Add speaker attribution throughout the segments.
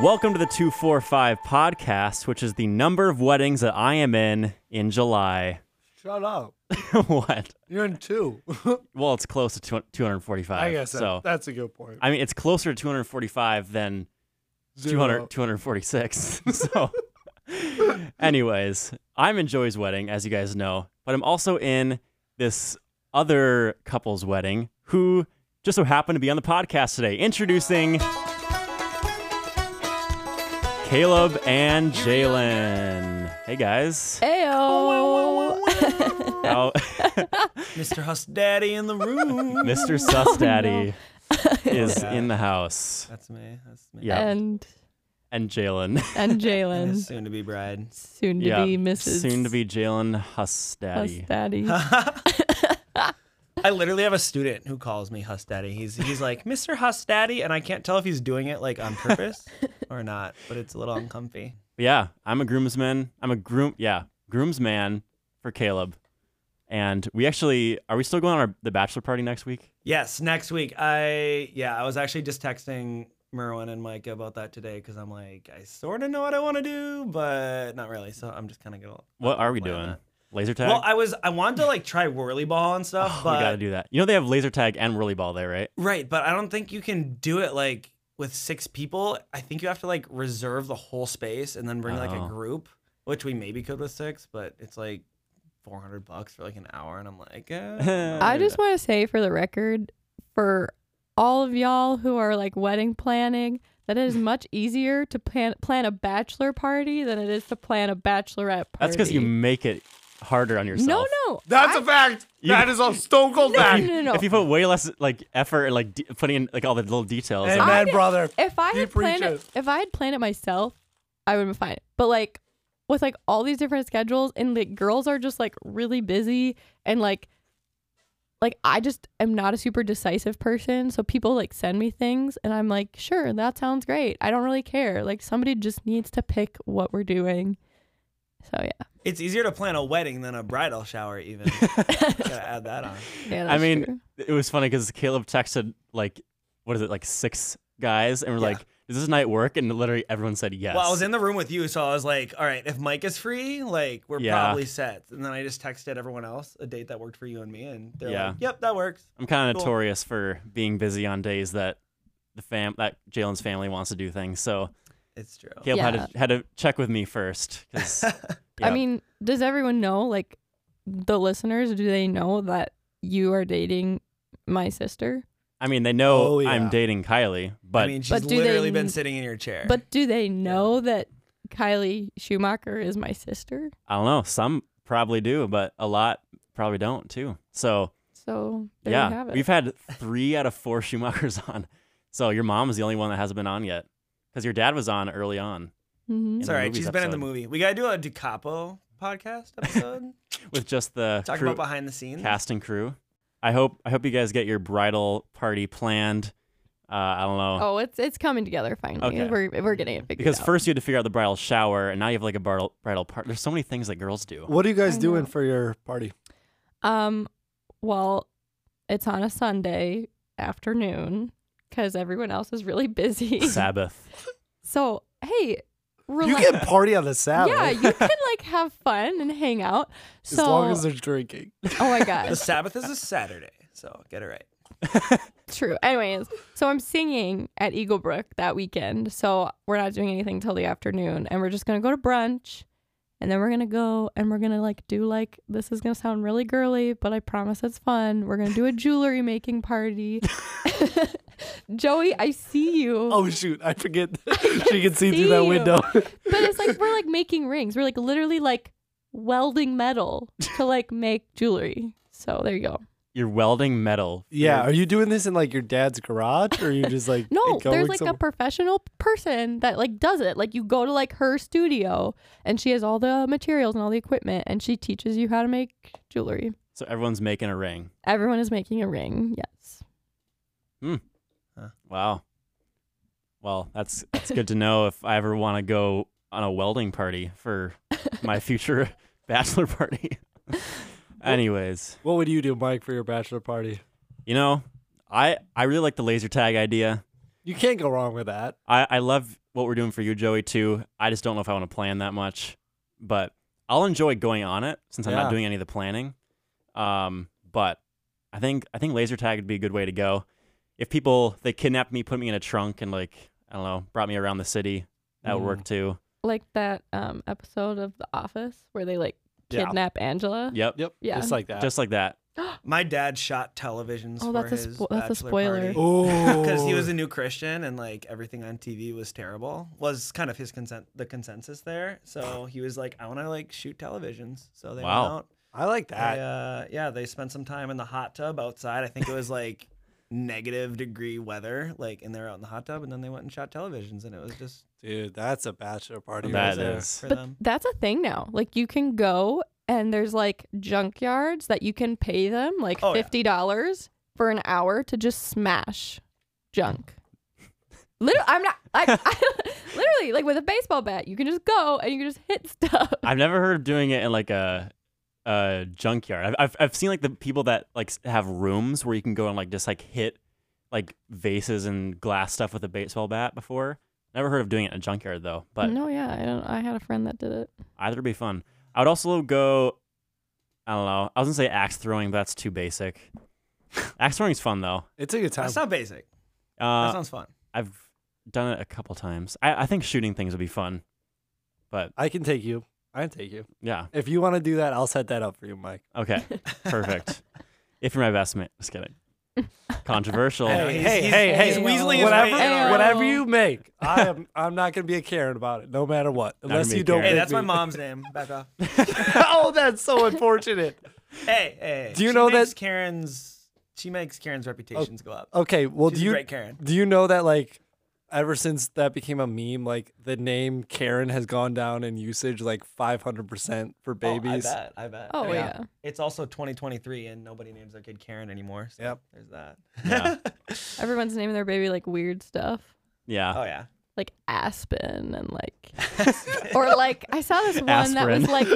Speaker 1: Welcome to the 245 podcast, which is the number of weddings that I am in in July.
Speaker 2: Shut up.
Speaker 1: what?
Speaker 2: You're in two.
Speaker 1: Well, it's close to 200 245.
Speaker 2: I guess that-
Speaker 1: so.
Speaker 2: that's a good point.
Speaker 1: I mean, it's closer to 245 than 200, 246. so, anyways, I'm in Joey's wedding, as you guys know, but I'm also in this other couple's wedding who just so happened to be on the podcast today. Introducing Caleb and Jalen. Hey, guys.
Speaker 3: Ayo.
Speaker 1: How-
Speaker 4: Mr. Huss Daddy in the room.
Speaker 1: Mr.
Speaker 3: Oh,
Speaker 1: Sus Daddy is
Speaker 4: Yeah.
Speaker 1: in the house.
Speaker 4: That's me. That's me.
Speaker 1: Yeah.
Speaker 3: And
Speaker 1: And Jalen.
Speaker 3: and
Speaker 4: And his
Speaker 3: Jalen,
Speaker 4: soon to be bride.
Speaker 3: soon to
Speaker 1: yeah.
Speaker 3: be Mrs.
Speaker 1: Soon to be Jalen Huss
Speaker 3: Huss
Speaker 1: Daddy.
Speaker 3: Daddy.
Speaker 4: I literally have a student who calls me Huss Daddy. He's he's like Mr. Huss Daddy, and I can't tell if he's doing it like on purpose or not. But it's a little uncomfy.
Speaker 1: Yeah, I'm a groomsman. I'm a groom. Yeah, groomsman for Caleb. And we actually are we still going on our, the bachelor party next week?
Speaker 4: Yes, next week. I yeah, I was actually just texting Merwin and Mike about that today because I'm like I sort of know what I want to do, but not really. So I'm just kind of gonna.
Speaker 1: What are we
Speaker 4: plan
Speaker 1: doing?
Speaker 4: that.
Speaker 1: Laser tag.
Speaker 4: Well, I uh, was I wanted to like try whirly ball and stuff,
Speaker 1: Oh,
Speaker 4: but
Speaker 1: we gotta do that. You know they have laser tag and whirly ball there, right?
Speaker 4: Right, but I don't think you can do it like with six people. I think you have to like reserve the whole space and then bring like
Speaker 1: Oh.
Speaker 4: a group, which we maybe could with six, but it's like 400 bucks for like an hour and I'm like, eh, I don't know.
Speaker 3: I just want to say for the record, for all of y'all who are like wedding planning, that it is much easier to plan plan a bachelor party than it is to plan a bachelorette party.
Speaker 1: That's because you make it harder on yourself.
Speaker 3: No, no.
Speaker 2: That's
Speaker 3: I-
Speaker 2: a fact.
Speaker 1: You-
Speaker 2: that is a stone cold
Speaker 3: No,
Speaker 2: fact.
Speaker 3: no, no, no.
Speaker 1: If you put way less like effort and like de- putting in like all the little details,
Speaker 2: Amen,
Speaker 1: and-
Speaker 3: I-
Speaker 2: brother.
Speaker 3: if I
Speaker 2: You
Speaker 3: had planned
Speaker 2: preach
Speaker 3: it, if I had planned it myself, I would have been fine. But like with like all these different schedules and like girls are just like really busy and like like I just am not a super decisive person. So people like send me things and I'm like, sure, that sounds great. I don't really care. Like somebody just needs to pick what we're doing. So yeah.
Speaker 4: it's easier to plan a wedding than a bridal shower, even. Gotta add that on.
Speaker 3: Yeah.
Speaker 1: I
Speaker 3: that's
Speaker 1: mean,
Speaker 3: true.
Speaker 1: it was funny because Caleb texted like, what is it, like six guys, and we're
Speaker 4: Yeah.
Speaker 1: like, "Does this night work?" And literally everyone said yes.
Speaker 4: Well, I was in the room with you, so I was like, all right, if Mike is free, like we're
Speaker 1: Yeah.
Speaker 4: probably set. And then I just texted everyone else a date that worked for you and me, and they're
Speaker 1: Yeah.
Speaker 4: like, yep, that works.
Speaker 1: I'm kind of
Speaker 4: Cool.
Speaker 1: notorious for being busy on days that the fam that Jalen's family wants to do things. So
Speaker 4: It's true.
Speaker 1: Caleb
Speaker 3: Yeah.
Speaker 1: had to had to check with me first 'cause- yeah.
Speaker 3: I mean, does everyone know, like the listeners, do they know that you are dating my sister?
Speaker 1: I mean, they know
Speaker 2: Oh, yeah.
Speaker 1: I'm dating Kylie, but
Speaker 4: I mean, she's
Speaker 3: But do they
Speaker 4: literally
Speaker 3: n-
Speaker 4: been sitting in your chair.
Speaker 3: But do they know that Kylie Schumacher is my sister?
Speaker 1: I don't know. Some probably do, but a lot probably don't too. So
Speaker 3: So there
Speaker 1: yeah,
Speaker 3: you have it.
Speaker 1: we've had three out of four Schumachers on. So your mom is the only one that hasn't been on yet, because your dad was on early on
Speaker 3: Mhm.
Speaker 1: in
Speaker 4: It's
Speaker 1: the
Speaker 4: all right.
Speaker 1: movies
Speaker 4: She's been in the
Speaker 1: episode.
Speaker 4: movie. We gotta do a DiCapo podcast episode.
Speaker 1: with just the
Speaker 4: Talk
Speaker 1: crew,
Speaker 4: about behind the scenes.
Speaker 1: cast and crew. I hope I hope you guys get your bridal party planned. Uh, I don't know.
Speaker 3: Oh, it's it's coming together finally.
Speaker 1: Okay.
Speaker 3: We're we're getting it figured
Speaker 1: Because
Speaker 3: out.
Speaker 1: first you had to figure out the bridal shower, and now you have like a bridal bridal part. There's so many things that girls do.
Speaker 2: What are you guys
Speaker 3: I
Speaker 2: doing
Speaker 3: know.
Speaker 2: for your party?
Speaker 3: um, well, it's on a Sunday afternoon because everyone else is really busy.
Speaker 1: Sabbath.
Speaker 3: so hey,
Speaker 2: You
Speaker 3: relax.
Speaker 2: can party on the Sabbath
Speaker 3: yeah, you can like have fun and hang out.
Speaker 2: as
Speaker 3: So
Speaker 2: long as they're drinking.
Speaker 3: oh my
Speaker 4: The
Speaker 3: gosh,
Speaker 4: Sabbath is a Saturday, so get it right.
Speaker 3: True. Anyways, so I'm singing at Eagle Brook that weekend. So we're not doing anything till the afternoon. And we're just going to go to brunch. And then we're going to go and we're going to like do like, this is going to sound really girly, but I promise it's fun. We're going to do a jewelry making party. Joey, I see you.
Speaker 2: Oh shoot, I forget. she can see,
Speaker 3: see
Speaker 2: through that
Speaker 3: you.
Speaker 2: window.
Speaker 3: But it's like, we're like making rings. We're like literally like welding metal to like make jewelry. So there you go.
Speaker 1: You're welding metal.
Speaker 2: yeah,
Speaker 1: You're-
Speaker 2: are you doing this in like your dad's garage, or are you just like going
Speaker 3: No, there's like a
Speaker 2: somewhere?
Speaker 3: professional person that like does it. Like you go to like her studio and she has all the materials and all the equipment and she teaches you how to make jewelry.
Speaker 1: so everyone's making a ring.
Speaker 3: Everyone is making a ring. Yes.
Speaker 1: Wow. Well, that's that's good to know. If I ever want to go on a welding party for my future bachelor party. Anyways,
Speaker 2: What would you do, Mike, for your bachelor party?
Speaker 1: you know, I I really like the laser tag idea.
Speaker 2: You can't go wrong with that.
Speaker 1: I I love what we're doing for you, Joey, too. I just don't know if I want to plan that much, but I'll enjoy going on it since I'm
Speaker 2: Yeah.
Speaker 1: not doing any of the planning. Um, but I think I think laser tag would be a good way to go. If people they kidnapped me, put me in a trunk, and like I don't know, brought me around the city, that would work too.
Speaker 3: like that um episode of The Office where they like
Speaker 4: Yeah.
Speaker 3: kidnap Angela.
Speaker 1: Yep,
Speaker 2: Yep.
Speaker 3: Yeah.
Speaker 2: Just like that.
Speaker 1: just like that.
Speaker 4: My dad shot televisions
Speaker 3: Oh,
Speaker 4: for
Speaker 3: that's a
Speaker 4: his
Speaker 3: spo- that's a
Speaker 4: bachelor
Speaker 3: spoiler.
Speaker 4: party.
Speaker 2: oh,
Speaker 4: because he was a new Christian and like everything on TV was terrible was kind of his consent the consensus there. So he was like, I want to like shoot televisions. So they went
Speaker 1: Wow.
Speaker 4: out.
Speaker 2: I like
Speaker 4: They,
Speaker 2: that.
Speaker 4: uh, yeah, they spent some time in the hot tub outside. I think it was like negative degree weather, like, and they were out in the hot tub, and then they went and shot televisions, and it was just
Speaker 2: Dude, that's a bachelor party.
Speaker 1: That
Speaker 2: right there.
Speaker 1: is.
Speaker 4: for
Speaker 3: But
Speaker 4: them.
Speaker 3: that's a thing now. Like you can go and there's like junkyards that you can pay them like
Speaker 4: Oh, yeah.
Speaker 3: fifty dollars for an hour to just smash junk. literally, I'm not. I, I literally like with a baseball bat, you can just go and you can just hit stuff.
Speaker 1: I've never heard of doing it in like a a junkyard. I've, I've I've seen like the people that like s- have rooms where you can go and like just like hit like vases and glass stuff with a baseball bat before. Never heard of doing it in a junkyard though, but
Speaker 3: no, yeah, I don't. I had a friend that did it.
Speaker 1: either would be fun. I would also go. I don't know. I was gonna say axe throwing, but that's too basic. axe throwing's fun though.
Speaker 2: It's a good time.
Speaker 4: That's not basic. That
Speaker 1: Uh,
Speaker 4: sounds fun.
Speaker 1: I've done it a couple times. I, I think shooting things would be fun, but
Speaker 2: I can take you. I can take you.
Speaker 1: yeah.
Speaker 2: If you want to do that, I'll set that up for you, Mike.
Speaker 1: Okay, perfect. if you're my best mate, just kidding. Controversial.
Speaker 4: I know,
Speaker 2: Hey,
Speaker 4: he's-
Speaker 2: hey,
Speaker 4: he's-
Speaker 2: hey, hey!
Speaker 3: he's weaseling his
Speaker 2: whatever,
Speaker 4: way in
Speaker 3: already.
Speaker 2: whatever you make, I am. I'm not gonna be a Karen about it, no matter what,
Speaker 1: gonna
Speaker 2: unless
Speaker 1: be a
Speaker 2: you don't.
Speaker 1: Karen.
Speaker 4: Hey,
Speaker 2: make
Speaker 4: that's my
Speaker 2: me.
Speaker 4: mom's name. Back off.
Speaker 2: oh, that's so unfortunate.
Speaker 4: Hey, hey.
Speaker 2: Do you
Speaker 4: she
Speaker 2: know
Speaker 4: makes
Speaker 2: that-
Speaker 4: Karen's? She makes Karen's reputations go up.
Speaker 2: Okay, well,
Speaker 4: She's
Speaker 2: do
Speaker 4: a
Speaker 2: you
Speaker 4: great Karen.
Speaker 2: do you know that like ever since that became a meme, like the name Karen has gone down in usage like 500 percent for babies.
Speaker 4: Oh, I bet. I bet.
Speaker 3: Oh,
Speaker 4: I mean,
Speaker 3: yeah.
Speaker 4: It's also 2023, and nobody names their kid Karen anymore. So
Speaker 2: Yep.
Speaker 4: There's that.
Speaker 1: Yeah.
Speaker 3: Everyone's naming their baby like weird stuff,
Speaker 1: Yeah.
Speaker 2: Ah.
Speaker 4: oh yeah.
Speaker 3: like Aspen and like or like I saw this one that was
Speaker 1: Aspirin.
Speaker 3: like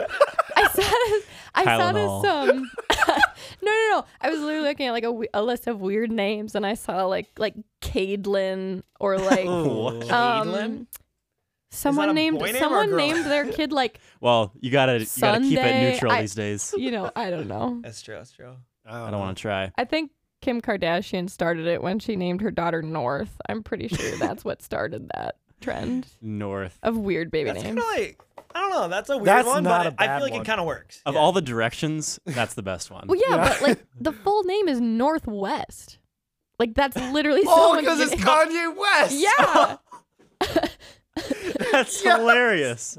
Speaker 3: I saw this I
Speaker 1: Tylenol.
Speaker 3: saw this um no no no I was literally looking at like a, we- a list of weird names and I saw like like Cadlin or like
Speaker 1: What?
Speaker 4: Caitlin?
Speaker 3: um
Speaker 4: a
Speaker 3: someone named
Speaker 4: boy name or a
Speaker 3: someone
Speaker 4: girl?
Speaker 3: named their kid like
Speaker 1: Well, you gotta you gotta keep
Speaker 3: Sunday,
Speaker 1: it neutral
Speaker 3: I-
Speaker 1: these days.
Speaker 3: you know I don't know
Speaker 4: That's true. That's true.
Speaker 1: I
Speaker 4: Uh-huh.
Speaker 1: don't want to try.
Speaker 3: I think Kim Kardashian started it when she named her daughter North I'm pretty sure that's what started that trend
Speaker 1: North.
Speaker 3: of weird baby
Speaker 4: That's kind
Speaker 3: names
Speaker 4: of like I don't know. That's a weird
Speaker 2: That's
Speaker 4: one,
Speaker 2: not
Speaker 4: but
Speaker 2: a
Speaker 4: it- I
Speaker 2: bad
Speaker 4: feel like
Speaker 2: one.
Speaker 4: it kind of works.
Speaker 1: Of
Speaker 4: Yeah.
Speaker 1: all the directions, that's the best one.
Speaker 3: Well, yeah,
Speaker 2: Yeah.
Speaker 3: but like the full name is Northwest. Like that's literally
Speaker 2: Oh,
Speaker 3: someone
Speaker 2: because it's
Speaker 3: getting-
Speaker 2: Kanye West.
Speaker 3: yeah.
Speaker 1: That's hilarious.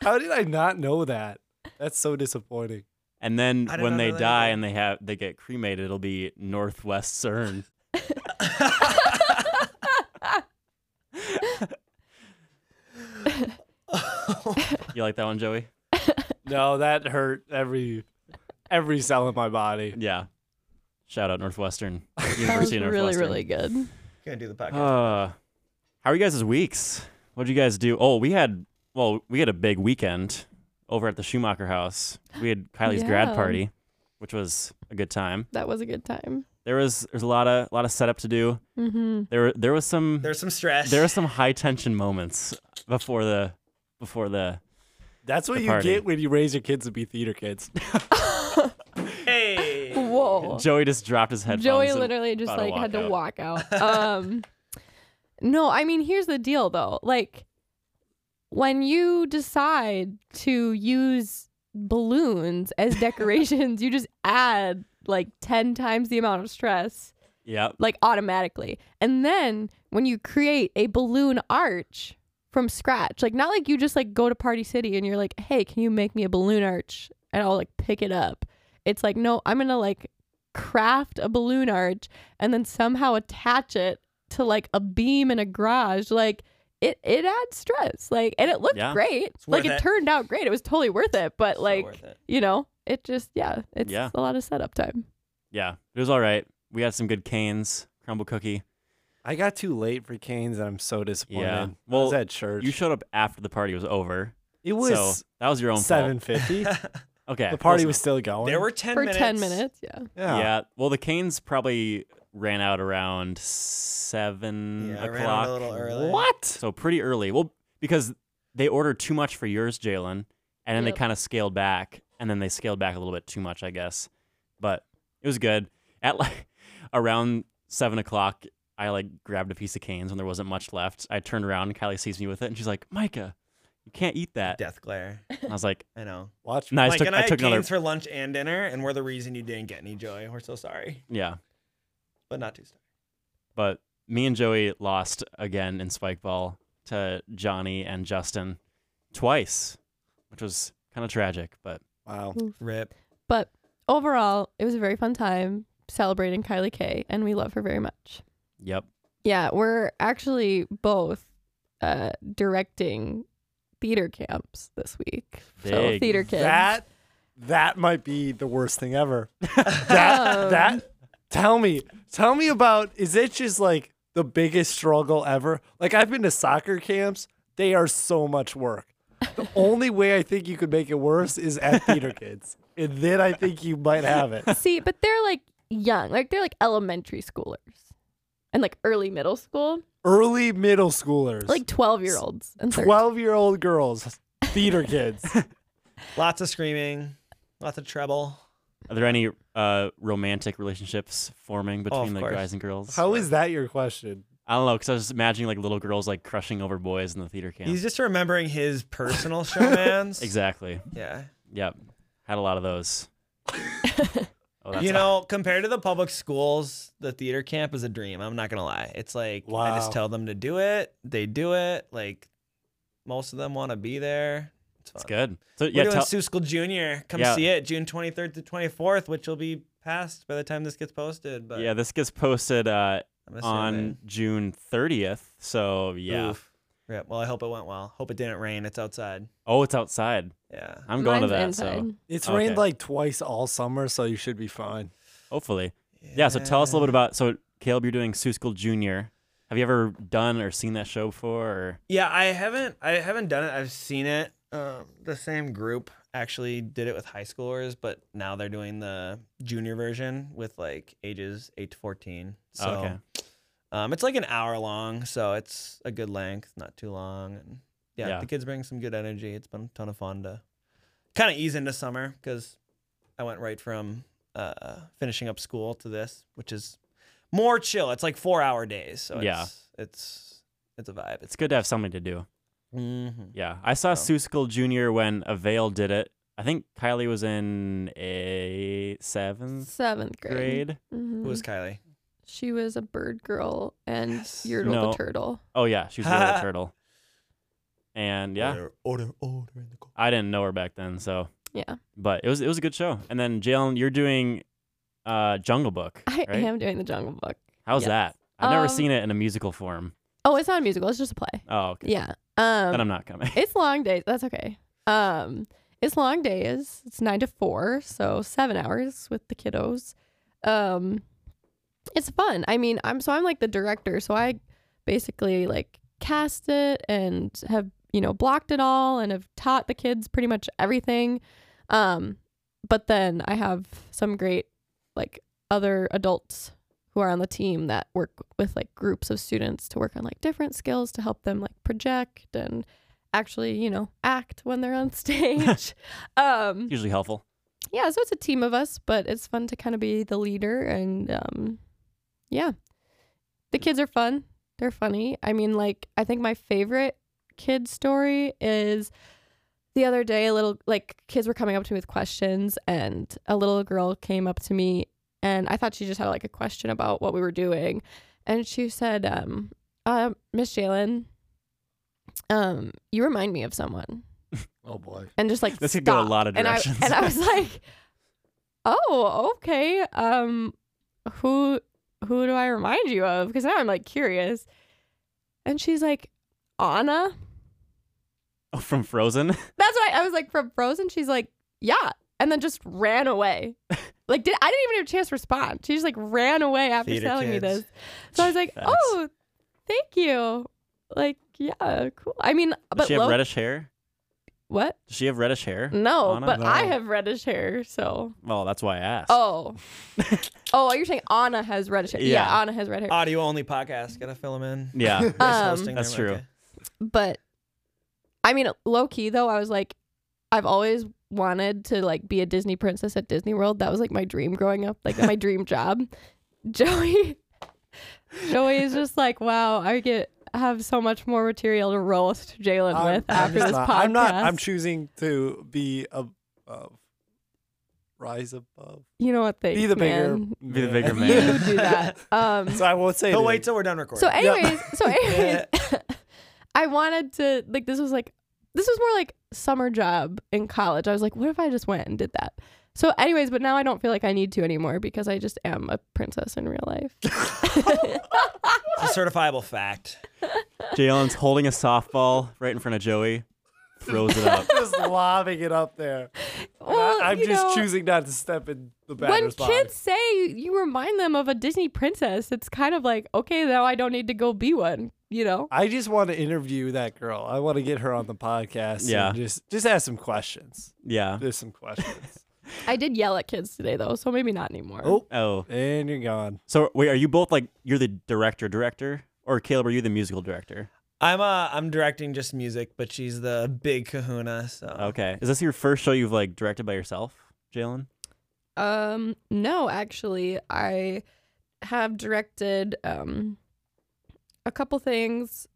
Speaker 2: How did I not know that? That's so disappointing.
Speaker 1: And then
Speaker 4: I did
Speaker 1: when
Speaker 4: not
Speaker 1: they
Speaker 4: know that
Speaker 1: die
Speaker 4: either.
Speaker 1: and they have they get cremated, it'll be Northwest CERN. You like that one, Joey?
Speaker 2: No, that hurt every every cell in my body.
Speaker 1: Yeah. Shout out Northwestern
Speaker 3: That was
Speaker 1: University of
Speaker 3: really,
Speaker 1: Northwestern.
Speaker 3: really good.
Speaker 4: Gonna do the podcast.
Speaker 1: Uh, how are you guys' weeks? What'd you guys do? Oh, we had well, we had a big weekend over at the Schumacher house. We had Kylie's grad
Speaker 3: Yeah.
Speaker 1: party, which was a good time.
Speaker 3: That was a good time.
Speaker 1: There was there's a lot of a lot of setup to do.
Speaker 3: hmm
Speaker 1: There were- there was some
Speaker 4: There's some stress.
Speaker 1: there were some high tension moments before the before the
Speaker 2: That's what
Speaker 1: The
Speaker 2: you
Speaker 1: party.
Speaker 2: get when you raise your kids to be theater kids.
Speaker 4: hey.
Speaker 3: Whoa.
Speaker 1: Joey just dropped his headphones.
Speaker 3: Joey
Speaker 1: and-
Speaker 3: literally just
Speaker 1: about to
Speaker 3: like had to
Speaker 1: walk
Speaker 3: walk out. Um, no, I mean here's the deal though. Like when you decide to use balloons as decorations, you just add like ten times the amount of stress
Speaker 1: Yep.
Speaker 3: like automatically. And then when you create a balloon arch from scratch, like not like you just like go to Party City and you're like, "Hey, can you make me a balloon arch?" and I'll like pick it up. It's like, "No, I'm going to like craft a balloon arch and then somehow attach it to like a beam in a garage." Like it it adds stress. Like and it looked
Speaker 1: Yeah.
Speaker 3: great.
Speaker 4: worth
Speaker 3: Like it,
Speaker 4: it.
Speaker 3: turned out great. It was totally worth it, but
Speaker 4: So
Speaker 3: like
Speaker 4: worth it.
Speaker 3: you know, it just yeah, it's
Speaker 1: Yeah.
Speaker 3: a lot of setup time.
Speaker 1: Yeah. It was all right. We had some good canes, crumble cookie.
Speaker 2: I got too late for Canes, and I'm so disappointed.
Speaker 1: Yeah.
Speaker 2: Well, I was
Speaker 1: Well,
Speaker 2: at church.
Speaker 1: You showed up after the party was over.
Speaker 2: it
Speaker 1: so
Speaker 2: was
Speaker 1: that was your own
Speaker 2: seven
Speaker 1: fault.
Speaker 2: fifty.
Speaker 1: Okay.
Speaker 2: The
Speaker 1: close
Speaker 2: party
Speaker 1: enough.
Speaker 2: was still going.
Speaker 4: There were ten
Speaker 3: For
Speaker 4: minutes.
Speaker 3: 10 minutes, yeah.
Speaker 1: Yeah. Well, the Canes probably ran out around seven
Speaker 4: Yeah, I ran out
Speaker 1: o'clock.
Speaker 4: a little early.
Speaker 1: What? So pretty early. Well, because they ordered too much for yours, Jalen, and then
Speaker 3: Yep.
Speaker 1: they kind of scaled back, and then they scaled back a little bit too much, I guess. But it was good. At like around seven o'clock, I like grabbed a piece of canes when there wasn't much left. I turned around, and Kylie sees me with it, and she's like, "Micah, you can't eat that."
Speaker 4: Death glare.
Speaker 1: And I was like,
Speaker 4: I know.
Speaker 2: Watch
Speaker 1: "No, I just
Speaker 4: Mike
Speaker 1: took,
Speaker 4: and I,
Speaker 1: I took
Speaker 4: had
Speaker 1: another."
Speaker 4: canes for lunch and dinner, and we're the reason you didn't get any joy. We're so sorry,
Speaker 1: yeah.
Speaker 4: but not too sorry.
Speaker 1: but me and Joey lost again in spike ball to Johnny and Justin twice, which was kind of tragic. But
Speaker 2: Wow.
Speaker 4: Rip.
Speaker 3: But overall, it was a very fun time celebrating Kylie K, and we love her very much.
Speaker 1: yep,
Speaker 3: Yeah, we're actually both uh, directing theater camps this week. So
Speaker 1: Big.
Speaker 3: theater kids.
Speaker 2: That that might be the worst thing ever. that that tell me. Tell me about is it just like the biggest struggle ever? Like I've been to soccer camps. They are so much work. The only way I think you could make it worse is at theater kids. And then I think you might have it.
Speaker 3: See, but they're like young, like they're like elementary schoolers and like early middle school,
Speaker 2: Early middle schoolers.
Speaker 3: like 12 year olds and 13.
Speaker 2: 12 year old girls, theater kids.
Speaker 4: Lots of screaming, lots of treble.
Speaker 1: are there any uh, romantic relationships forming between
Speaker 4: Oh, of
Speaker 1: the
Speaker 4: course.
Speaker 1: guys and girls?
Speaker 2: How is that your question?
Speaker 1: I don't know, because I was just imagining like little girls like crushing over boys in the theater camp.
Speaker 4: He's just remembering his personal showmans.
Speaker 1: exactly.
Speaker 4: Yeah.
Speaker 1: Yep, had a lot of those. oh, that's
Speaker 4: you know, compared to the public schools, the theater camp is a dream. I'm not gonna lie. It's like I
Speaker 2: Wow.
Speaker 4: just tell them to do it. They do it. Like most of them want to be there. It's fun.
Speaker 1: that's good. So
Speaker 4: We're
Speaker 1: yeah,
Speaker 4: doing
Speaker 1: tell,
Speaker 4: Seussical Junior. Come
Speaker 1: Yeah.
Speaker 4: see it June 23rd to 24th, which will be past by the time this gets posted. But
Speaker 1: yeah, this gets posted uh,
Speaker 4: I'm
Speaker 1: on
Speaker 4: assuming.
Speaker 1: June 30th. So yeah.
Speaker 4: Oof. Yeah, Well, I hope it went well. Hope it didn't rain. It's outside.
Speaker 1: Oh, it's outside.
Speaker 4: Yeah.
Speaker 1: I'm going to that.
Speaker 3: Mine's
Speaker 1: So
Speaker 3: inside.
Speaker 2: It's
Speaker 1: Okay.
Speaker 2: rained like twice all summer, so you should be fine.
Speaker 1: hopefully. Yeah, so tell us a little bit about so Caleb, you're doing Seussical Junior. Have you ever done or seen that show before? Or
Speaker 4: Yeah, I haven't. I haven't done it. I've seen it. Um, the same group actually did it with high schoolers, but now they're doing the junior version with like ages eight to fourteen. So,
Speaker 1: Oh, okay.
Speaker 4: um, it's like an hour long, so it's a good length, not too long, and yeah,
Speaker 1: Yeah.
Speaker 4: the kids bring some good energy. It's been a ton of fun to kind of ease into summer because I went right from uh, finishing up school to this, which is more chill. It's like four hour days, so
Speaker 1: Yeah.
Speaker 4: it's it's it's a vibe. It's
Speaker 1: it's good to have something to do.
Speaker 4: mm-hmm.
Speaker 1: Yeah, I saw
Speaker 4: Oh.
Speaker 1: Seussical Junior when Avail did it. I think Kylie was in a seventh
Speaker 3: Seventh grade.
Speaker 1: Mm. grade.
Speaker 3: Mhm.
Speaker 4: Who was Kylie?
Speaker 3: she was a bird girl and
Speaker 4: Yes.
Speaker 3: Yertle
Speaker 1: No.
Speaker 3: the turtle.
Speaker 1: Oh yeah, she was a little turtle. And yeah,
Speaker 4: Order, order, order in the car.
Speaker 1: I didn't know her back then. So,
Speaker 3: Yeah.
Speaker 1: but it was it was a good show. And then Jalen, you're doing uh, Jungle Book.
Speaker 3: I
Speaker 1: right?
Speaker 3: am doing the Jungle Book.
Speaker 1: How's
Speaker 3: yes.
Speaker 1: that? I've never
Speaker 3: Um,
Speaker 1: seen it in a musical form.
Speaker 3: Oh, it's not a musical. It's just a play.
Speaker 1: Oh, okay.
Speaker 3: Yeah. Um,
Speaker 1: then I'm not coming.
Speaker 3: it's long days. That's okay. Um, it's long days. It's nine to four, so seven hours with the kiddos. Um, it's fun. I mean, I'm so I'm like the director, so I basically like cast it and have you know blocked it all and have taught the kids pretty much everything. Um, but then I have some great like other adults who are on the team that work with like groups of students to work on like different skills to help them like project and actually you know act when they're on stage um
Speaker 1: Usually helpful.
Speaker 3: yeah so it's a team of us but it's fun to kind of be the leader and um yeah the kids are fun they're funny i mean like i think my favorite kid story is the other day a little like kids were coming up to me with questions and a little girl came up to me and i thought she just had like a question about what we were doing and she said um uh, miss jalen um you remind me of someone
Speaker 2: Oh boy.
Speaker 3: and just like
Speaker 1: This could
Speaker 3: stopped.
Speaker 1: go a lot of
Speaker 3: And I-
Speaker 1: directions.
Speaker 3: And I, was like, "Oh, okay. Um, who who do I remind you of?" Because now I'm like curious. And she's like, "Anna."
Speaker 1: Oh, from Frozen.
Speaker 3: That's what I, I was like from Frozen. She's like, "Yeah," and then just ran away. Like, did I didn't even have a chance to respond. She just like ran away after
Speaker 4: Theater
Speaker 3: telling me
Speaker 4: kids.
Speaker 3: this. So I was like,
Speaker 1: Facts.
Speaker 3: "Oh, thank you." Like, yeah, cool. I mean,
Speaker 1: Does
Speaker 3: but
Speaker 1: she have
Speaker 3: low- Mm.
Speaker 1: reddish hair?
Speaker 3: What?
Speaker 1: Does she have reddish hair?
Speaker 3: No,
Speaker 1: Anna?
Speaker 3: but I
Speaker 2: No.
Speaker 3: have reddish hair, so.
Speaker 1: Well, that's why I asked.
Speaker 3: Oh. oh, you're saying Anna has reddish hair. Yeah,
Speaker 1: Yeah.
Speaker 3: Anna has red hair.
Speaker 4: Audio only podcast. Gotta fill them in.
Speaker 1: Yeah.
Speaker 4: Nice
Speaker 3: Um,
Speaker 4: hosting
Speaker 1: That's
Speaker 4: there,
Speaker 1: true.
Speaker 4: okay.
Speaker 3: but I mean, low key though, I was like, I've always wanted to like be a Disney princess at Disney World. That was like my dream growing up, like my dream job. Joey, Joey is just like, wow, I get have so much more material to roast Jalen with after
Speaker 2: just
Speaker 3: this
Speaker 2: not,
Speaker 3: podcast.
Speaker 2: I'm not. I'm choosing to be above, rise above,
Speaker 3: you know what? Thanks,
Speaker 2: be the bigger,
Speaker 3: man.
Speaker 1: Be the bigger
Speaker 3: You
Speaker 1: man.
Speaker 3: do that. Um,
Speaker 2: So I won't say.
Speaker 4: He'll
Speaker 2: anything.
Speaker 4: wait till we're done recording.
Speaker 3: So, anyways, so anyways, I wanted to like this was like this was more like summer job in college. I was like, what if I just went and did that? So, anyways, but now I don't feel like I need to anymore because I just am a princess in real life.
Speaker 4: it's a certifiable fact.
Speaker 1: Jalen's holding a softball right in front of Joey, throws it up.
Speaker 2: just lobbing it up there. And
Speaker 3: Well,
Speaker 2: I, am
Speaker 3: you
Speaker 2: just
Speaker 3: know,
Speaker 2: choosing not to step in the
Speaker 3: When
Speaker 2: batter's box.
Speaker 3: kids say you remind them of a Disney princess, it's kind of like, okay, now I don't need to go be one, you know?
Speaker 2: I just want to interview that girl. I want to get her on the podcast.
Speaker 1: Yeah.
Speaker 2: and just just ask some questions.
Speaker 1: Yeah.
Speaker 2: There's some questions.
Speaker 3: I did yell at kids today though, so maybe not anymore.
Speaker 2: Oh.
Speaker 1: Oh.
Speaker 2: and you're gone.
Speaker 1: So wait, are you both like you're the director director? Or Caleb, are you the musical director?
Speaker 4: I'm uh I'm directing just music, but she's the big kahuna, so
Speaker 1: Okay. Is this your first show you've like directed by yourself, Jalen?
Speaker 3: Um, no, actually, I have directed um a couple things.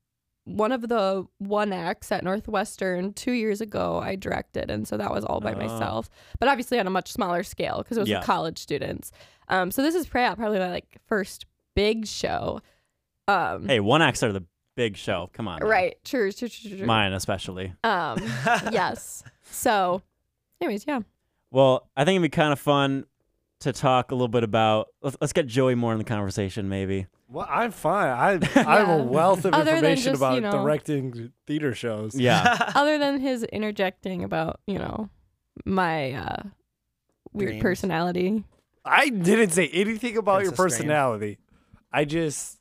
Speaker 3: One of the one acts at Northwestern two years ago, I directed, and so that was all by
Speaker 1: Oh.
Speaker 3: myself. But obviously on a much smaller scale because it was
Speaker 1: Yeah.
Speaker 3: with college students. Um, so this is probably probably my like first big show. Um,
Speaker 1: Hey, one acts are the big show. Come on. now.
Speaker 3: right, true, true, true, true, true.
Speaker 1: Mine especially.
Speaker 3: Um, yes. So, anyways, yeah.
Speaker 1: Well, I think it'd be kind of fun to talk a little bit about. Let's, let's get Joey more in the conversation, maybe.
Speaker 2: Well, I'm fine. I I have
Speaker 3: Yeah.
Speaker 2: a wealth of
Speaker 3: Other than
Speaker 2: information
Speaker 3: just,
Speaker 2: about
Speaker 3: you know-
Speaker 2: directing theater shows.
Speaker 1: Yeah.
Speaker 3: other than his interjecting about you know my uh, weird
Speaker 4: Dreams.
Speaker 3: personality.
Speaker 2: I didn't say anything about your
Speaker 4: Princess Dream.
Speaker 2: personality. I just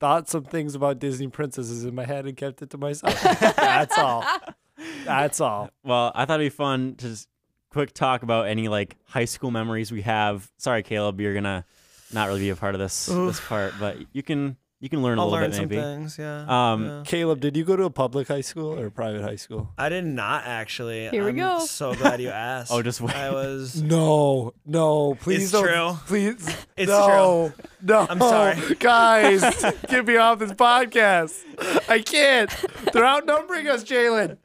Speaker 2: thought some things about Disney princesses in my head and kept it to myself. That's all. That's all.
Speaker 1: well, I thought it'd be fun to just quick talk about any like high school memories we have. Sorry, Caleb, you're gonna not really be a part of this this part, but you can you can learn a
Speaker 4: I'll
Speaker 1: little
Speaker 4: learn
Speaker 1: bit
Speaker 4: some
Speaker 1: maybe.
Speaker 4: things, yeah.
Speaker 1: Um,
Speaker 4: yeah.
Speaker 2: Caleb, did you go to a public high school or a private high school?
Speaker 4: I did not actually.
Speaker 3: Here we
Speaker 4: I'm
Speaker 3: go.
Speaker 4: So glad you asked.
Speaker 1: Oh, just wait.
Speaker 4: I was.
Speaker 2: No, no, please
Speaker 4: It's
Speaker 2: don't.
Speaker 4: true.
Speaker 2: Please,
Speaker 4: It's
Speaker 2: no, no.
Speaker 4: I'm sorry.
Speaker 2: guys. get me off this podcast. I can't. They're outnumbering us, Jalen.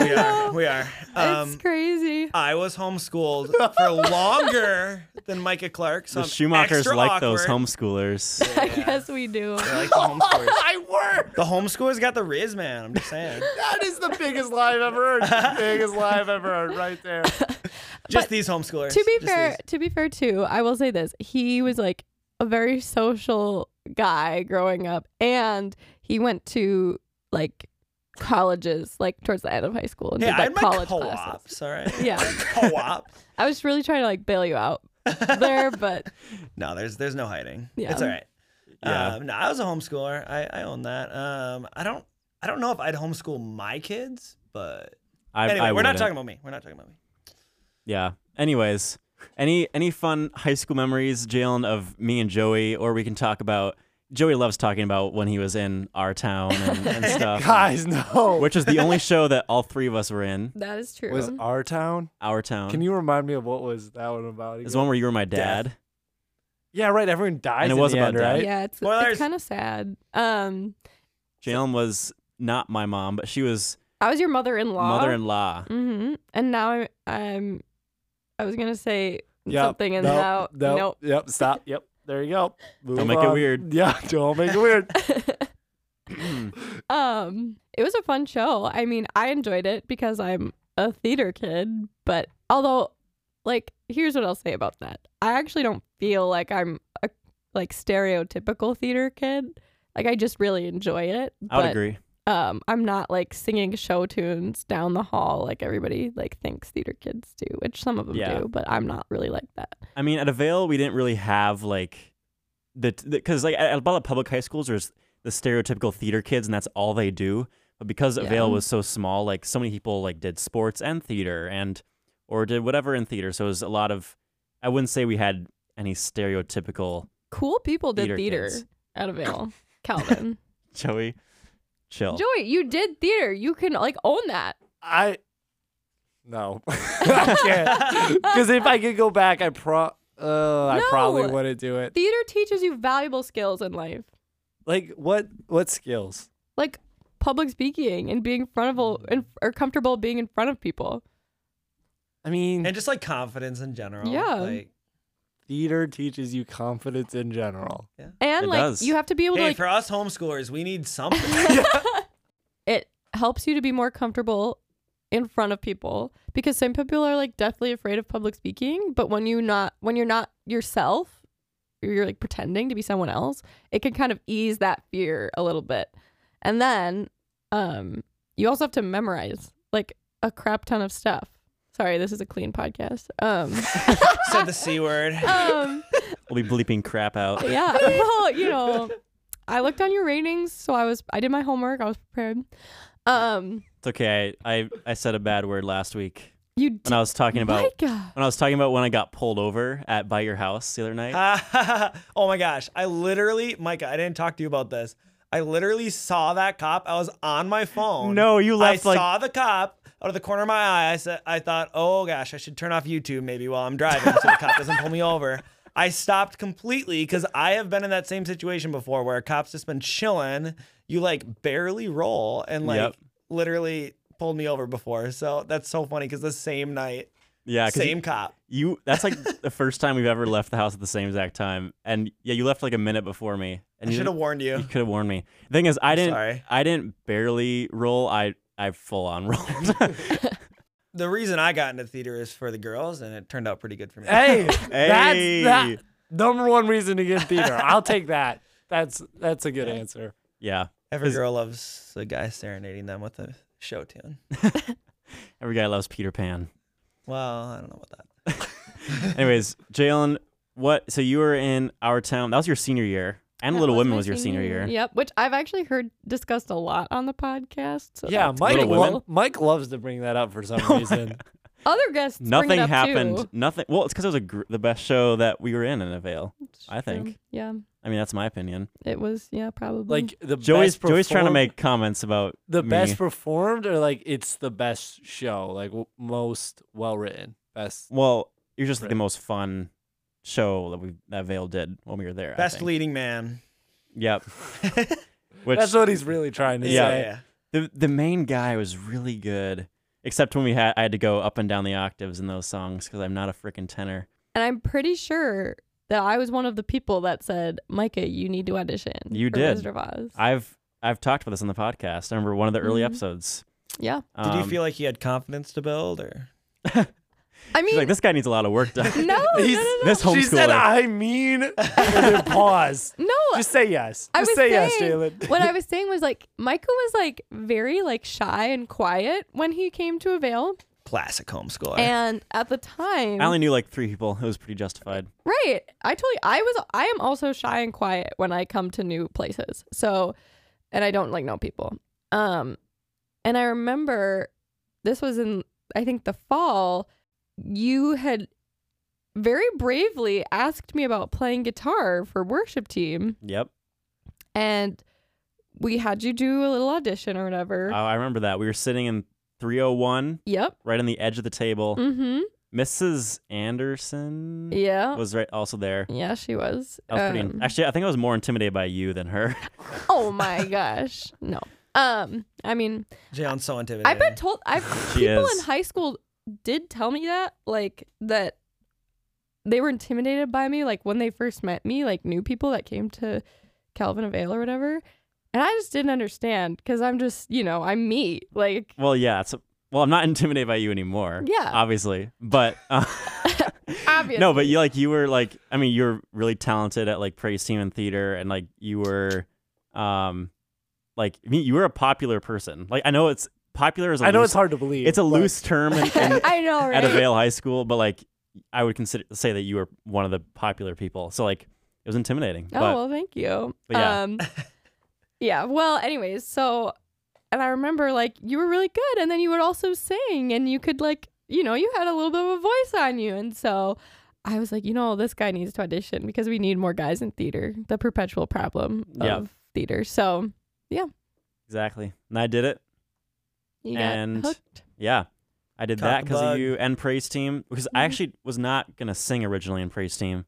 Speaker 4: We are. We are.
Speaker 3: it's
Speaker 4: Um,
Speaker 3: crazy.
Speaker 4: I was homeschooled for longer than Micah Clark. So
Speaker 1: The
Speaker 4: I'm
Speaker 1: Schumachers
Speaker 4: extra
Speaker 1: like
Speaker 4: awkward.
Speaker 1: those homeschoolers.
Speaker 3: I guess we do.
Speaker 4: I like the homeschoolers.
Speaker 2: I work.
Speaker 4: The homeschoolers got the riz, man. I'm just saying.
Speaker 2: That is the biggest lie I've ever heard. biggest lie I've ever heard, right there.
Speaker 4: Just these homeschoolers.
Speaker 3: To be
Speaker 4: Just
Speaker 3: fair,
Speaker 4: these.
Speaker 3: to be fair too, I will say this: he was like a very social guy growing up, and he went to like colleges, like towards the end of high school, and
Speaker 4: Hey,
Speaker 3: did
Speaker 4: I had
Speaker 3: like
Speaker 4: my
Speaker 3: college
Speaker 4: co-ops.
Speaker 3: classes.
Speaker 4: All right.
Speaker 3: Yeah.
Speaker 4: co-op.
Speaker 3: I was really trying to like bail you out there, but
Speaker 4: No, there's there's no hiding.
Speaker 3: Yeah.
Speaker 4: It's all right.
Speaker 1: Yeah.
Speaker 4: Um, no, I was a homeschooler. I, I own that. Um, I don't I don't know if I'd homeschool my kids, but
Speaker 1: I,
Speaker 4: anyway,
Speaker 1: I
Speaker 4: we're not
Speaker 1: wouldn't.
Speaker 4: talking about me. We're not talking about me.
Speaker 1: Yeah. Anyways, any any fun high school memories, Jalen, of me and Joey, or we can talk about. Joey loves talking about when he was in our town and, and stuff,
Speaker 2: Guys, no.
Speaker 1: which is the only show that all three of us were in.
Speaker 3: that is true.
Speaker 2: was our town?
Speaker 1: Our town.
Speaker 2: Can you remind me of what was that one about?
Speaker 1: It's the one where you were my dad.
Speaker 2: yeah, right. Everyone dies.
Speaker 1: And it
Speaker 2: in
Speaker 1: was
Speaker 2: the
Speaker 1: about
Speaker 2: end,
Speaker 1: death.
Speaker 2: right?
Speaker 3: yeah, it's,
Speaker 4: Spoilers.
Speaker 3: it's kind of sad. Um,
Speaker 1: Jalen was not my mom, but she was
Speaker 3: I was your mother-in-law.
Speaker 1: mother-in-law.
Speaker 3: Mm-hmm. And now I'm, I'm, I was gonna say
Speaker 2: Yep,
Speaker 3: something, and
Speaker 2: nope,
Speaker 3: now
Speaker 2: nope,
Speaker 3: nope.
Speaker 2: Yep. Stop. Yep. There you go. Move
Speaker 1: make it
Speaker 2: on.
Speaker 1: weird.
Speaker 2: Yeah. Don't make it weird.
Speaker 3: um, it was a fun show. I mean, I enjoyed it because I'm a theater kid. But although, like, here's what I'll say about that: I actually don't feel like I'm a like stereotypical theater kid. Like, I just really enjoy it.
Speaker 1: I would
Speaker 3: but-
Speaker 1: agree.
Speaker 3: um i'm not like singing show tunes down the hall like everybody like thinks theater kids do which some of them
Speaker 1: Yeah.
Speaker 3: do but i'm not really like that
Speaker 1: I mean, at Avail, we didn't really have like the because like at at a lot of public high schools, there's the stereotypical theater kids, and that's all they do. But because
Speaker 3: Yeah.
Speaker 1: Avail was so small, like so many people like did sports and theater and or did whatever in theater. So it was a lot of I wouldn't say we had any stereotypical
Speaker 3: Cool people did
Speaker 1: Theater
Speaker 3: theater
Speaker 1: kids.
Speaker 3: out of Vale. Calvin.
Speaker 1: Joey chill.
Speaker 3: Joey, you did theater. You can like own that.
Speaker 2: I no, I can't. Because if I could go back, I pro. Uh, I probably
Speaker 3: No.
Speaker 2: wouldn't do it.
Speaker 3: Theater teaches you valuable skills in life,
Speaker 2: Like what? What skills?
Speaker 3: like public speaking and being in front of and or comfortable being in front of people.
Speaker 2: I mean,
Speaker 4: and just like confidence in general.
Speaker 3: Mm. Yeah.
Speaker 4: Like,
Speaker 2: theater teaches you confidence in general.
Speaker 3: And
Speaker 1: It
Speaker 3: like
Speaker 1: does.
Speaker 3: you have to be able
Speaker 4: hey,
Speaker 3: to like
Speaker 4: for us homeschoolers, we need something.
Speaker 3: it helps you to be more comfortable in front of people because some people are like deathly afraid of public speaking but when you not when you're not yourself or you're like pretending to be someone else it can kind of ease that fear a little bit and then um you also have to memorize like a crap ton of stuff sorry this is a clean podcast um
Speaker 4: Said the c word.
Speaker 3: um
Speaker 1: We'll be bleeping crap out.
Speaker 3: yeah. Well, you know, I looked on your ratings, so I was I did my homework. I was prepared. Um,
Speaker 1: It's okay. I, I, I said a bad word last week
Speaker 3: you did.
Speaker 1: when I was talking about
Speaker 3: Micah.
Speaker 1: when I was talking about when I got pulled over at by your house the other night.
Speaker 4: oh my gosh. I literally, Micah, I didn't talk to you about this. I literally saw that cop. I was on my phone.
Speaker 1: No, you left,
Speaker 4: I
Speaker 1: like-
Speaker 4: saw the cop out of the corner of my eye. I said, I thought, oh gosh, I should turn off YouTube maybe while I'm driving so the cop doesn't pull me over. I stopped completely because I have been in that same situation before where a cop's just been chilling. You like barely roll and like
Speaker 1: Yep.
Speaker 4: literally pulled me over before. So that's so funny because the same night,
Speaker 1: yeah, 'cause
Speaker 4: same cop.
Speaker 1: You that's like the first time we've ever left the house at the same exact time. And yeah, you left like a minute before me. And
Speaker 4: I
Speaker 1: you
Speaker 4: should have warned you.
Speaker 1: you could have warned me. The thing is I didn't
Speaker 4: sorry.
Speaker 1: I didn't barely roll. I I full on rolled.
Speaker 4: the reason I got into theater is for the girls, and it turned out pretty good for me.
Speaker 2: Hey,
Speaker 1: Hey.
Speaker 2: that's that number one reason to get in theater. I'll take that. That's that's a good answer.
Speaker 1: yeah.
Speaker 4: Every girl loves the guy serenading them with a show tune.
Speaker 1: Every guy loves Peter Pan.
Speaker 4: Well, I don't know about that.
Speaker 1: Anyways, Jalen, what so you were in our town. That was your senior year. And Little
Speaker 3: That
Speaker 1: Women
Speaker 3: my
Speaker 1: was your senior year.
Speaker 3: Yep, which I've actually heard discussed a lot on the podcast. So
Speaker 2: Yeah,
Speaker 3: that's
Speaker 2: Mike.
Speaker 1: Little
Speaker 2: lo-
Speaker 1: Women?
Speaker 2: Mike loves to bring that up for some reason.
Speaker 3: other guests. bring it
Speaker 1: Nothing
Speaker 3: up,
Speaker 1: happened.
Speaker 3: too.
Speaker 1: Nothing. Well, it's because it was a gr- the best show that we were in in Avail.
Speaker 3: It's
Speaker 1: I
Speaker 3: true.
Speaker 1: think.
Speaker 3: Yeah,
Speaker 1: I mean, that's my opinion.
Speaker 3: it was. Yeah, probably.
Speaker 2: like the
Speaker 1: Joey's
Speaker 2: best
Speaker 1: Joey's trying to
Speaker 2: perform-
Speaker 1: make comments about
Speaker 2: the
Speaker 1: me.
Speaker 2: best performed or like it's the best show, like w- most well written, best.
Speaker 1: Well, you're just like, the
Speaker 2: Right.
Speaker 1: most fun show that we that Vale did when we were there. I
Speaker 4: Best
Speaker 1: think.
Speaker 4: leading man.
Speaker 1: Yep. Which
Speaker 2: That's what he's really trying to
Speaker 1: Yeah.
Speaker 2: say.
Speaker 1: the the main guy was really good, except when we had I had to go up and down the octaves in those songs because I'm not a freaking tenor.
Speaker 3: and I'm pretty sure that I was one of the people that said, "Micah, you need to audition."
Speaker 1: You
Speaker 3: for
Speaker 1: did.
Speaker 3: Wizard of Oz."
Speaker 1: I've I've talked about this on the podcast. I remember one of the early
Speaker 2: Mm-hmm.
Speaker 3: Mhm.
Speaker 1: episodes.
Speaker 3: yeah,
Speaker 4: Did you
Speaker 1: Um,
Speaker 4: feel like you had confidence to build, or
Speaker 3: I
Speaker 1: she's
Speaker 3: mean,
Speaker 1: like this guy needs a lot of work done?
Speaker 3: no, no,
Speaker 2: He's-
Speaker 3: no, no.
Speaker 1: this homeschooler.
Speaker 2: She said, "I mean," and then pause.
Speaker 3: no,
Speaker 2: Just say yes.
Speaker 3: I
Speaker 2: Just
Speaker 3: was
Speaker 2: say yes,
Speaker 3: saying-
Speaker 2: Jalen.
Speaker 3: what I was saying was like Micah was like very like shy and quiet when he came to Avail,
Speaker 4: classic homeschooler?
Speaker 3: and at the time,
Speaker 1: I only knew like three people. It was pretty justified.
Speaker 3: right? I totally, I was, I am also shy and quiet when I come to new places. So, and I don't like know people. Um, and I remember this was in I think the fall. You had very bravely asked me about playing guitar for worship team,
Speaker 1: Yep.
Speaker 3: and we had you do a little audition or
Speaker 1: Oh,
Speaker 3: whatever.
Speaker 1: I remember that. We were sitting in 301,
Speaker 3: yep.
Speaker 1: right on the edge of the table.
Speaker 3: Mm-hmm.
Speaker 1: Mrs. Anderson
Speaker 3: Yeah.
Speaker 1: was right also there.
Speaker 3: yeah, she was.
Speaker 1: I was pretty in-
Speaker 3: Um,
Speaker 1: actually. I think I was more intimidated by you than her.
Speaker 3: oh my gosh. No. Um, I mean,
Speaker 4: Jaylen's so intimidating.
Speaker 3: I've been told I've
Speaker 1: She
Speaker 3: people
Speaker 1: is.
Speaker 3: in high school did tell me that, like that they were intimidated by me, like when they first met me, like new people that came to Calvin of Ale or whatever. And I just didn't understand because I'm just, you know, I'm me. Like
Speaker 1: well, yeah. It's well, I'm not intimidated by you anymore.
Speaker 3: Yeah.
Speaker 1: obviously. But uh,
Speaker 3: obviously.
Speaker 1: no, but you like you were like I mean you were really talented at like praise team and theater and like you were, um, like I mean, you were a popular person. Like I know it's popular is a
Speaker 2: I know
Speaker 1: loose,
Speaker 2: it's hard to believe.
Speaker 1: it's a
Speaker 2: but-
Speaker 1: loose term in, in,
Speaker 3: I know,
Speaker 1: at
Speaker 3: right?
Speaker 1: Avail High School, but like I would consider say that you were one of the popular people. So like it was intimidating. but
Speaker 3: Oh well, thank you.
Speaker 1: but yeah.
Speaker 3: Um, yeah. Well, anyways, so and I remember like you were really good, and then you would also sing, and you could like you know you had a little bit of a voice on you, and so I was like, you know, this guy needs to audition because we need more guys in theater. The perpetual problem of
Speaker 1: Yeah.
Speaker 3: theater. So
Speaker 1: Exactly. And I did it.
Speaker 3: you
Speaker 1: And-
Speaker 3: got hooked.
Speaker 1: Yeah. I did
Speaker 4: Caught
Speaker 1: that
Speaker 4: the
Speaker 1: because
Speaker 4: bug.
Speaker 1: of you and Praise Team because I
Speaker 3: Mhm.
Speaker 1: actually was not gonna sing originally in Praise Team,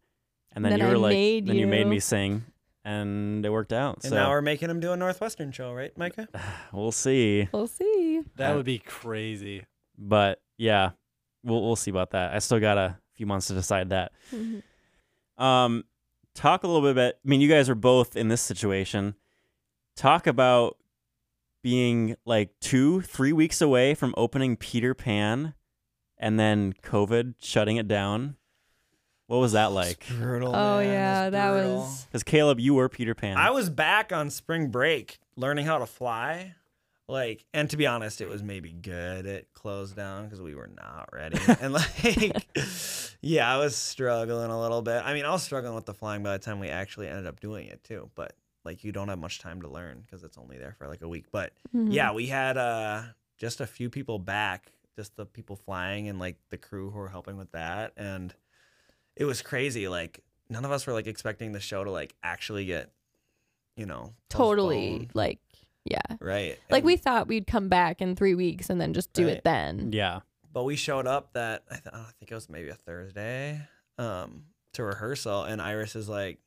Speaker 1: and then,
Speaker 3: Then
Speaker 1: you
Speaker 3: I
Speaker 1: were like,
Speaker 3: made
Speaker 1: then you made
Speaker 3: you.
Speaker 1: me sing, and it worked out.
Speaker 4: And
Speaker 1: so
Speaker 4: now we're making him do a Northwestern show, right, Micah?
Speaker 1: we'll see.
Speaker 3: We'll see.
Speaker 2: That would be crazy.
Speaker 1: But yeah, we'll we'll see about that. I still got a few months to decide that.
Speaker 4: Oh,
Speaker 3: Mhm.
Speaker 1: Um, talk a little bit about. I mean, you guys are both in this situation. Talk about being like two, three weeks away from opening Peter Pan, and then COVID shutting it down. What was that like?
Speaker 4: Brutal.
Speaker 3: Oh
Speaker 4: man. It
Speaker 3: yeah, that
Speaker 4: brutal.
Speaker 3: was
Speaker 1: Because Caleb, you were Peter Pan.
Speaker 4: I was back on spring break learning how to fly. Like, and to be honest, it was maybe good it closed down because we were not ready. And like, yeah, I was struggling a little bit. I mean, I was struggling with the flying by the time we actually ended up doing it too. But like, you don't have much time to learn because it's only there for like a week. But
Speaker 3: mhm.
Speaker 4: yeah, we had uh, just a few people back, just the people flying and like the crew who were helping with that, and it was crazy. Like none of us were like expecting the show to like actually get, you know,
Speaker 3: totally
Speaker 4: postponed.
Speaker 3: like yeah.
Speaker 4: right.
Speaker 3: Like
Speaker 4: And-
Speaker 3: we thought we'd come back in three weeks and then just do
Speaker 4: Right.
Speaker 3: it then.
Speaker 1: yeah.
Speaker 4: but we showed up that I, th- I don't think it was maybe a Thursday um, to rehearsal, and Iris is like,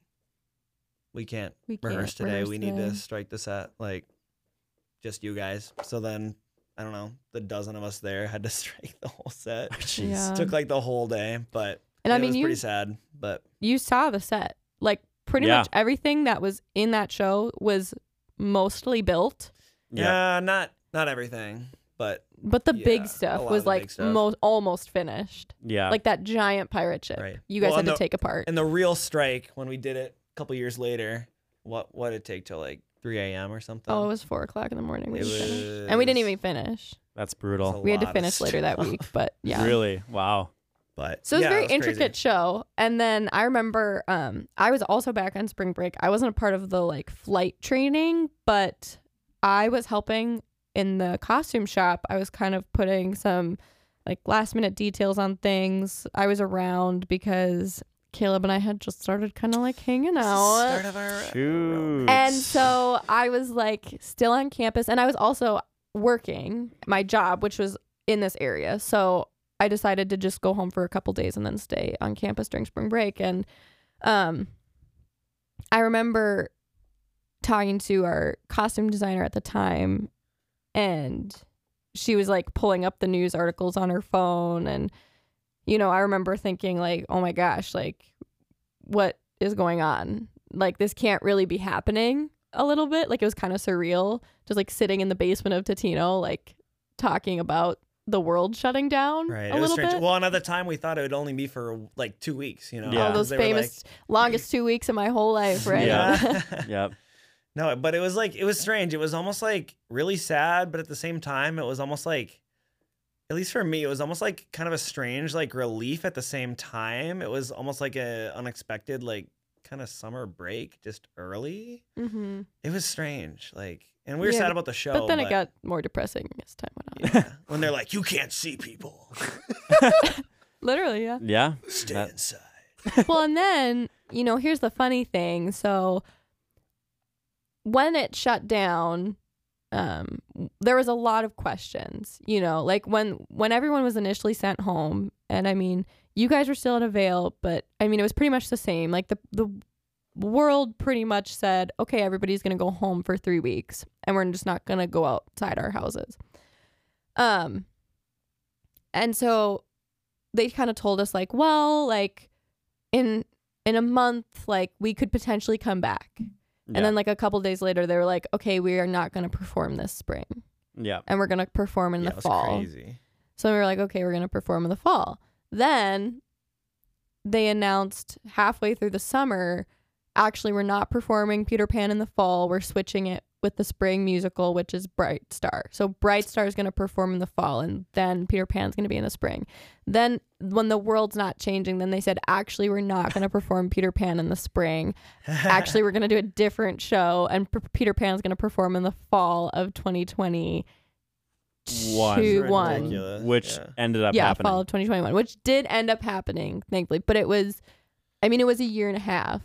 Speaker 4: "We can't
Speaker 3: We can't
Speaker 4: rehearse today.
Speaker 3: rehearse
Speaker 4: we need to
Speaker 3: today.
Speaker 4: strike the set, like just you guys." So then I don't know, the dozen of us there had to strike the whole set.
Speaker 1: Oh, Jeez.
Speaker 3: Yeah.
Speaker 4: Took like the whole day, but
Speaker 3: And I
Speaker 4: it
Speaker 3: mean,
Speaker 4: was
Speaker 3: you
Speaker 4: pretty sad. But
Speaker 3: you saw the set. Like pretty
Speaker 1: Yeah.
Speaker 3: much everything that was in that show was mostly built,
Speaker 1: Yeah.
Speaker 4: yeah, Uh, not not everything, but
Speaker 3: but the
Speaker 4: Yeah,
Speaker 3: big
Speaker 4: a
Speaker 3: stuff
Speaker 4: lot of
Speaker 3: was
Speaker 4: the big
Speaker 3: like
Speaker 4: stuff.
Speaker 3: mo- almost finished.
Speaker 1: Yeah.
Speaker 3: like that giant pirate ship.
Speaker 4: Right.
Speaker 3: You guys
Speaker 4: Well,
Speaker 3: had
Speaker 4: and
Speaker 3: to
Speaker 4: the-
Speaker 3: take apart.
Speaker 4: and the real strike when we did it a couple years later, what what it take till like 3 a.m. or something?
Speaker 3: oh, it was four o'clock in the morning. when
Speaker 4: It
Speaker 3: we finished. And we didn't
Speaker 4: was-
Speaker 3: even finish.
Speaker 1: That's
Speaker 4: it was
Speaker 1: brutal.
Speaker 4: a
Speaker 3: We had to
Speaker 4: lot of
Speaker 3: finish later that
Speaker 4: stuff.
Speaker 3: week, but yeah.
Speaker 1: Really? Wow.
Speaker 4: But
Speaker 3: So it was
Speaker 4: yeah,
Speaker 3: a very
Speaker 4: crazy.
Speaker 3: intricate show. And then I remember um, I was also back on spring break. I wasn't a part of the like flight training, but I was helping in the costume shop. I was kind of putting some like last minute details on things. I was around because Caleb and I had just started kind of like hanging
Speaker 4: It's the
Speaker 3: out.
Speaker 4: start of our- uh,
Speaker 1: Shoot.
Speaker 3: Oh. And so I was like still on campus and I was also working my job, which was in this area. So I decided to just go home for a couple days and then stay on campus during spring break. And um, I remember talking to our costume designer at the time and she was like pulling up the news articles on her phone and you know i remember thinking like oh my gosh like what is going on like this can't really be happening a little bit like it was kind of surreal just like sitting in the basement of Totino like talking about the world shutting down
Speaker 4: Right.
Speaker 3: a
Speaker 4: it was
Speaker 3: little
Speaker 4: strange.
Speaker 3: bit
Speaker 4: Well, and at the time we thought it would only be for like two weeks, you know.
Speaker 1: Yeah.
Speaker 3: all those
Speaker 4: because they were
Speaker 3: famous longest two weeks of my whole life
Speaker 4: like-
Speaker 3: right
Speaker 1: Yeah. Yep.
Speaker 4: no, but it was like it was strange. It was almost like really sad, but at the same time, it was almost like at least for me, it was almost like kind of a strange like relief at the same time. It was almost like a unexpected like kind of summer break just early.
Speaker 3: hmm
Speaker 4: It was strange. Like and we were
Speaker 3: Yeah,
Speaker 4: sad about the show.
Speaker 3: but then it got more depressing as time went on
Speaker 4: yeah, when they're like, You can't see people.
Speaker 3: literally yeah
Speaker 1: Yeah.
Speaker 4: Stay
Speaker 1: That-
Speaker 4: inside.
Speaker 3: well, and then, you know, here's the funny thing. So when it shut down, um, there was a lot of questions, you know, like when when everyone was initially sent home, and I mean, you guys were still at Avail, but I mean, it was pretty much the same. Like the the world pretty much said, okay, everybody's gonna go home for three weeks, and we're just not gonna go outside our houses. Um, and so they kind of told us like, well, like in in a month like we could potentially come back and then like a couple days later they were like okay we are not going to perform this spring
Speaker 1: Yeah.
Speaker 3: and we're going to perform in
Speaker 4: yeah,
Speaker 3: the
Speaker 4: it was
Speaker 3: fall
Speaker 4: crazy.
Speaker 3: so we were like okay we're going to perform in the fall then they announced halfway through the summer actually we're not performing peter pan in the fall we're switching it with the spring musical, which is Bright Star. So Bright Star is going to perform in the fall, and then Peter Pan's going to be in the spring. Then, when the world's not changing, then they said, actually, we're not going to perform Peter Pan in the spring. Actually, we're going to do a different show, and P- Peter Pan's going to perform in the fall of 2020.
Speaker 1: One.
Speaker 3: Two,
Speaker 4: It's
Speaker 3: one
Speaker 4: ridiculous.
Speaker 1: which
Speaker 4: Yeah.
Speaker 1: ended up
Speaker 3: yeah,
Speaker 1: happening.
Speaker 3: fall of 2021, which did end up happening, thankfully. But it was, I mean, it was a year and a half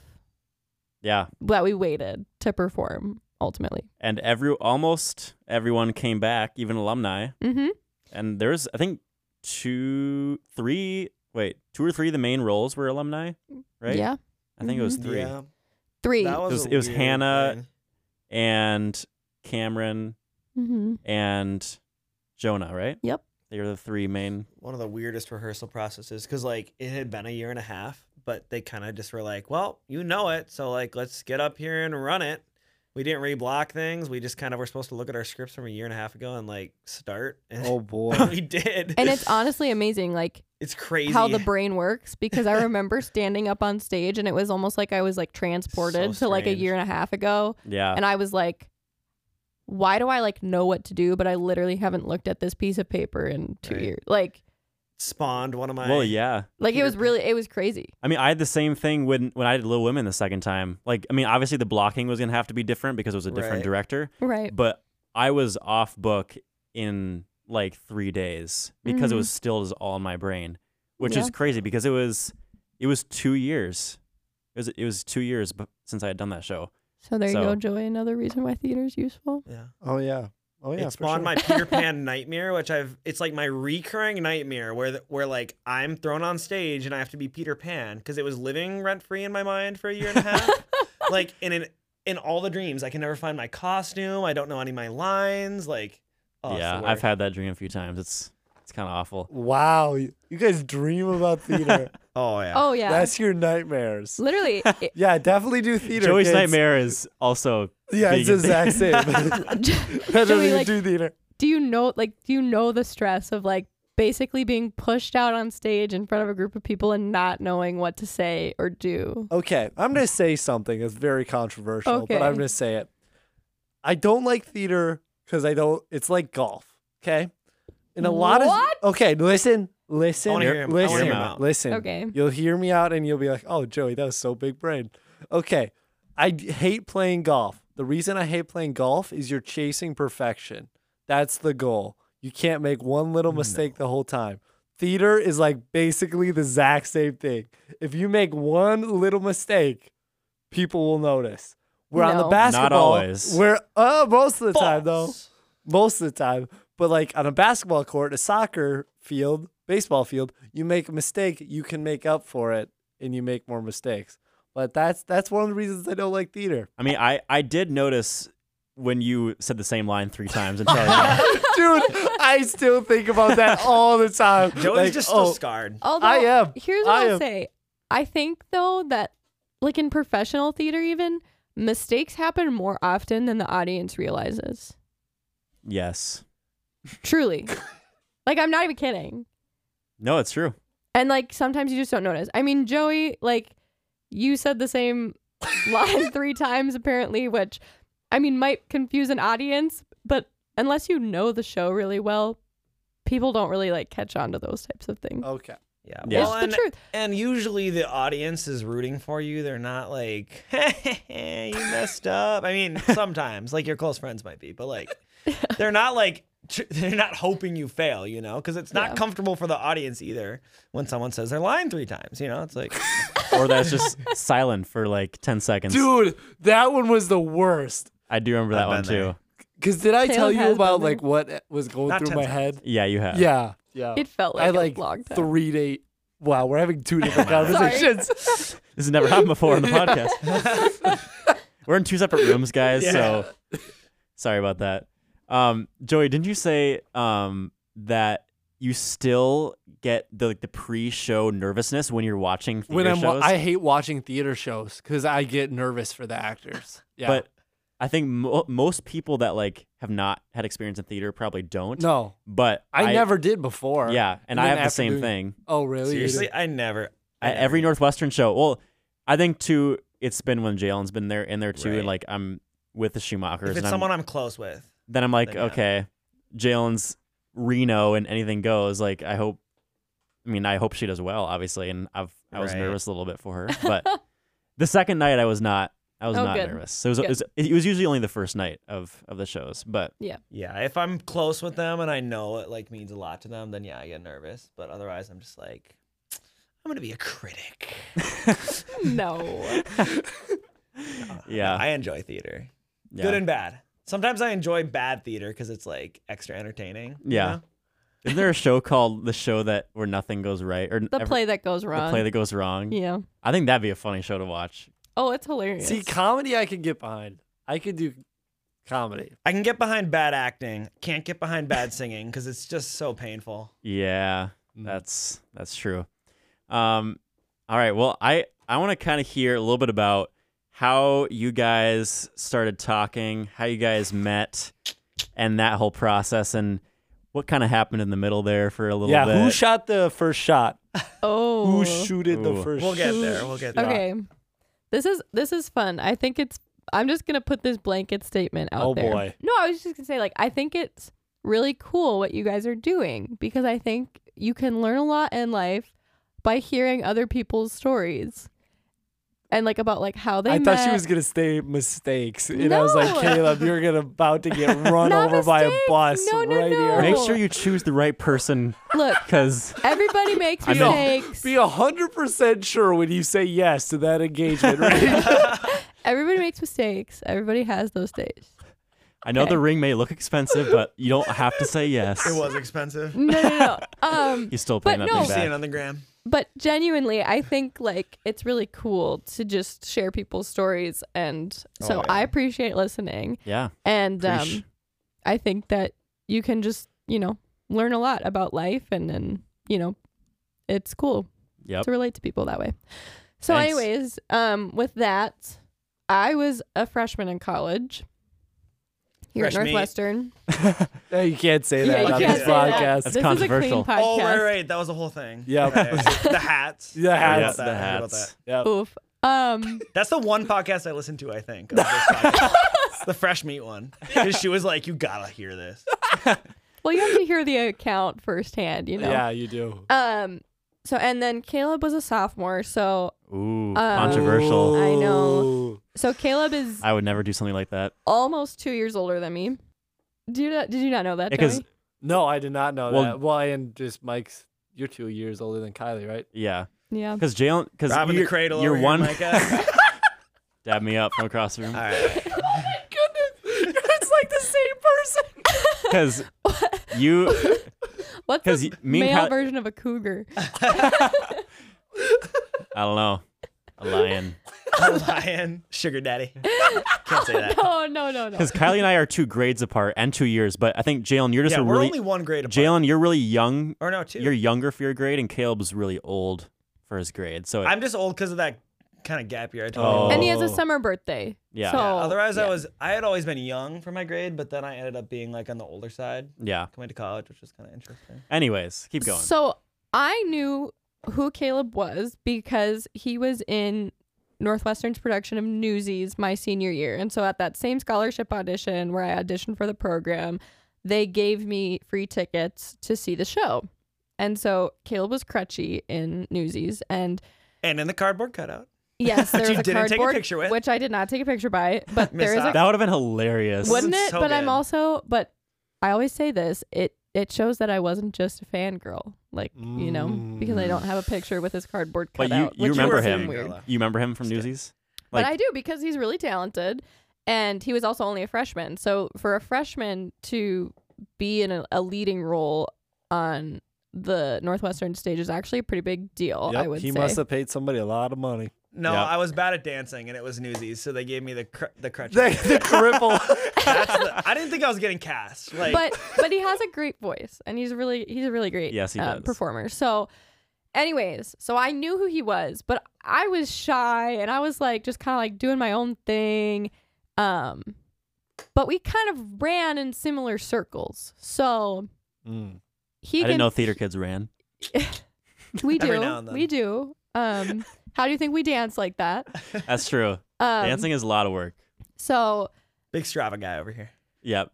Speaker 1: Yeah,
Speaker 3: that we waited to perform ultimately.
Speaker 1: and every almost everyone came back, even alumni.
Speaker 3: Mm-hmm.
Speaker 1: And there's I think two, three, wait, two or three of the main roles were alumni, right?
Speaker 3: Yeah.
Speaker 1: I think it was three.
Speaker 4: Mm-hmm. Yeah.
Speaker 3: Three.
Speaker 4: That
Speaker 1: It
Speaker 4: was
Speaker 1: was-
Speaker 4: a
Speaker 1: it was
Speaker 4: weird
Speaker 1: Hannah-
Speaker 4: thing.
Speaker 1: And Cameron
Speaker 3: mm-hmm.
Speaker 1: and Jonah, right?
Speaker 3: Yep.
Speaker 1: They were the three main.
Speaker 4: one of the weirdest rehearsal processes because like it had been a year and a half, but they kind of just were like, well, you know it, so like let's get up here and run it. We didn't reblock things. We just kind of were supposed to look at our scripts from a year and a half ago and like start. And
Speaker 2: Oh boy.
Speaker 4: we did.
Speaker 3: And it's honestly amazing, like
Speaker 4: it's crazy
Speaker 3: how the brain works, because I remember standing up on stage and it was almost like I was like transported to like a
Speaker 4: strange.
Speaker 3: year and a half ago.
Speaker 1: Yeah.
Speaker 3: and I was like, why do I like know what to do, but I literally haven't looked at this piece of paper in two
Speaker 4: Right.
Speaker 3: years? Like,
Speaker 4: spawned one of my.
Speaker 1: well, yeah.
Speaker 3: like it
Speaker 4: Peter
Speaker 3: was really, it was crazy.
Speaker 1: I mean, I had the same thing when when I did Little Women the second time. Like, I mean, obviously the blocking was gonna have to be different because it was a different
Speaker 4: Right.
Speaker 1: director.
Speaker 3: Right.
Speaker 1: But I was off book in like three days because
Speaker 4: Mm-hmm.
Speaker 1: it was still just all in my brain, which is
Speaker 3: Yeah.
Speaker 1: crazy because it was it was two years. It was it was two years b- since I had done that show.
Speaker 3: So there
Speaker 1: So-
Speaker 3: you go, Joey. Another reason why theater is useful.
Speaker 4: Yeah.
Speaker 2: Oh yeah. Oh yeah.
Speaker 4: it spawned my Peter Pan nightmare, which I've it's like my recurring nightmare where the, where like I'm thrown on stage and I have to be Peter Pan because it was living rent free in my mind for a year and a half. like in an, in all the dreams, I can never find my costume. I don't know any of my lines. Like oh, it's
Speaker 1: yeah,
Speaker 4: the
Speaker 1: I've
Speaker 4: worst.
Speaker 1: had that dream a few times. It's it's kind of awful.
Speaker 2: Wow. You you guys dream about theater.
Speaker 4: oh yeah.
Speaker 3: Oh yeah,
Speaker 2: That's your nightmares.
Speaker 3: literally. it-
Speaker 2: Yeah, definitely do theater.
Speaker 1: Joey's
Speaker 2: kids.
Speaker 1: nightmare is also
Speaker 2: Yeah, it's the
Speaker 1: vegan.
Speaker 2: exact same. that doesn't
Speaker 3: Joey,
Speaker 2: even
Speaker 3: like,
Speaker 2: do theater.
Speaker 3: do you know, like, do you know the stress of like basically being pushed out on stage in front of a group of people and not knowing what to say or do?
Speaker 2: Okay, I'm gonna say something that's very controversial, but I'm
Speaker 3: Okay.
Speaker 2: gonna say it. I don't like theater because I don't. It's like golf. Okay, and a lot
Speaker 3: What?
Speaker 2: of okay. Listen, listen,
Speaker 4: I wanna hear him- I wanna
Speaker 2: listen,
Speaker 1: hear him out.
Speaker 2: listen.
Speaker 3: Okay.
Speaker 2: you'll hear me out, and you'll be like, "Oh, Joey, that was so big brain." Okay, I d- hate playing golf. The reason I hate playing golf is you're chasing perfection. That's the goal. You can't make one little mistake the whole time. Theater is like basically the exact same thing. If you make one little mistake, people will notice. We're on the
Speaker 3: No. Not
Speaker 2: basketball.
Speaker 1: always.
Speaker 2: We're uh, most of the time though.
Speaker 4: Balls.
Speaker 2: Most of the time. But like on a basketball court, a soccer field, baseball field, you make a mistake, you can make up for it and you make more mistakes. But that's that's one of the reasons I don't like theater.
Speaker 1: I mean, I, I did notice when you said the same line three times in Charlie.
Speaker 2: Dude, I still think about that all the time.
Speaker 4: Joey's
Speaker 2: Like,
Speaker 4: just
Speaker 2: oh,
Speaker 4: still scarred.
Speaker 3: Although,
Speaker 2: I am.
Speaker 3: Here's what
Speaker 2: I
Speaker 3: I'll
Speaker 2: am.
Speaker 3: say. I think though that like in professional theater even mistakes happen more often than the audience realizes.
Speaker 1: yes.
Speaker 3: Truly. like I'm not even kidding.
Speaker 1: No, it's true.
Speaker 3: And like sometimes you just don't notice. I mean, Joey, like you said the same line three times apparently, which I mean might confuse an audience, but unless you know the show really well, people don't really like catch on to those types of things.
Speaker 2: Okay.
Speaker 4: Yeah.
Speaker 1: Yeah.
Speaker 4: Well,
Speaker 3: It's the
Speaker 4: and,
Speaker 3: truth.
Speaker 4: and usually the audience is rooting for you. They're not like, you messed up. I mean, sometimes like your close friends might be, but like they're not like tr- they're not hoping you fail, you know, because it's not
Speaker 3: Yeah.
Speaker 4: comfortable for the audience either when someone says their line three times. You know, it's like
Speaker 1: Or that's just silent for like 10 seconds.
Speaker 2: Dude, that one was the worst.
Speaker 1: I do remember that
Speaker 4: I've
Speaker 1: one
Speaker 4: been there.
Speaker 1: too.
Speaker 2: Cause did I tell
Speaker 3: Caleb has
Speaker 2: you
Speaker 3: been
Speaker 2: about
Speaker 3: there.
Speaker 2: like what was going
Speaker 4: Not
Speaker 2: through
Speaker 4: ten
Speaker 2: my
Speaker 4: seconds.
Speaker 2: head?
Speaker 1: Yeah, you have.
Speaker 2: Yeah, yeah.
Speaker 3: It felt like
Speaker 2: I
Speaker 3: a
Speaker 2: like
Speaker 3: long time.
Speaker 2: three to Wow, we're having two different conversations.
Speaker 1: This has never happened before on the podcast. We're in two separate rooms, guys. So sorry about that. Um, Joey, didn't you say um, that you still get the like the pre-show nervousness when you're watching theater
Speaker 2: when I'm, wa-
Speaker 1: shows?
Speaker 2: I hate watching theater shows because I get nervous for the actors. Yeah,
Speaker 1: But I think mo- most people that like have not had experience in theater probably don't.
Speaker 2: no,
Speaker 1: But
Speaker 2: I, never did before.
Speaker 1: Yeah, and I
Speaker 2: then
Speaker 1: have the
Speaker 2: after
Speaker 1: same
Speaker 2: doing-
Speaker 1: thing.
Speaker 2: Oh, really? You
Speaker 4: seriously,
Speaker 2: did-
Speaker 4: I never. I
Speaker 1: At
Speaker 4: never
Speaker 1: every
Speaker 4: did.
Speaker 1: Northwestern show. Well, I think too. It's been when Jalen's been there in there too,
Speaker 4: Right.
Speaker 1: and like I'm with the Schumachers.
Speaker 4: If
Speaker 1: and
Speaker 4: it's
Speaker 1: I'm-
Speaker 4: someone I'm close with,
Speaker 1: then I'm like,
Speaker 4: then, yeah.
Speaker 1: okay, Jalen's Reno and anything goes. Like, I hope. I mean, I hope she does well, obviously, and I've I was
Speaker 4: Right.
Speaker 1: nervous a little bit for her, but the second night I was not. I was
Speaker 3: Oh,
Speaker 1: not
Speaker 3: good.
Speaker 1: nervous. So it was, it
Speaker 3: Good.
Speaker 1: was it was usually only the first night of of the shows, but
Speaker 4: yeah, if I'm close with them and I know it like means a lot to them, then yeah, I get nervous. But otherwise, I'm just like, I'm gonna be a critic.
Speaker 3: no.
Speaker 1: yeah,
Speaker 4: I enjoy theater,
Speaker 1: yeah.
Speaker 4: good and bad. Sometimes I enjoy bad theater because it's like extra entertaining. you
Speaker 1: Yeah.
Speaker 4: know?
Speaker 1: Isn't there a show called the show that where nothing goes right or
Speaker 3: The
Speaker 1: every-
Speaker 3: play that goes
Speaker 1: the
Speaker 3: wrong.
Speaker 1: play that goes wrong?
Speaker 3: yeah.
Speaker 1: I think that'd be a funny show to watch.
Speaker 3: Oh, it's hilarious.
Speaker 2: See, comedy I can get behind. I could do comedy.
Speaker 4: I can get behind bad acting. Can't get behind bad singing because it's just so painful.
Speaker 1: Yeah, that's that's true. Um, all right. Well, I I want to kind of hear a little bit about how you guys started talking, how you guys met, and that whole process, and what kind of happened in the middle there for a little
Speaker 2: yeah,
Speaker 1: bit.
Speaker 2: who shot the first shot?
Speaker 3: oh.
Speaker 2: Who shooted
Speaker 1: Ooh.
Speaker 2: the first?
Speaker 4: We'll get
Speaker 2: shot?
Speaker 4: there. We'll get there.
Speaker 3: okay. This is this is fun. I think it's I'm just gonna put this blanket statement out
Speaker 2: Oh,
Speaker 3: there.
Speaker 2: boy.
Speaker 3: No, I was just gonna say like I think it's really cool what you guys are doing because I think you can learn a lot in life by hearing other people's stories. And like about like how they
Speaker 2: I
Speaker 3: met.
Speaker 2: thought she was gonna say mistakes, and I was like,
Speaker 3: No.
Speaker 2: Caleb, you're gonna about to get run
Speaker 3: Not
Speaker 2: over by a
Speaker 3: mistakes.
Speaker 2: bus
Speaker 3: No, no,
Speaker 2: right
Speaker 3: no.
Speaker 2: here.
Speaker 1: Make
Speaker 3: Oh.
Speaker 1: sure you choose the right person,
Speaker 3: look,
Speaker 1: because
Speaker 3: everybody makes
Speaker 1: I mean-
Speaker 3: mistakes.
Speaker 2: Be hundred percent sure when you say yes to that engagement. Right?
Speaker 3: everybody makes mistakes. Everybody has those days.
Speaker 1: I know
Speaker 3: Okay.
Speaker 1: the ring may look expensive, but you don't have to say yes.
Speaker 4: It was expensive.
Speaker 3: No, no, no. Um
Speaker 1: You still
Speaker 3: But
Speaker 1: paying that
Speaker 3: no.
Speaker 1: thing
Speaker 4: See it
Speaker 1: back.
Speaker 4: on the gram.
Speaker 3: but genuinely i think like it's really cool to just share people's stories and so
Speaker 4: Oh, yeah.
Speaker 3: i appreciate listening
Speaker 1: Yeah.
Speaker 3: and
Speaker 1: Preach.
Speaker 3: um i think that you can just you know learn a lot about life and and you know it's cool
Speaker 1: Yep.
Speaker 3: to relate to people that way so
Speaker 1: Thanks.
Speaker 3: anyways um with that i was a freshman in college here
Speaker 4: Fresh
Speaker 3: at
Speaker 4: meat.
Speaker 3: northwestern
Speaker 2: No, you can't say that
Speaker 3: you
Speaker 2: on
Speaker 4: can't
Speaker 2: this
Speaker 4: say that.
Speaker 2: podcast.
Speaker 1: That's
Speaker 3: this
Speaker 1: controversial.
Speaker 3: is a clean podcast
Speaker 4: Oh right, right. That was the whole thing.
Speaker 2: Yeah.
Speaker 4: Right. the hats.
Speaker 2: The
Speaker 4: I forgot
Speaker 2: hats.
Speaker 4: about
Speaker 1: The
Speaker 4: that. I forgot about
Speaker 1: hats.
Speaker 4: that.
Speaker 2: Yep.
Speaker 3: oof um
Speaker 4: That's the one podcast I listened to. I think of this podcast. It's the fresh meat one. 'Cause she was like, "You gotta hear this."
Speaker 3: well you have to hear the account firsthand you know
Speaker 2: Yeah, you do.
Speaker 3: Um. So and then Caleb was a sophomore. So
Speaker 1: Ooh,
Speaker 3: Uh,
Speaker 1: controversial.
Speaker 3: I know.
Speaker 2: Ooh.
Speaker 3: so Caleb is
Speaker 1: I would never do something like that
Speaker 3: almost two years older than me. Do you not, did you not know that?
Speaker 1: because
Speaker 3: Joey?
Speaker 2: No, I did not know
Speaker 1: Well-
Speaker 2: that. Well, and just Mike's. You're two years older than Kylie, right?
Speaker 1: yeah,
Speaker 3: yeah.
Speaker 1: because Jalen because
Speaker 4: Robbing
Speaker 1: you're,
Speaker 4: the cradle.
Speaker 1: you're
Speaker 4: over here,
Speaker 1: one
Speaker 4: Micah.
Speaker 1: dab me up from across the room
Speaker 4: All right.
Speaker 3: Oh it's like the same person.
Speaker 1: because you
Speaker 3: What's
Speaker 1: 'Cause
Speaker 3: the
Speaker 1: y- me and
Speaker 3: male
Speaker 1: Ky-
Speaker 3: version of a cougar?
Speaker 1: I don't know a lion
Speaker 4: Lion, sugar daddy. Can't say that.
Speaker 3: Oh no no no.
Speaker 1: because Kylie and I are two grades apart and two years, but I think Jalen you're just
Speaker 4: Yeah,
Speaker 1: a
Speaker 4: we're
Speaker 1: really
Speaker 4: only one grade apart.
Speaker 1: Jalen you're really young.
Speaker 4: or no, 2
Speaker 1: You're younger for your grade, and Caleb's really old for his grade. So it-
Speaker 4: I'm just old because of that kind of gap year I told
Speaker 1: Oh.
Speaker 4: you.
Speaker 3: And he has a
Speaker 2: Oh.
Speaker 3: summer birthday.
Speaker 1: Yeah.
Speaker 3: So
Speaker 1: Yeah,
Speaker 4: Otherwise, I
Speaker 3: yeah.
Speaker 4: was I had always been young for my grade, but then I ended up being like on the older side
Speaker 1: yeah.
Speaker 4: coming to college, which was kind of interesting.
Speaker 1: Anyways, keep going.
Speaker 3: So I knew who Caleb was because he was in Northwestern's production of Newsies my senior year. And so at that same scholarship audition where I auditioned for the program, they gave me free tickets to see the show. And so Caleb was crutchy in Newsies. And
Speaker 4: And in the cardboard cutout,
Speaker 3: yes, there
Speaker 4: Which you
Speaker 3: was a
Speaker 4: didn't take a
Speaker 3: cardboard,
Speaker 4: picture with.
Speaker 3: which I did not take a picture by, but there is
Speaker 4: Miss
Speaker 3: a
Speaker 4: out.
Speaker 1: that would have been hilarious.
Speaker 4: What-
Speaker 3: wouldn't it?
Speaker 4: so
Speaker 3: but I'm
Speaker 4: good.
Speaker 3: also, but I always say this: it it shows that I wasn't just a fangirl, like you know, because I don't have a picture with his cardboard
Speaker 1: But you-
Speaker 3: cutout.
Speaker 1: you
Speaker 3: which is
Speaker 1: remember
Speaker 3: even
Speaker 1: him.
Speaker 3: Weird.
Speaker 1: you remember him from Newsies?
Speaker 3: But
Speaker 1: Like-
Speaker 3: I do because he's really talented, and he was also only a freshman. So for a freshman to be in a, a leading role on the Northwestern stage is actually a pretty big deal.
Speaker 2: Yep,
Speaker 3: I would
Speaker 2: he
Speaker 3: say.
Speaker 2: must have paid somebody a lot of money.
Speaker 4: No,
Speaker 1: Yeah.
Speaker 4: I was bad at dancing, and it was Newsies, so they gave me the cr- the crutch.
Speaker 2: They, the cripple.
Speaker 4: That's the- I didn't think I was getting cast. Like,
Speaker 3: but but he has a great voice and he's really he's a really great
Speaker 1: Yes, he
Speaker 3: uh,
Speaker 1: does.
Speaker 3: performer. So anyways, so I knew who he was, but I was shy and I was like just kind of like doing my own thing. Um but we kind of ran in similar circles. So
Speaker 2: Mm.
Speaker 1: I
Speaker 3: he
Speaker 1: didn't know theater kids ran.
Speaker 3: we do.
Speaker 4: Every now and then.
Speaker 3: We do. Um how do you think we dance like that? Um
Speaker 1: That's true. Dancing is a lot of work.
Speaker 3: so
Speaker 4: Big Strava guy over here.
Speaker 1: Yep.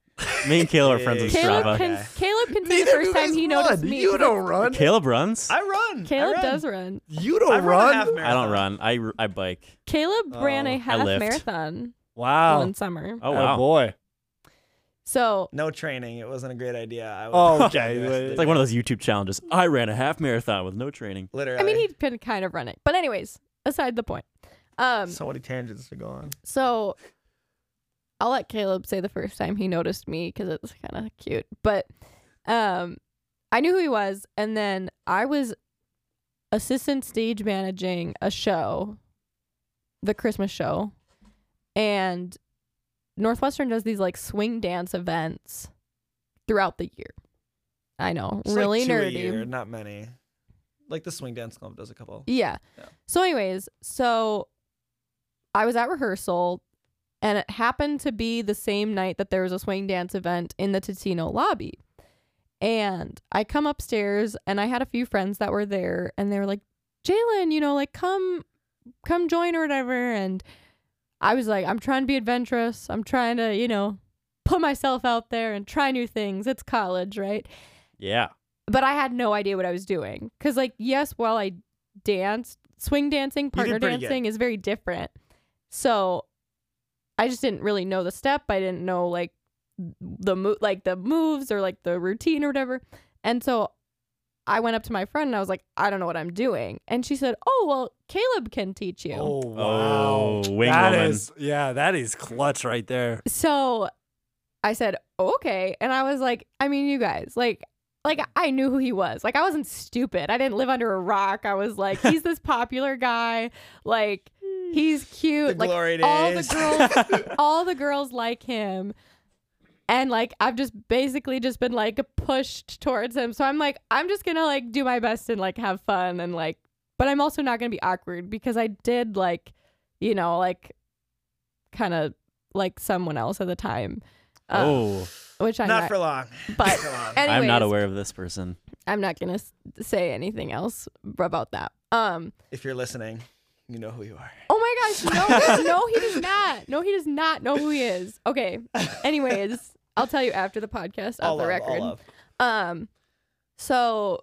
Speaker 1: Me and Caleb are friends on
Speaker 3: Caleb
Speaker 1: Strava.
Speaker 3: can,
Speaker 4: Okay.
Speaker 3: Caleb can say the
Speaker 2: Neither of you
Speaker 3: first time
Speaker 2: guys
Speaker 3: he
Speaker 2: run.
Speaker 3: noticed me.
Speaker 2: You
Speaker 3: He's
Speaker 2: don't
Speaker 3: like,
Speaker 2: run.
Speaker 1: Caleb runs?
Speaker 4: I run.
Speaker 3: Caleb
Speaker 4: I run.
Speaker 3: does run.
Speaker 2: You
Speaker 4: I
Speaker 2: don't
Speaker 4: run. a half
Speaker 2: run.
Speaker 1: I don't
Speaker 4: marathon.
Speaker 1: run. I, I bike.
Speaker 3: Caleb ran
Speaker 2: Oh. I
Speaker 3: a half
Speaker 1: lift.
Speaker 3: marathon
Speaker 2: Wow.
Speaker 3: one summer.
Speaker 1: Oh,
Speaker 2: Oh
Speaker 1: wow.
Speaker 2: boy.
Speaker 3: So
Speaker 4: No training. It wasn't a great idea. I was
Speaker 2: Oh, okay.
Speaker 1: It's like one of those YouTube challenges. I ran a half marathon with no training.
Speaker 4: literally.
Speaker 3: I mean, he'd been kind of running. But anyways, aside the point. Um,
Speaker 4: so many tangents to go on.
Speaker 3: So I'll let Caleb say the first time he noticed me because it's kind of cute. But um, I knew who he was, and then I was assistant stage managing a show, the Christmas show, and Northwestern does these like swing dance events throughout the year. I know,
Speaker 4: Just
Speaker 3: really
Speaker 4: like two a
Speaker 3: nerdy.
Speaker 4: year, not many. Like the swing dance club does a couple.
Speaker 3: Yeah.
Speaker 4: Yeah.
Speaker 3: So, anyways, so I was at rehearsal, and it happened to be the same night that there was a swing dance event in the Totino lobby. And I come upstairs, and I had a few friends that were there, and they were like, "Jalen, you know, like come, come join or whatever." And I was like, "I'm trying to be adventurous. I'm trying to, you know, put myself out there and try new things. It's college, right?"
Speaker 1: Yeah.
Speaker 3: but I had no idea what I was doing. Cause like, yes, while I danced, swing dancing,
Speaker 4: did
Speaker 3: partner
Speaker 4: pretty good.
Speaker 3: dancing is very different. So I just didn't really know the step. I didn't know like the mo- like the moves or like the routine or whatever. And so I went up to my friend and I was like, I don't know what I'm doing. And she said, Oh, well, Caleb can teach you.
Speaker 2: Oh wow.
Speaker 1: Oh,
Speaker 2: That is.
Speaker 1: wing woman.
Speaker 2: yeah, that is clutch right there.
Speaker 3: So I said, okay. And I was like, I mean, you guys, like, like I knew who he was. Like I wasn't stupid. I didn't live under a rock. I was like, he's this popular guy. Like he's
Speaker 4: The
Speaker 3: cute. Like
Speaker 4: glory days.
Speaker 3: all the girls, all the girls like him. And like I've just basically just been like pushed towards him. So I'm like, I'm just gonna like do my best and like have fun and like, but I'm also not gonna be awkward because I did like, you know, like, kind of like someone else at the time. Uh,
Speaker 1: oh,
Speaker 3: which I'm
Speaker 4: not
Speaker 3: not,
Speaker 4: for long.
Speaker 3: but
Speaker 4: for long.
Speaker 3: anyways,
Speaker 1: I'm not aware of this person.
Speaker 3: I'm not gonna s- say anything else about that. Um.
Speaker 4: If you're listening, you know who you are.
Speaker 3: Oh my gosh. No. no, he does not. No, he does not know who he is. Okay. Anyways, I'll tell you after the podcast off
Speaker 4: all
Speaker 3: the
Speaker 4: love,
Speaker 3: record.
Speaker 4: All love.
Speaker 3: Um, so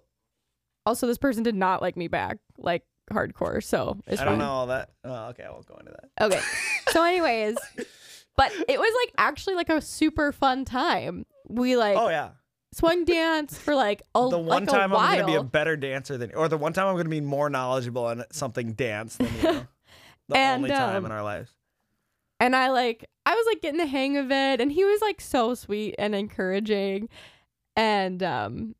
Speaker 3: also this person did not like me back, like hardcore. So it's
Speaker 4: I don't
Speaker 3: fine.
Speaker 4: know all that. Oh, okay, I won't go into that.
Speaker 3: Okay. So, anyways, but it was like actually like a super fun time. We like
Speaker 4: Oh yeah,
Speaker 3: swung dance for like a
Speaker 4: the
Speaker 3: like
Speaker 4: one
Speaker 3: a
Speaker 4: time
Speaker 3: while.
Speaker 4: I'm gonna be a better dancer than, or the one time I'm gonna be more knowledgeable on something dance than you. The
Speaker 3: And,
Speaker 4: only time
Speaker 3: um,
Speaker 4: in our lives.
Speaker 3: and I like I was like getting the hang of it and he was like so sweet and encouraging and um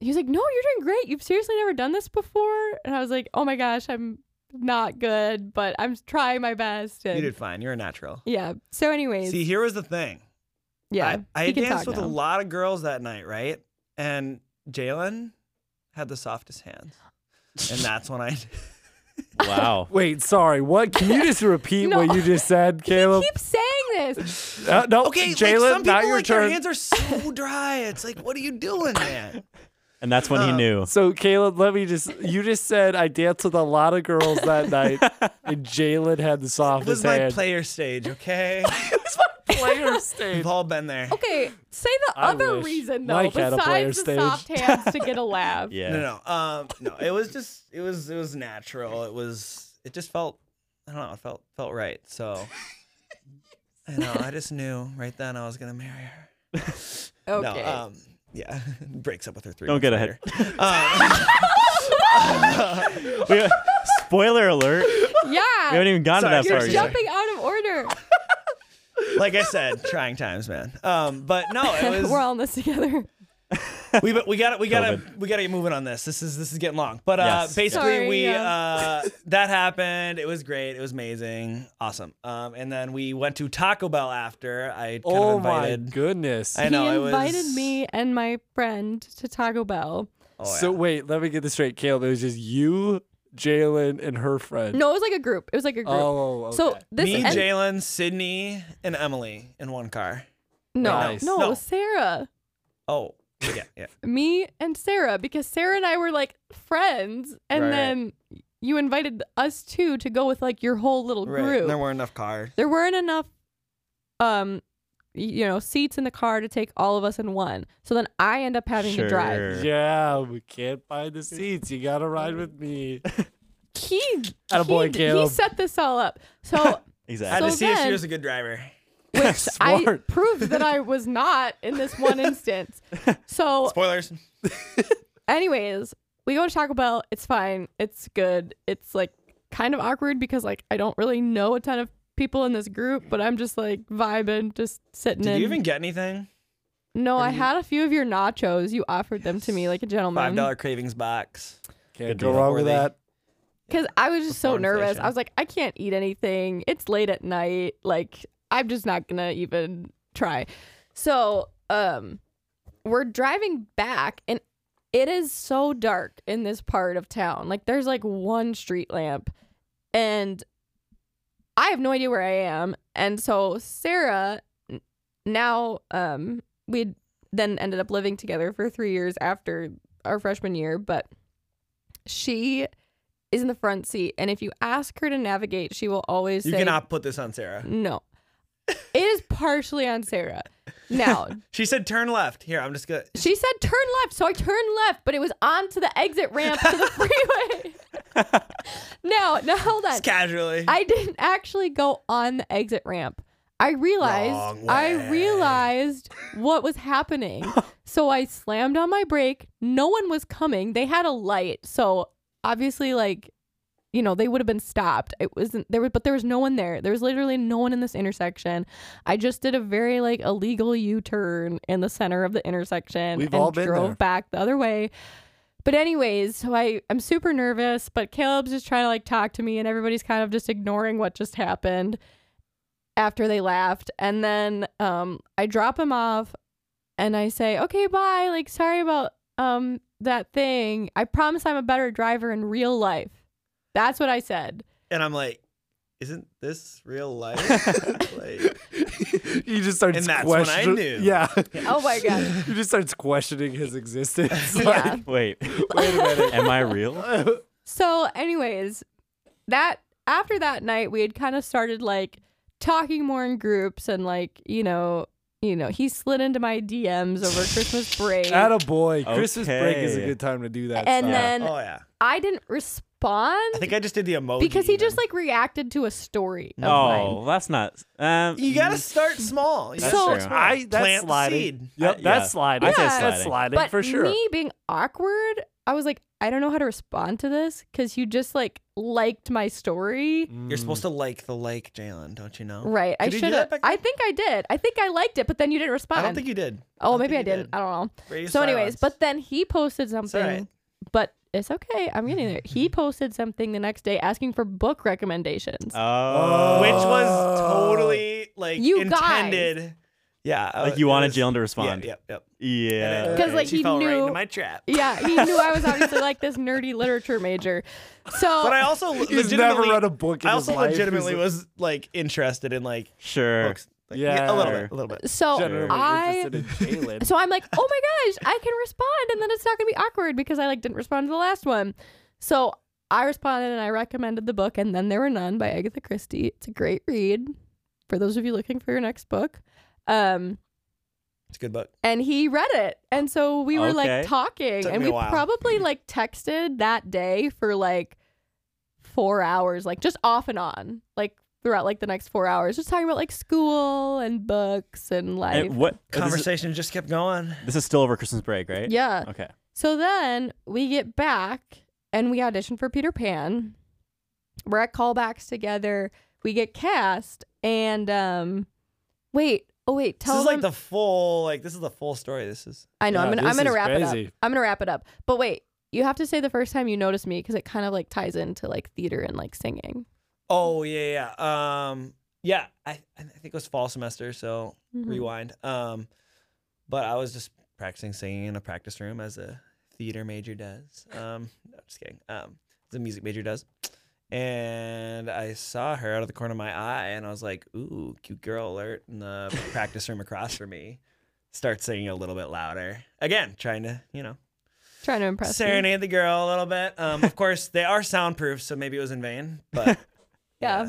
Speaker 3: he was like no you're doing great you've seriously never done this before and I was like oh my gosh I'm not good but I'm trying my best and
Speaker 4: You did fine. You're a natural.
Speaker 3: yeah so anyways
Speaker 4: See, here was the thing.
Speaker 3: yeah
Speaker 4: I, I
Speaker 3: he
Speaker 4: had
Speaker 3: can
Speaker 4: danced
Speaker 3: talk
Speaker 4: with a
Speaker 3: now.
Speaker 4: lot of girls that night, right? And Jalen had the softest hands, and that's when I.
Speaker 1: Wow.
Speaker 2: Wait, sorry. What? Can you just repeat what
Speaker 3: No.
Speaker 2: you just said, Caleb?
Speaker 3: keep saying this
Speaker 2: Uh, no,
Speaker 4: Okay,
Speaker 2: Jalen,
Speaker 4: like some people
Speaker 2: not your
Speaker 4: like their
Speaker 2: turn.
Speaker 4: hands are so dry. It's like, what are you doing, man?
Speaker 1: and that's when he
Speaker 4: Um,
Speaker 1: knew.
Speaker 2: So Caleb, let me just you just said I danced with a lot of girls that night and Jalen had the
Speaker 4: It
Speaker 2: softest
Speaker 4: was my
Speaker 2: hand.
Speaker 4: player stage, okay?
Speaker 2: player stage.
Speaker 4: We've all been there.
Speaker 3: okay say the
Speaker 2: I
Speaker 3: other
Speaker 2: wish
Speaker 3: reason though
Speaker 2: Mike had a player
Speaker 3: besides the
Speaker 2: stage.
Speaker 3: soft hands to get a laugh
Speaker 1: Yeah.
Speaker 4: No, no, um, no. It was just, it was, it was natural. It was, it just felt, I don't know, it felt, felt right. So, I know, I just knew right then I was gonna marry her.
Speaker 3: okay
Speaker 4: No, um, yeah, breaks up with her three.
Speaker 1: Don't
Speaker 4: months
Speaker 1: get
Speaker 4: later. Um,
Speaker 1: ahead. We- spoiler alert. We haven't
Speaker 3: yeah
Speaker 1: even gotten
Speaker 4: Sorry,
Speaker 1: to
Speaker 4: sorry,
Speaker 1: that part
Speaker 3: you're
Speaker 4: sorry.
Speaker 1: yet.
Speaker 3: jumping out of order
Speaker 4: like I said, trying times, man. Um, but no, it was.
Speaker 3: we're all in this together
Speaker 4: we we got we got to we got to get moving on this. This is this is getting long. But uh,
Speaker 1: Yes.
Speaker 4: basically,
Speaker 3: Sorry,
Speaker 4: we
Speaker 3: yeah.
Speaker 4: uh, that happened. It was great. It was amazing. Awesome. Um, and then we went to Taco Bell after. I kind
Speaker 2: Oh
Speaker 4: of invited.
Speaker 2: my goodness.
Speaker 4: I know
Speaker 3: he
Speaker 4: it was-
Speaker 3: invited me and my friend to Taco Bell.
Speaker 4: Oh,
Speaker 2: So
Speaker 4: yeah.
Speaker 2: wait, let me get this straight. Caleb, it was just you, Jalen, and her friend.
Speaker 3: No, it was like a group. It was like a group.
Speaker 2: Oh, okay.
Speaker 3: So this
Speaker 4: me,
Speaker 3: and,
Speaker 4: Jalen, Sydney, and Emily in one car.
Speaker 3: no,
Speaker 2: Nice.
Speaker 3: no,
Speaker 4: No.
Speaker 3: Sarah,
Speaker 4: Oh yeah, yeah.
Speaker 3: me and Sarah because Sarah and I were like friends, and
Speaker 4: Right, right.
Speaker 3: then you invited us two to go with like your whole little
Speaker 4: Right.
Speaker 3: group.
Speaker 4: There weren't enough cars.
Speaker 3: there weren't enough um you know seats in the car to take all of us in one. So then I end up having to drive.
Speaker 1: Sure.
Speaker 2: Yeah, we can't buy the seats. You gotta ride with me.
Speaker 3: He
Speaker 2: Attaboy,
Speaker 3: he, he
Speaker 2: Caleb.
Speaker 3: set this all up. So
Speaker 4: I had
Speaker 1: Exactly.
Speaker 3: So
Speaker 4: to see if
Speaker 3: then-
Speaker 4: she was a good driver.
Speaker 3: which I
Speaker 2: Smart.
Speaker 3: proved that I was not in this one instance. So
Speaker 4: Spoilers.
Speaker 3: anyways, we go to Taco Bell. It's fine. It's good. It's like kind of awkward because like I don't really know a ton of people in this group, but I'm just like vibing, just sitting
Speaker 4: Did
Speaker 3: in.
Speaker 4: you even get anything?
Speaker 3: no, I had a few of your nachos. You offered them to me like a
Speaker 4: Five
Speaker 3: gentleman.
Speaker 4: dollar cravings box.
Speaker 2: Can't
Speaker 1: Good
Speaker 2: go
Speaker 1: deal.
Speaker 2: wrong with
Speaker 4: Worthy.
Speaker 2: that.
Speaker 3: Because I was just so
Speaker 4: Before
Speaker 3: nervous.
Speaker 4: inflation.
Speaker 3: I was like, I can't eat anything. It's late at night. Like, I'm just not gonna even try. So, um, we're driving back, and it is so dark in this part of town. Like, there's like one street lamp, and I have no idea where I am. And so, Sarah, n- now, um, we had then ended up living together for three years after our freshman year, but she is in the front seat, and if you ask her to navigate, she will always
Speaker 4: You
Speaker 3: say
Speaker 4: cannot put this on Sarah.
Speaker 3: no. It is partially on Sarah. Now
Speaker 4: She said turn left. Here, I'm just gonna.
Speaker 3: she said turn left, so I turned left, but it was onto the exit ramp to the freeway. no, no, hold on.
Speaker 4: Just casually.
Speaker 3: I didn't actually go on the exit ramp. I realized
Speaker 4: Wrong
Speaker 3: I
Speaker 4: way.
Speaker 3: realized what was happening. so I slammed on my brake. No one was coming. They had a light. So obviously like you know, they would have been stopped. It wasn't there was but there was no one there. There was literally no one in this intersection. I just did a very like illegal U-turn in the center of the intersection
Speaker 2: We've
Speaker 3: and
Speaker 2: all been
Speaker 3: drove
Speaker 2: there.
Speaker 3: back the other way. But anyways, so I I'm super nervous, but Caleb's just trying to like talk to me and everybody's kind of just ignoring what just happened after they laughed. And then um I drop him off and I say, "Okay, bye. Like sorry about um that thing. I promise I'm a better driver in real life." That's what I said.
Speaker 4: and I'm like, isn't this real life? like,
Speaker 2: He just starts
Speaker 4: And that's when I
Speaker 2: questioning.
Speaker 4: knew.
Speaker 2: Yeah.
Speaker 3: Oh my god.
Speaker 2: he just starts questioning his existence.
Speaker 3: yeah.
Speaker 1: Wait,
Speaker 2: Wait a minute.
Speaker 1: am I real?
Speaker 3: So, anyways, that after that night, we had kind of started like talking more in groups and like you know, you know, he slid into my DMs over Christmas break,
Speaker 2: Atta boy. Christmas break is a
Speaker 1: Okay.
Speaker 2: good time to do that.
Speaker 3: and
Speaker 2: stuff.
Speaker 3: then
Speaker 4: oh yeah.
Speaker 3: I didn't
Speaker 4: I
Speaker 3: respond
Speaker 4: think I just did the emoji
Speaker 3: because he
Speaker 4: even.
Speaker 3: just like reacted to a story. Of mine.
Speaker 1: Oh, that's not. Um,
Speaker 4: You gotta start small. You gotta
Speaker 3: Mm. So-
Speaker 4: start small.
Speaker 2: I that's
Speaker 4: Plant the
Speaker 2: sliding.
Speaker 4: seed.
Speaker 2: Yep,
Speaker 1: I-
Speaker 2: that's
Speaker 1: yeah.
Speaker 2: sliding.
Speaker 1: I'd say
Speaker 2: That's- That's
Speaker 1: sliding.
Speaker 2: sliding
Speaker 3: but
Speaker 2: for sure.
Speaker 3: me being awkward, I was like, I don't know how to respond to this because you just like liked my story.
Speaker 4: You're supposed to like the like, Jalen, don't you know?
Speaker 3: Right. I
Speaker 4: Mm-hmm. Did you do
Speaker 3: should
Speaker 4: that
Speaker 3: have.
Speaker 4: back then?
Speaker 3: I think I did. I think I liked it, but then you didn't respond.
Speaker 4: I don't think you did.
Speaker 3: oh,
Speaker 4: don't
Speaker 3: maybe
Speaker 4: think
Speaker 3: I
Speaker 4: you
Speaker 3: didn't.
Speaker 4: did.
Speaker 3: I don't know.
Speaker 4: Radio
Speaker 3: so, anyways,
Speaker 4: silence.
Speaker 3: but then he posted something.
Speaker 4: right.
Speaker 3: But it's okay. I'm getting there. He posted something the next day asking for book recommendations.
Speaker 1: Oh,
Speaker 4: which was
Speaker 2: Oh.
Speaker 4: totally like
Speaker 3: You guys.
Speaker 4: intended. Yeah, I
Speaker 1: like
Speaker 4: was-
Speaker 1: you
Speaker 4: it
Speaker 1: wanted
Speaker 4: was-
Speaker 1: Jalen to respond.
Speaker 4: Yeah, yep, yep.
Speaker 1: Yeah.
Speaker 4: And, uh,
Speaker 3: 'Cause, like,
Speaker 4: she
Speaker 3: he
Speaker 4: fell right
Speaker 3: knew-
Speaker 4: into my trap.
Speaker 3: yeah, he knew I was obviously like this nerdy literature major. So,
Speaker 4: But I also le-
Speaker 2: He's never
Speaker 4: legitimately-
Speaker 2: read a book in
Speaker 4: I
Speaker 2: his
Speaker 4: also
Speaker 2: life.
Speaker 4: legitimately
Speaker 2: He's-
Speaker 4: was like interested in like
Speaker 1: Sure.
Speaker 4: books. Like, a little
Speaker 2: Yeah.
Speaker 4: bit, a little bit.
Speaker 3: so
Speaker 2: generally
Speaker 3: I
Speaker 2: interested in Jalen.
Speaker 3: So I'm like, oh my gosh, I can respond, and then it's not gonna be awkward because I like didn't respond to the last one. So I responded and I recommended the book, and then there were none by Agatha Christie. It's a great read for those of you looking for your next book. Um,
Speaker 4: It's a good book.
Speaker 3: and he read it, and so we were like
Speaker 1: Okay.
Speaker 3: talking,
Speaker 4: Took
Speaker 3: and
Speaker 4: me
Speaker 3: we
Speaker 4: a while.
Speaker 3: probably like texted that day for like four hours, like just off and on, like throughout like the next four hours, just talking about like school and books and life.
Speaker 1: And what this is,
Speaker 4: Conversation just kept going.
Speaker 1: this is still over Christmas break, right?
Speaker 3: yeah.
Speaker 1: Okay.
Speaker 3: So then we get back and we audition for Peter Pan. We're at callbacks together. We get cast and um wait, oh wait, tell
Speaker 4: this is
Speaker 3: them
Speaker 4: like the full like this is the full story. This is
Speaker 3: I know, I'm
Speaker 2: Yeah,
Speaker 3: gonna I'm
Speaker 2: this
Speaker 3: gonna
Speaker 2: is
Speaker 3: wrap it
Speaker 2: crazy.
Speaker 3: up. I'm gonna wrap it up. But wait, you have to say the first time you noticed me because it kind of like ties into like theater and like singing.
Speaker 4: oh yeah yeah um yeah I I think it was fall semester so
Speaker 3: Mhm.
Speaker 4: rewind um but I was just practicing singing in a practice room as a theater major does um no, just kidding um as a music major does and I saw her out of the corner of my eye and I was like ooh cute girl alert in the practice room across from me start singing a little bit louder again trying to you know
Speaker 3: Trying to impress you.
Speaker 4: serenade the girl a little bit. Um, of course, they are soundproof, so maybe it was in vain. But
Speaker 3: Yeah.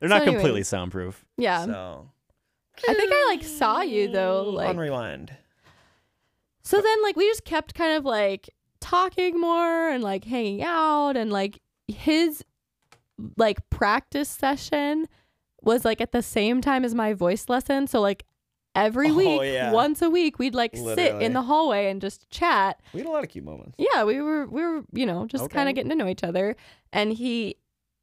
Speaker 1: They're
Speaker 3: So
Speaker 1: not completely
Speaker 3: anyways.
Speaker 1: soundproof.
Speaker 3: Yeah.
Speaker 4: so
Speaker 3: I think I like saw you though. Like
Speaker 4: on rewind.
Speaker 3: so then like we just kept kind of like talking more and like hanging out and like his like practice session was like at the same time as my voice lesson. So like every
Speaker 4: Oh,
Speaker 3: week,
Speaker 4: yeah.
Speaker 3: once a week, we'd like sit
Speaker 4: Literally.
Speaker 3: in the hallway and just chat.
Speaker 4: We had a lot of cute moments.
Speaker 3: Yeah, we were we were you know just
Speaker 4: Okay.
Speaker 3: kind of getting to know each other, and he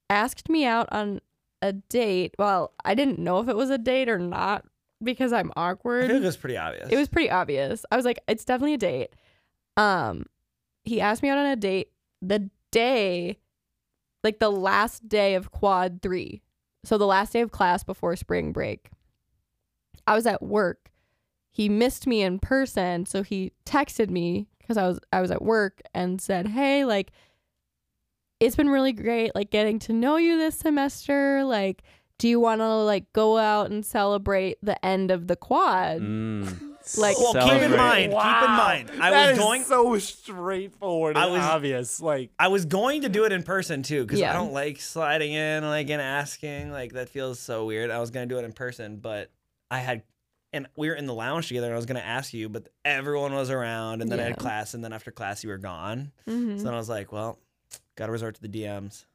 Speaker 3: asked me out on a date. Well, I didn't know if it was a date or not because I'm
Speaker 4: I
Speaker 3: awkward.
Speaker 4: feel like it was pretty obvious.
Speaker 3: It was pretty obvious. I was like, it's definitely a date. Um, he asked me out on a date the day, like the last day of quad three. So the last day of class before spring break. I was at work. He missed me in person, so he texted me because I was I was at work and said, Hey, like it's been really great like getting to know you this semester. Like, do you wanna like go out and celebrate the end of the quad?
Speaker 1: Mm.
Speaker 3: Like-
Speaker 4: well, keep in
Speaker 1: Celebrate.
Speaker 4: mind. Keep in
Speaker 2: Wow.
Speaker 4: mind. I
Speaker 2: That
Speaker 4: was
Speaker 2: is
Speaker 4: going.
Speaker 2: so straightforward.
Speaker 4: I
Speaker 2: and
Speaker 4: was-
Speaker 2: obvious. Like
Speaker 4: I was going to do it in person too, because I
Speaker 3: Yeah.
Speaker 4: don't like sliding in like and asking. Like that feels so weird. I was gonna do it in person, but I had and we were in the lounge together and I was gonna ask you, but everyone was around and then I had
Speaker 3: Yeah.
Speaker 4: class and then after class you were gone.
Speaker 3: Mhm.
Speaker 4: So then I was like, Well, gotta resort to the DMs.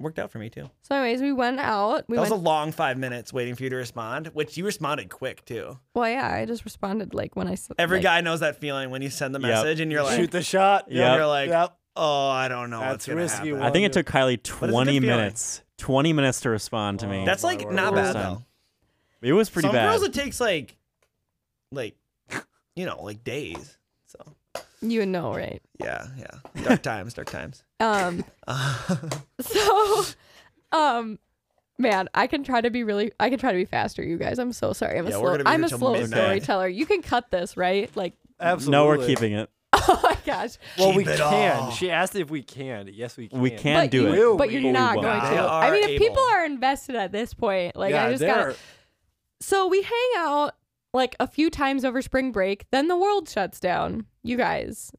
Speaker 4: Worked out for me too.
Speaker 3: So, anyways, we went out. We
Speaker 4: that
Speaker 3: went.
Speaker 4: was a long five minutes waiting for you to respond, which you responded quick too.
Speaker 3: well, yeah, I just responded like when I s-
Speaker 4: Every
Speaker 3: like,
Speaker 4: guy knows that feeling when you send the
Speaker 1: Yep.
Speaker 4: message and you're like,
Speaker 2: shoot the shot.
Speaker 1: Yeah.
Speaker 4: you're like,
Speaker 2: Yep.
Speaker 4: oh, I don't know. what's
Speaker 2: That's
Speaker 4: gonna
Speaker 2: risky
Speaker 4: happen."
Speaker 1: I think it took Kylie
Speaker 4: good
Speaker 1: 20
Speaker 4: feeling.
Speaker 1: minutes. 20 minutes to respond to me.
Speaker 4: That's
Speaker 2: Oh,
Speaker 4: like
Speaker 2: my
Speaker 4: not
Speaker 1: word.
Speaker 4: bad
Speaker 1: First
Speaker 4: though.
Speaker 1: time. it was pretty
Speaker 4: Some
Speaker 1: bad.
Speaker 4: girls it takes like, like, you know, like days. So
Speaker 3: You would know, right?
Speaker 4: yeah, yeah. Dark times, dark times.
Speaker 3: Um. so, um, man, I can try to be really. I can try to be faster. You guys, I'm so sorry. I'm
Speaker 4: Yeah,
Speaker 3: a
Speaker 4: we're
Speaker 3: slow.
Speaker 4: gonna be
Speaker 3: I'm
Speaker 4: here
Speaker 3: a
Speaker 4: till
Speaker 3: slow
Speaker 4: midnight.
Speaker 3: storyteller. You can cut this, right? Like,
Speaker 2: Absolutely.
Speaker 1: no, we're keeping it.
Speaker 3: oh my gosh.
Speaker 2: Well, we
Speaker 4: Keep it
Speaker 2: can.
Speaker 4: all.
Speaker 2: She asked if we can. Yes, we can.
Speaker 1: We can
Speaker 3: but
Speaker 1: do
Speaker 3: you,
Speaker 1: it.
Speaker 2: Will
Speaker 3: But
Speaker 2: we?
Speaker 3: you're
Speaker 2: But we
Speaker 3: not
Speaker 1: won't.
Speaker 3: going
Speaker 4: They
Speaker 3: to.
Speaker 4: are
Speaker 3: I mean, if people
Speaker 4: able.
Speaker 3: are invested at this point, like,
Speaker 2: yeah,
Speaker 3: I just
Speaker 2: there
Speaker 3: gotta. So we hang out like a few times over spring break, then the world shuts down. You guys,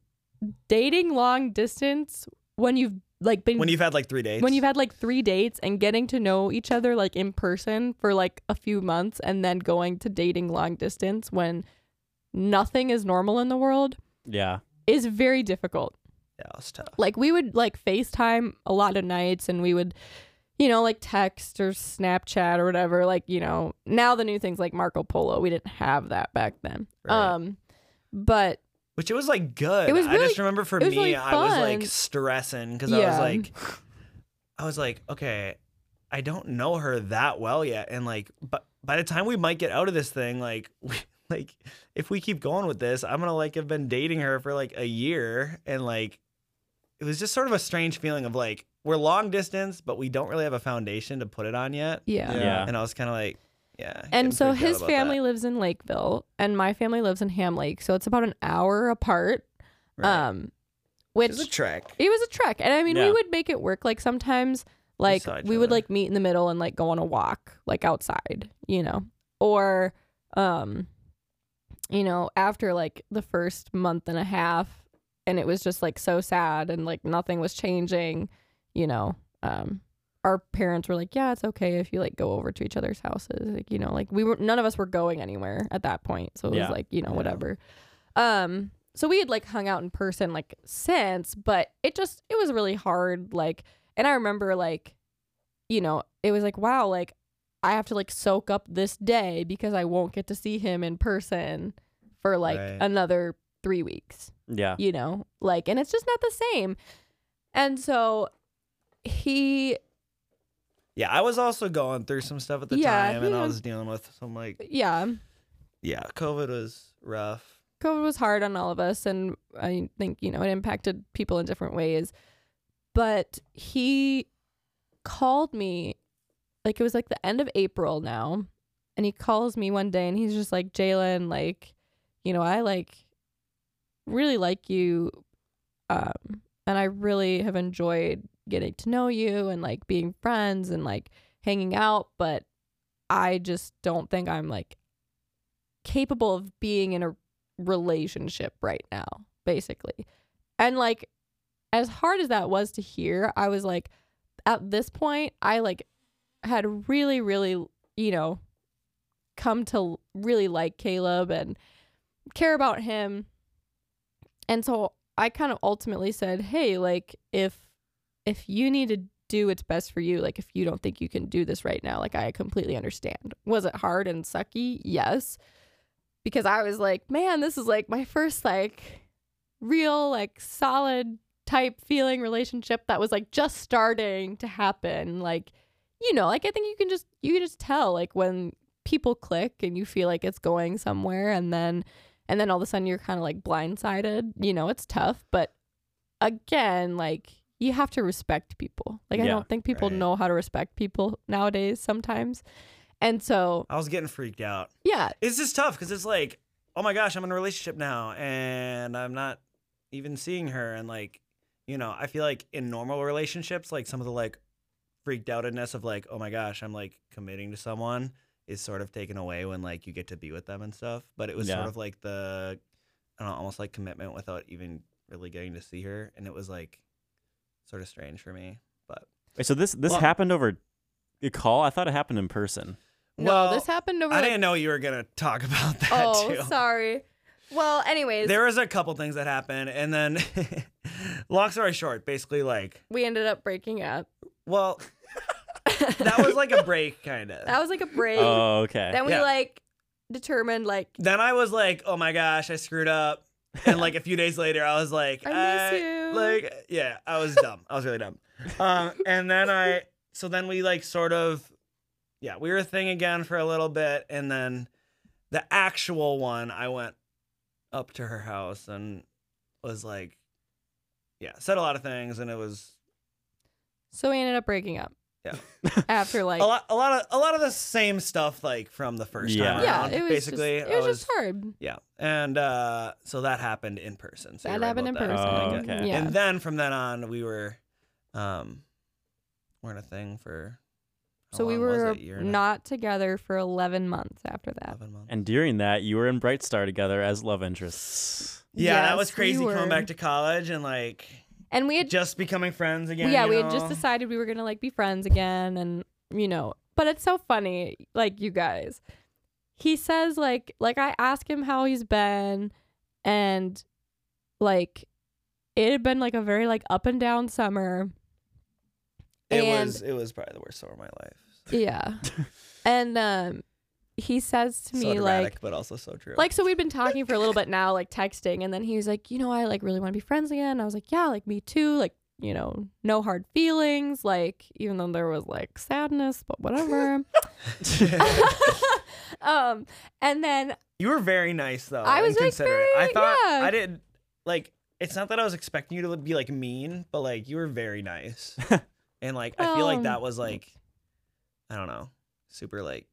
Speaker 3: dating long distance when you've like been
Speaker 4: When you've had like three days.
Speaker 3: when you've had like 3 dates and getting to know each other like in person for like a few months and then going to dating long distance when nothing is normal in the world
Speaker 1: Yeah.
Speaker 3: is very difficult
Speaker 4: yeah, it's tough.
Speaker 3: like we would like FaceTime a lot of nights and we would you know like text or Snapchat or whatever like you know now the new things like Marco Polo we didn't have that back then
Speaker 4: Right.
Speaker 3: um but
Speaker 4: Which it was like good.
Speaker 3: It was
Speaker 4: I
Speaker 3: really-
Speaker 4: just remember for
Speaker 3: it was
Speaker 4: me,
Speaker 3: really
Speaker 4: I was like
Speaker 3: fun.
Speaker 4: stressing because I was
Speaker 3: Yeah.
Speaker 4: like, I was like, okay, I don't know her that well yet, and like, but by the time we might get out of this thing, like, we, like if we keep going with this, I'm gonna like have been dating her for like a year, and like, it was just sort of a strange feeling of like we're long distance, but we don't really have a foundation to put it on yet,
Speaker 3: yeah,
Speaker 2: Yeah.
Speaker 1: Yeah.
Speaker 4: and I was kind of like, yeah. getting
Speaker 3: and so
Speaker 4: freaked out
Speaker 3: his
Speaker 4: about that.
Speaker 3: family lives in Lakeville and my family lives in Ham Lake so it's about an hour apart
Speaker 4: Right.
Speaker 3: um
Speaker 4: It
Speaker 3: which
Speaker 4: was a trek.
Speaker 3: it was a trek and i mean
Speaker 1: Yeah.
Speaker 3: we would make it work like sometimes like
Speaker 4: saw each
Speaker 3: we would
Speaker 4: other.
Speaker 3: like meet in the middle and like go on a walk like outside you know or um you know after like the first month and a half and it was just like so sad and like nothing was changing you know um our parents were like yeah it's okay if you like go over to each other's houses like you know like we were none of us were going anywhere at that point so it
Speaker 1: Yeah.
Speaker 3: was like you know
Speaker 4: Yeah.
Speaker 3: whatever um so we had like hung out in person like since but it just it was really hard like and i remember like you know it was like wow like i have to like soak up this day because i won't get to see him in person for like
Speaker 4: Right.
Speaker 3: another 3 weeks
Speaker 1: Yeah.
Speaker 3: you know like and it's just not the same and so he
Speaker 4: Yeah, I was also going through some stuff at the
Speaker 3: Yeah,
Speaker 4: time, and
Speaker 3: he
Speaker 4: I
Speaker 3: was-
Speaker 4: was dealing with some like,
Speaker 3: yeah
Speaker 4: yeah, COVID was rough.
Speaker 3: covid was hard on all of us and i think you know it impacted people in different ways but he called me like it was like the end of april now and he calls me one day and he's just like jalen like you know i like really like you um and i really have enjoyed getting to know you and like being friends and like hanging out but i just don't think i'm like capable of being in a relationship right now basically and like as hard as that was to hear i was like at this point i like had really really you know come to really like Caleb and care about him. And so I kind of ultimately said, "Hey, like if if you need to do what's best for you, like if you don't think you can do this right now, like I completely understand." Was it hard and sucky? Yes. Because I was like, "Man, this is like my first like real like solid type feeling relationship that was like just starting to happen like you know like i think you can just you can just tell like when people click and you feel like it's going somewhere and then and then all of a sudden you're kind of like blindsided you know it's tough but again like you have to respect people like i
Speaker 1: Yeah,
Speaker 3: don't think people
Speaker 4: right.
Speaker 3: know how to respect people nowadays sometimes and so
Speaker 4: I was getting freaked out.
Speaker 3: yeah
Speaker 4: It's just tough because it's like, oh my gosh, I'm in a relationship now and I'm not even seeing her. And like, you know, I feel like in normal relationships, like some of the like freaked outedness of like, oh my gosh, I'm like committing to someone is sort of taken away when like you get to be with them and stuff. But it was
Speaker 1: Yeah.
Speaker 4: sort of like the, I don't know, almost like commitment without even really getting to see her. And it was like sort of strange for me. But
Speaker 1: Wait, so this this
Speaker 4: Well-
Speaker 1: happened over a call. I thought it happened in person.
Speaker 3: no
Speaker 4: Well,
Speaker 3: this happened over
Speaker 4: I
Speaker 3: like-
Speaker 4: didn't know you were going to talk about that
Speaker 3: oh
Speaker 4: too.
Speaker 3: sorry well anyways
Speaker 4: there was a couple things that happened and then long story short basically like
Speaker 3: we ended up breaking up
Speaker 4: well that was like a break kind
Speaker 3: that
Speaker 4: of
Speaker 3: was like a break
Speaker 1: Oh, okay.
Speaker 3: Then we
Speaker 4: Yeah.
Speaker 3: like determined like
Speaker 4: then i was like oh my gosh i screwed up and like a few days later i was like
Speaker 3: I miss you.
Speaker 4: Uh, like yeah i was dumb i was really dumb um, and then i so then we like sort of yeah we were a thing again for a little bit and then the actual one i went up to her house and was like yeah said a lot of things and it was
Speaker 3: so we ended up breaking up.
Speaker 4: Yeah.
Speaker 3: After like
Speaker 4: a lot, a lot of, a lot of the same stuff like from the first
Speaker 1: Yeah.
Speaker 4: time.
Speaker 3: yeah,
Speaker 4: around,
Speaker 3: it was
Speaker 4: basically
Speaker 3: just,
Speaker 4: I
Speaker 3: it was, just hard.
Speaker 4: Yeah, and uh, so that happened in person. So
Speaker 3: That
Speaker 4: you're right
Speaker 3: happened in
Speaker 4: about
Speaker 3: person.
Speaker 4: that.
Speaker 1: Oh,
Speaker 4: Like,
Speaker 1: okay.
Speaker 4: uh,
Speaker 3: Yeah.
Speaker 4: And then from then on, we were, um, weren't a thing for. how
Speaker 3: so we
Speaker 4: long was
Speaker 3: were
Speaker 4: it? Year and a-
Speaker 3: not together for 11 months after that.
Speaker 4: eleven months.
Speaker 1: And during that, you were in Bright Star together as love interests.
Speaker 4: Yeah, that
Speaker 3: Yes,
Speaker 4: was
Speaker 3: we
Speaker 4: crazy
Speaker 3: were.
Speaker 4: coming back to college and like
Speaker 3: And we had
Speaker 4: just becoming friends again.
Speaker 3: yeah,
Speaker 4: you
Speaker 3: we had just
Speaker 4: know?
Speaker 3: decided we were gonna like be friends again, and you know, but it's so funny, like you guys. He says like like I ask him how he's been, and like it had been like a very like up and down summer.
Speaker 4: It
Speaker 3: and-
Speaker 4: was it was probably the worst summer of my life.
Speaker 3: Yeah, and um, he says to
Speaker 4: so
Speaker 3: me
Speaker 4: dramatic,
Speaker 3: like
Speaker 4: but also so true.
Speaker 3: like so we'd been talking for a little bit now, like texting, and then he was like, you know, I like really want to be friends again. I was like, yeah, like me too. Like, you know, no hard feelings. Like, even though there was like sadness, but whatever. um, and then
Speaker 4: You were very nice though.
Speaker 3: I was very
Speaker 4: and considerate. I
Speaker 3: great,
Speaker 4: thought
Speaker 3: yeah.
Speaker 4: I didn't like. It's not that I was expecting you to be like mean, but like you were very nice, and like I feel
Speaker 3: Well,
Speaker 4: like that was like, I don't know, super like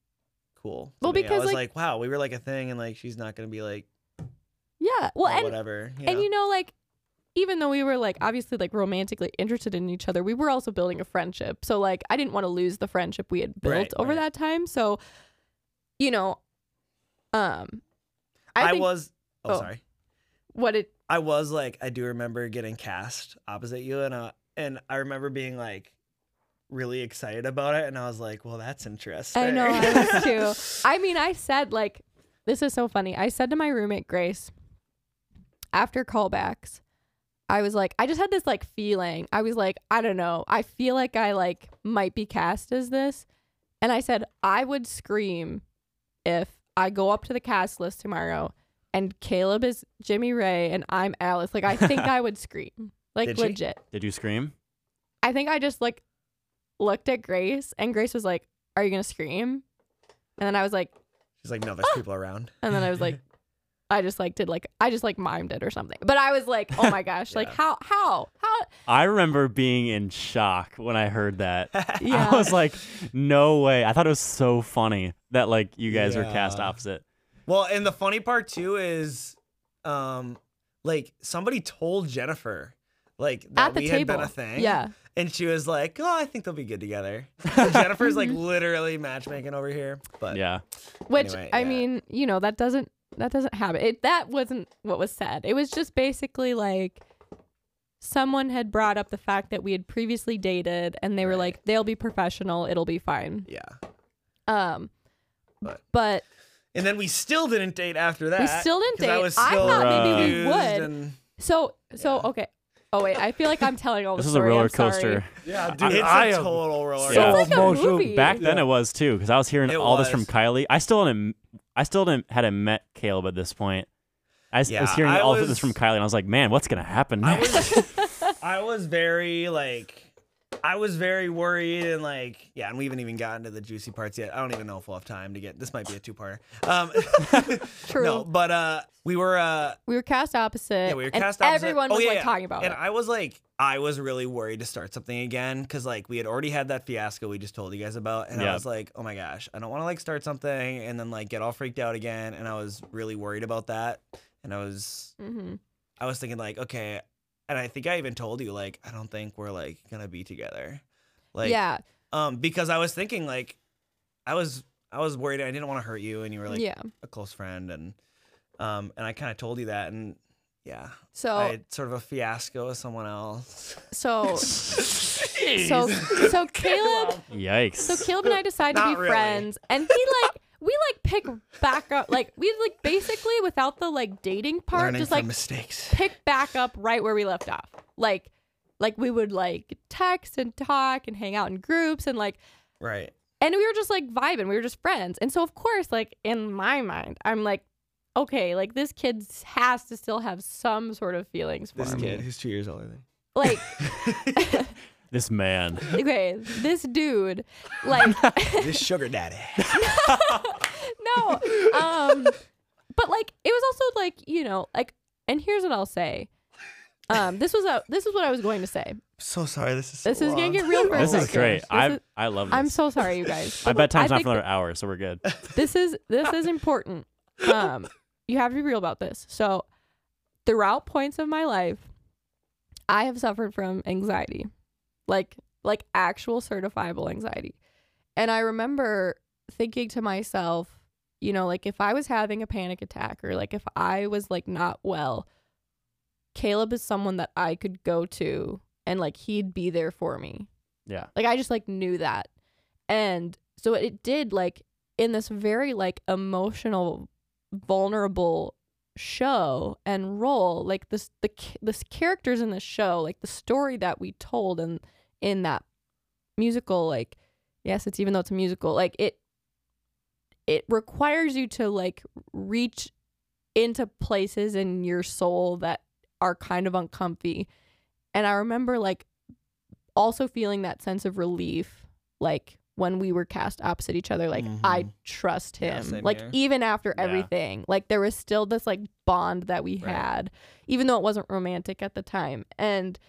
Speaker 4: cool. to
Speaker 3: Well,
Speaker 4: me.
Speaker 3: because,
Speaker 4: I was
Speaker 3: like-
Speaker 4: like, wow, we were like a thing, and like she's not gonna be like
Speaker 3: yeah, well,
Speaker 4: oh,
Speaker 3: and
Speaker 4: whatever. You
Speaker 3: and
Speaker 4: know?
Speaker 3: you know, like even though we were like obviously like romantically interested in each other, we were also building a friendship. So like I didn't want to lose the friendship we had built
Speaker 4: Right,
Speaker 3: over
Speaker 4: right.
Speaker 3: that time. So, you know, um,
Speaker 4: I,
Speaker 3: I, think
Speaker 4: was. Oh,
Speaker 3: oh.
Speaker 4: sorry.
Speaker 3: what it
Speaker 4: I was like, I do remember getting cast opposite you, and uh, and I remember being like really excited about it, and I was like, well, that's interesting.
Speaker 3: I know, I was too. I mean, I said like, this is so funny. I said to my roommate Grace after callbacks, I was like, I just had this like feeling. I was like, I don't know. I feel like I like might be cast as this, and I said I would scream if I go up to the cast list tomorrow and Caleb is Jimmy Ray and I'm Alice. Like I think I would scream. Like
Speaker 4: Did she?
Speaker 3: legit.
Speaker 1: Did you scream?
Speaker 3: I think I just like looked at Grace and Grace was like, Are you gonna scream? And then I was like
Speaker 4: She's like, no,
Speaker 3: Oh.
Speaker 4: there's people around.
Speaker 3: and then I was like I just like did like I just like mimed it or something. But I was like, Oh my gosh, like
Speaker 4: Yeah.
Speaker 3: how how how
Speaker 1: I remember being in shock when I heard that.
Speaker 3: Yeah.
Speaker 1: I was like, no way. I thought it was so funny that like you guys were cast
Speaker 4: Yeah.
Speaker 1: opposite.
Speaker 4: Well, and the funny part too is, um, like somebody told Jennifer, like that
Speaker 3: at the
Speaker 4: we
Speaker 3: table.
Speaker 4: had been a thing.
Speaker 3: Yeah.
Speaker 4: and she was like, "Oh, I think they'll be good together." And Jennifer's like
Speaker 3: Mm-hmm.
Speaker 4: literally matchmaking over here, but
Speaker 1: Yeah.
Speaker 3: Which
Speaker 4: Anyway,
Speaker 3: I
Speaker 4: yeah.
Speaker 3: mean, you know, that doesn't that doesn't happen. It that wasn't what was said. It was just basically like someone had brought up the fact that we had previously dated and they were
Speaker 4: Right.
Speaker 3: like, They'll be professional, it'll be fine.
Speaker 4: yeah,
Speaker 3: Um,
Speaker 4: But
Speaker 3: but
Speaker 4: and then we still didn't date after that.
Speaker 3: still didn't
Speaker 4: 'cause I
Speaker 3: date.
Speaker 4: was
Speaker 3: I
Speaker 4: still
Speaker 1: thought maybe
Speaker 3: we
Speaker 4: confused
Speaker 3: would.
Speaker 4: and-
Speaker 3: so so okay. Oh wait, I feel like I'm telling all the
Speaker 1: This is a
Speaker 3: story, I'm
Speaker 1: roller
Speaker 3: sorry.
Speaker 1: coaster.
Speaker 2: Yeah, dude,
Speaker 4: it's a
Speaker 2: I am
Speaker 4: total roller.
Speaker 1: Yeah.
Speaker 2: so
Speaker 1: It's
Speaker 3: like a
Speaker 2: emotional.
Speaker 3: movie.
Speaker 1: Back then it was too, because I was hearing
Speaker 4: It
Speaker 1: all this from
Speaker 4: was.
Speaker 1: Kylie. I still didn't, I still didn't hadn't met Caleb at this point. I s-
Speaker 4: Yeah,
Speaker 1: was hearing
Speaker 4: I
Speaker 1: all of
Speaker 4: was-
Speaker 1: this from Kylie, and I was like, man, what's gonna happen
Speaker 4: I
Speaker 1: next?
Speaker 4: was, I was very like, I was very worried and like, yeah, and we haven't even gotten to the juicy parts yet. I don't even know if we'll have time to get. This might be a two-parter. Um,
Speaker 3: True.
Speaker 4: No, but uh, we were uh,
Speaker 3: We were cast opposite.
Speaker 4: yeah, we were
Speaker 3: and
Speaker 4: cast opposite.
Speaker 3: Everyone
Speaker 4: Oh,
Speaker 3: was
Speaker 4: yeah,
Speaker 3: like
Speaker 4: yeah.
Speaker 3: talking about
Speaker 4: And
Speaker 3: it.
Speaker 4: I was like, I was really worried to start something again because like we had already had that fiasco we just told you guys about, and
Speaker 1: Yeah.
Speaker 4: I was like, oh my gosh, I don't want to like start something and then like get all freaked out again, and I was really worried about that, and I was
Speaker 3: hmm
Speaker 4: I was thinking like, okay, and I think I even told you like, I don't think we're like gonna be together, like,
Speaker 3: yeah,
Speaker 4: um, because I was thinking like, I was I was worried I didn't want to hurt you, and you were like
Speaker 3: yeah.
Speaker 4: a close friend, and um, and I kind of told you that, and yeah,
Speaker 3: So
Speaker 4: I had sort of a fiasco with someone else.
Speaker 3: so so so Caleb.
Speaker 1: Yikes!
Speaker 3: So Caleb and I decided to be
Speaker 4: Not really.
Speaker 3: friends, and he like we like pick back up. Like we like basically without the like dating part,
Speaker 4: Learning
Speaker 3: just
Speaker 4: from
Speaker 3: like
Speaker 4: mistakes.
Speaker 3: pick back up right where we left off. Like like we would like text and talk and hang out in groups and like
Speaker 4: Right.
Speaker 3: and we were just like vibing. We were just friends. And so of course, like in my mind, I'm like, okay, like this kid has to still have some sort of feelings for
Speaker 4: This
Speaker 3: me.
Speaker 4: kid who's two years older than
Speaker 3: Like
Speaker 1: this man.
Speaker 3: okay, this dude, like
Speaker 4: this sugar daddy.
Speaker 3: no. Um but like it was also like, you know, like and here's what I'll say. Um this was a this is what I was going to say.
Speaker 4: so sorry. This is so
Speaker 3: This is gonna
Speaker 4: long.
Speaker 3: get real for a
Speaker 1: This is
Speaker 3: second.
Speaker 1: great.
Speaker 3: This
Speaker 1: I
Speaker 3: is-
Speaker 1: I love this.
Speaker 3: I'm so sorry, you guys.
Speaker 1: My
Speaker 3: But, like,
Speaker 1: bedtime's
Speaker 3: I
Speaker 1: not
Speaker 3: think
Speaker 1: for another hour, so we're good.
Speaker 3: this is this is important. Um, you have to be real about this. So, throughout points of my life, I have suffered from anxiety, like like actual certifiable anxiety, and I remember thinking to myself, you know, like if I was having a panic attack or like if I was like not well, Caleb is someone that I could go to and like he'd be there for me.
Speaker 1: Yeah.
Speaker 3: Like I just like knew that. And so it did like in this very like emotional vulnerable show and role like this the ca- this characters in the show like the story that we told and in that musical like yes it's even though it's a musical like it it requires you to like reach into places in your soul that are kind of uncomfy and i remember like also feeling that sense of relief like when we were cast opposite each other like i
Speaker 4: Mhm.
Speaker 3: trust
Speaker 4: Yeah,
Speaker 3: him
Speaker 4: same
Speaker 3: like
Speaker 4: here.
Speaker 3: even after
Speaker 1: Yeah.
Speaker 3: everything like there was still this like bond that we
Speaker 4: Right.
Speaker 3: had even though it wasn't romantic at the time and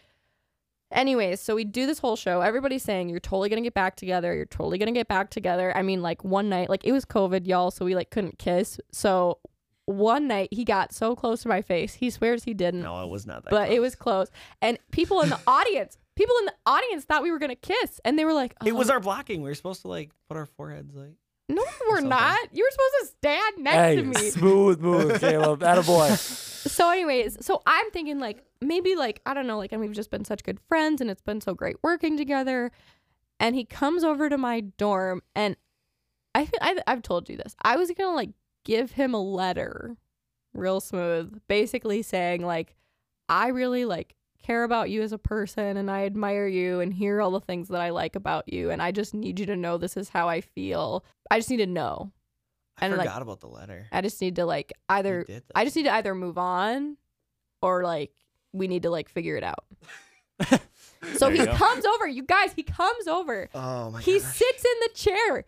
Speaker 3: anyways so we do this whole show everybody's saying you're totally gonna get back together you're totally gonna get back together i mean like one night like it was covid y'all so we like couldn't kiss so one night he got so close to my face he swears he didn't
Speaker 4: No, it was not that.
Speaker 3: but
Speaker 4: close.
Speaker 3: it was close and people in the audience people in the audience thought we were gonna kiss and they were like
Speaker 4: It was
Speaker 3: "Oh,
Speaker 4: our blocking. We were supposed to like put our foreheads like.
Speaker 3: no we're
Speaker 4: something.
Speaker 3: not you were supposed to stand next to
Speaker 2: Hey,
Speaker 3: me
Speaker 2: smooth move, Caleb. Attaboy.
Speaker 3: So, anyways, so I'm thinking like maybe like I don't know, like and we've just been such good friends and it's been so great working together. And he comes over to my dorm and I think I, I've told you this. I was gonna like give him a letter, real smooth, basically saying like I really like care about you as a person and I admire you and here are all the things that I like about you and I just need you to know this is how I feel. I just need to know.
Speaker 4: I
Speaker 3: And, like,
Speaker 4: forgot about the letter.
Speaker 3: I just need to like
Speaker 4: You
Speaker 3: either
Speaker 4: did that.
Speaker 3: I just need to either move on or like we need to like figure it out. so
Speaker 1: There
Speaker 3: he
Speaker 1: you go.
Speaker 3: comes over, you guys, he comes over.
Speaker 4: Oh my.
Speaker 3: he
Speaker 4: gosh.
Speaker 3: sits in the chair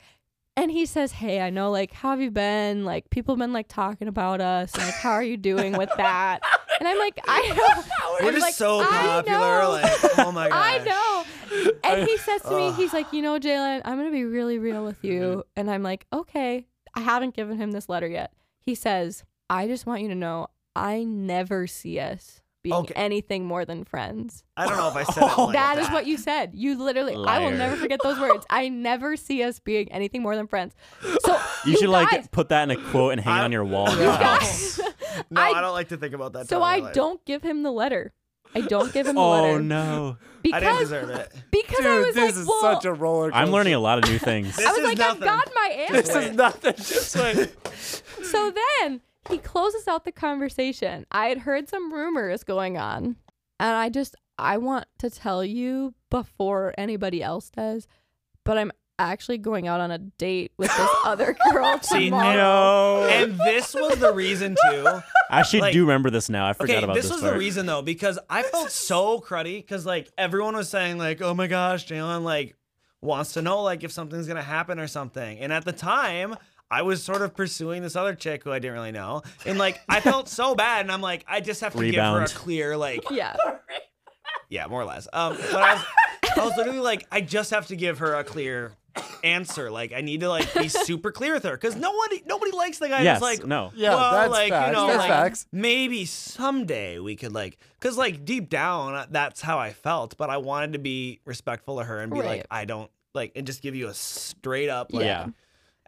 Speaker 3: and he says, Hey, I know like how have you been? Like people have been like talking about us, like how are you doing with that? And I'm like, I know.
Speaker 4: We're
Speaker 3: I'm
Speaker 4: just
Speaker 3: like,
Speaker 4: so
Speaker 3: "I
Speaker 4: popular.
Speaker 3: know."
Speaker 4: Like, oh my gosh.
Speaker 3: I know. And he says to me,
Speaker 4: Ugh.
Speaker 3: he's like, you know, Jalen, I'm gonna be really real with you. And I'm like, okay. I haven't given him this letter yet. He says, I just want you to know I never see us being
Speaker 4: Okay.
Speaker 3: anything more than friends.
Speaker 4: I don't know if I said it like
Speaker 3: that is what you said. You literally I will
Speaker 1: Liar.
Speaker 3: never forget those words. I never see us being anything more than friends. So
Speaker 1: You should
Speaker 3: guys-
Speaker 1: like Oh. put that in a quote and hang it
Speaker 4: I-
Speaker 1: on your wall. in
Speaker 4: You
Speaker 1: your house.
Speaker 4: guys- No, I,
Speaker 3: I-
Speaker 4: don't like to think about that.
Speaker 3: so
Speaker 4: time
Speaker 3: I
Speaker 4: in my life.
Speaker 3: don't give him the letter. I don't give him the
Speaker 1: Oh
Speaker 3: letter
Speaker 1: no.
Speaker 4: I
Speaker 3: because
Speaker 4: didn't deserve it.
Speaker 3: because
Speaker 2: Dude,
Speaker 3: I was
Speaker 2: this
Speaker 3: like,
Speaker 2: is
Speaker 3: well,
Speaker 2: such a roller coaster.
Speaker 1: I'm learning a lot of new things.
Speaker 3: I
Speaker 4: This
Speaker 3: was
Speaker 4: is
Speaker 3: like,
Speaker 4: nothing.
Speaker 3: I've got my answer.
Speaker 2: This is nothing. Just like
Speaker 3: So then he closes out the conversation. I had heard some rumors going on, and I just I want to tell you before anybody else does, but I'm actually going out on a date with this other girl
Speaker 4: See,
Speaker 3: tomorrow.
Speaker 4: And this was the reason too.
Speaker 1: I actually
Speaker 4: Like-
Speaker 1: do remember this now. I forgot
Speaker 4: Okay,
Speaker 1: about
Speaker 4: this
Speaker 1: this.
Speaker 4: was
Speaker 1: part.
Speaker 4: the reason though, because I felt so cruddy because like everyone was saying like, oh my gosh, Jalen like wants to know like if something's gonna happen or something. And at the time, I was sort of pursuing this other chick who I didn't really know, and like I felt so bad, and I'm like, I just have to
Speaker 1: Rebound.
Speaker 4: give her a clear like,
Speaker 3: Yeah.
Speaker 4: yeah, more or less. Um, but I was, I was literally like, I just have to give her a clear answer. Like I need to like be super clear with her because no one, nobody likes the guy
Speaker 1: Yes.
Speaker 4: who's like,
Speaker 1: no.
Speaker 2: yeah,
Speaker 4: well,
Speaker 2: that's
Speaker 4: like
Speaker 2: facts.
Speaker 4: you know,
Speaker 2: that's
Speaker 4: like
Speaker 2: facts.
Speaker 4: maybe someday we could like, cause like deep down uh, that's how I felt, but I wanted to be respectful to her and be
Speaker 3: Right.
Speaker 4: like, I don't like, and just give you a straight up like
Speaker 1: Yeah.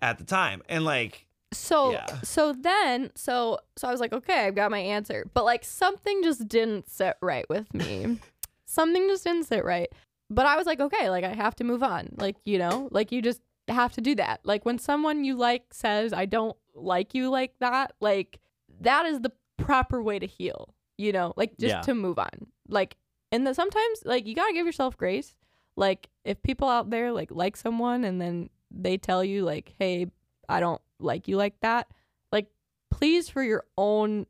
Speaker 4: at the time and like
Speaker 3: So
Speaker 4: Yeah.
Speaker 3: so then so so I was like, okay, I've got my answer. But like something just didn't sit right with me. something just didn't sit right. But I was like, okay, like I have to move on. Like, you know, like you just have to do that. Like when someone you like says, I don't like you like that, like that is the proper way to heal, you know, like just
Speaker 1: Yeah.
Speaker 3: to move on. Like and then sometimes like you gotta give yourself grace. Like if people out there like like someone and then they tell you like, hey, I don't like you like that. Like, please, for your own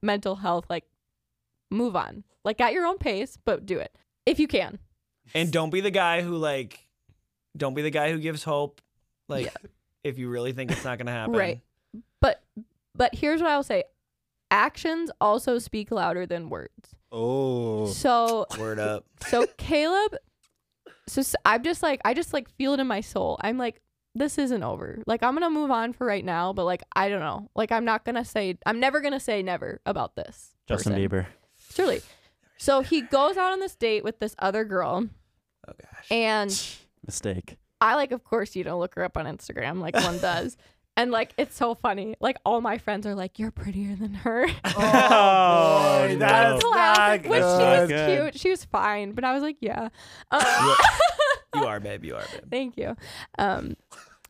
Speaker 3: mental health, like, move on. Like, at your own pace, but do it if you can.
Speaker 4: And don't be the guy who like, don't be the guy who gives hope. Like, if you really think it's not gonna happen,
Speaker 3: Right. But, but here's what I will say actions also speak louder than words.
Speaker 2: Oh.
Speaker 3: So,
Speaker 4: Word up.
Speaker 3: so Caleb, so s- I'm just like, I just like feel it in my soul. I'm like, this isn't over. Like, I'm gonna move on for right now, but like, I don't know. Like, I'm not gonna say, I'm never gonna say never about this.
Speaker 1: Justin
Speaker 3: person.
Speaker 1: Bieber.
Speaker 3: Surely. So he goes out on this date with this other girl,
Speaker 4: Oh gosh.
Speaker 3: and
Speaker 1: Mistake.
Speaker 3: I like, of course, you don't look her up on Instagram like one does. And like, it's so funny. Like, all my friends are like, you're prettier than her.
Speaker 4: Oh,
Speaker 1: Oh,
Speaker 2: boy,
Speaker 1: no.
Speaker 2: that's
Speaker 3: Classic.
Speaker 2: not
Speaker 3: Which she
Speaker 2: good.
Speaker 3: was
Speaker 1: good.
Speaker 3: cute. She was fine. But I was like, yeah. Um,
Speaker 4: You are, babe. You are, babe.
Speaker 3: Thank you. Um,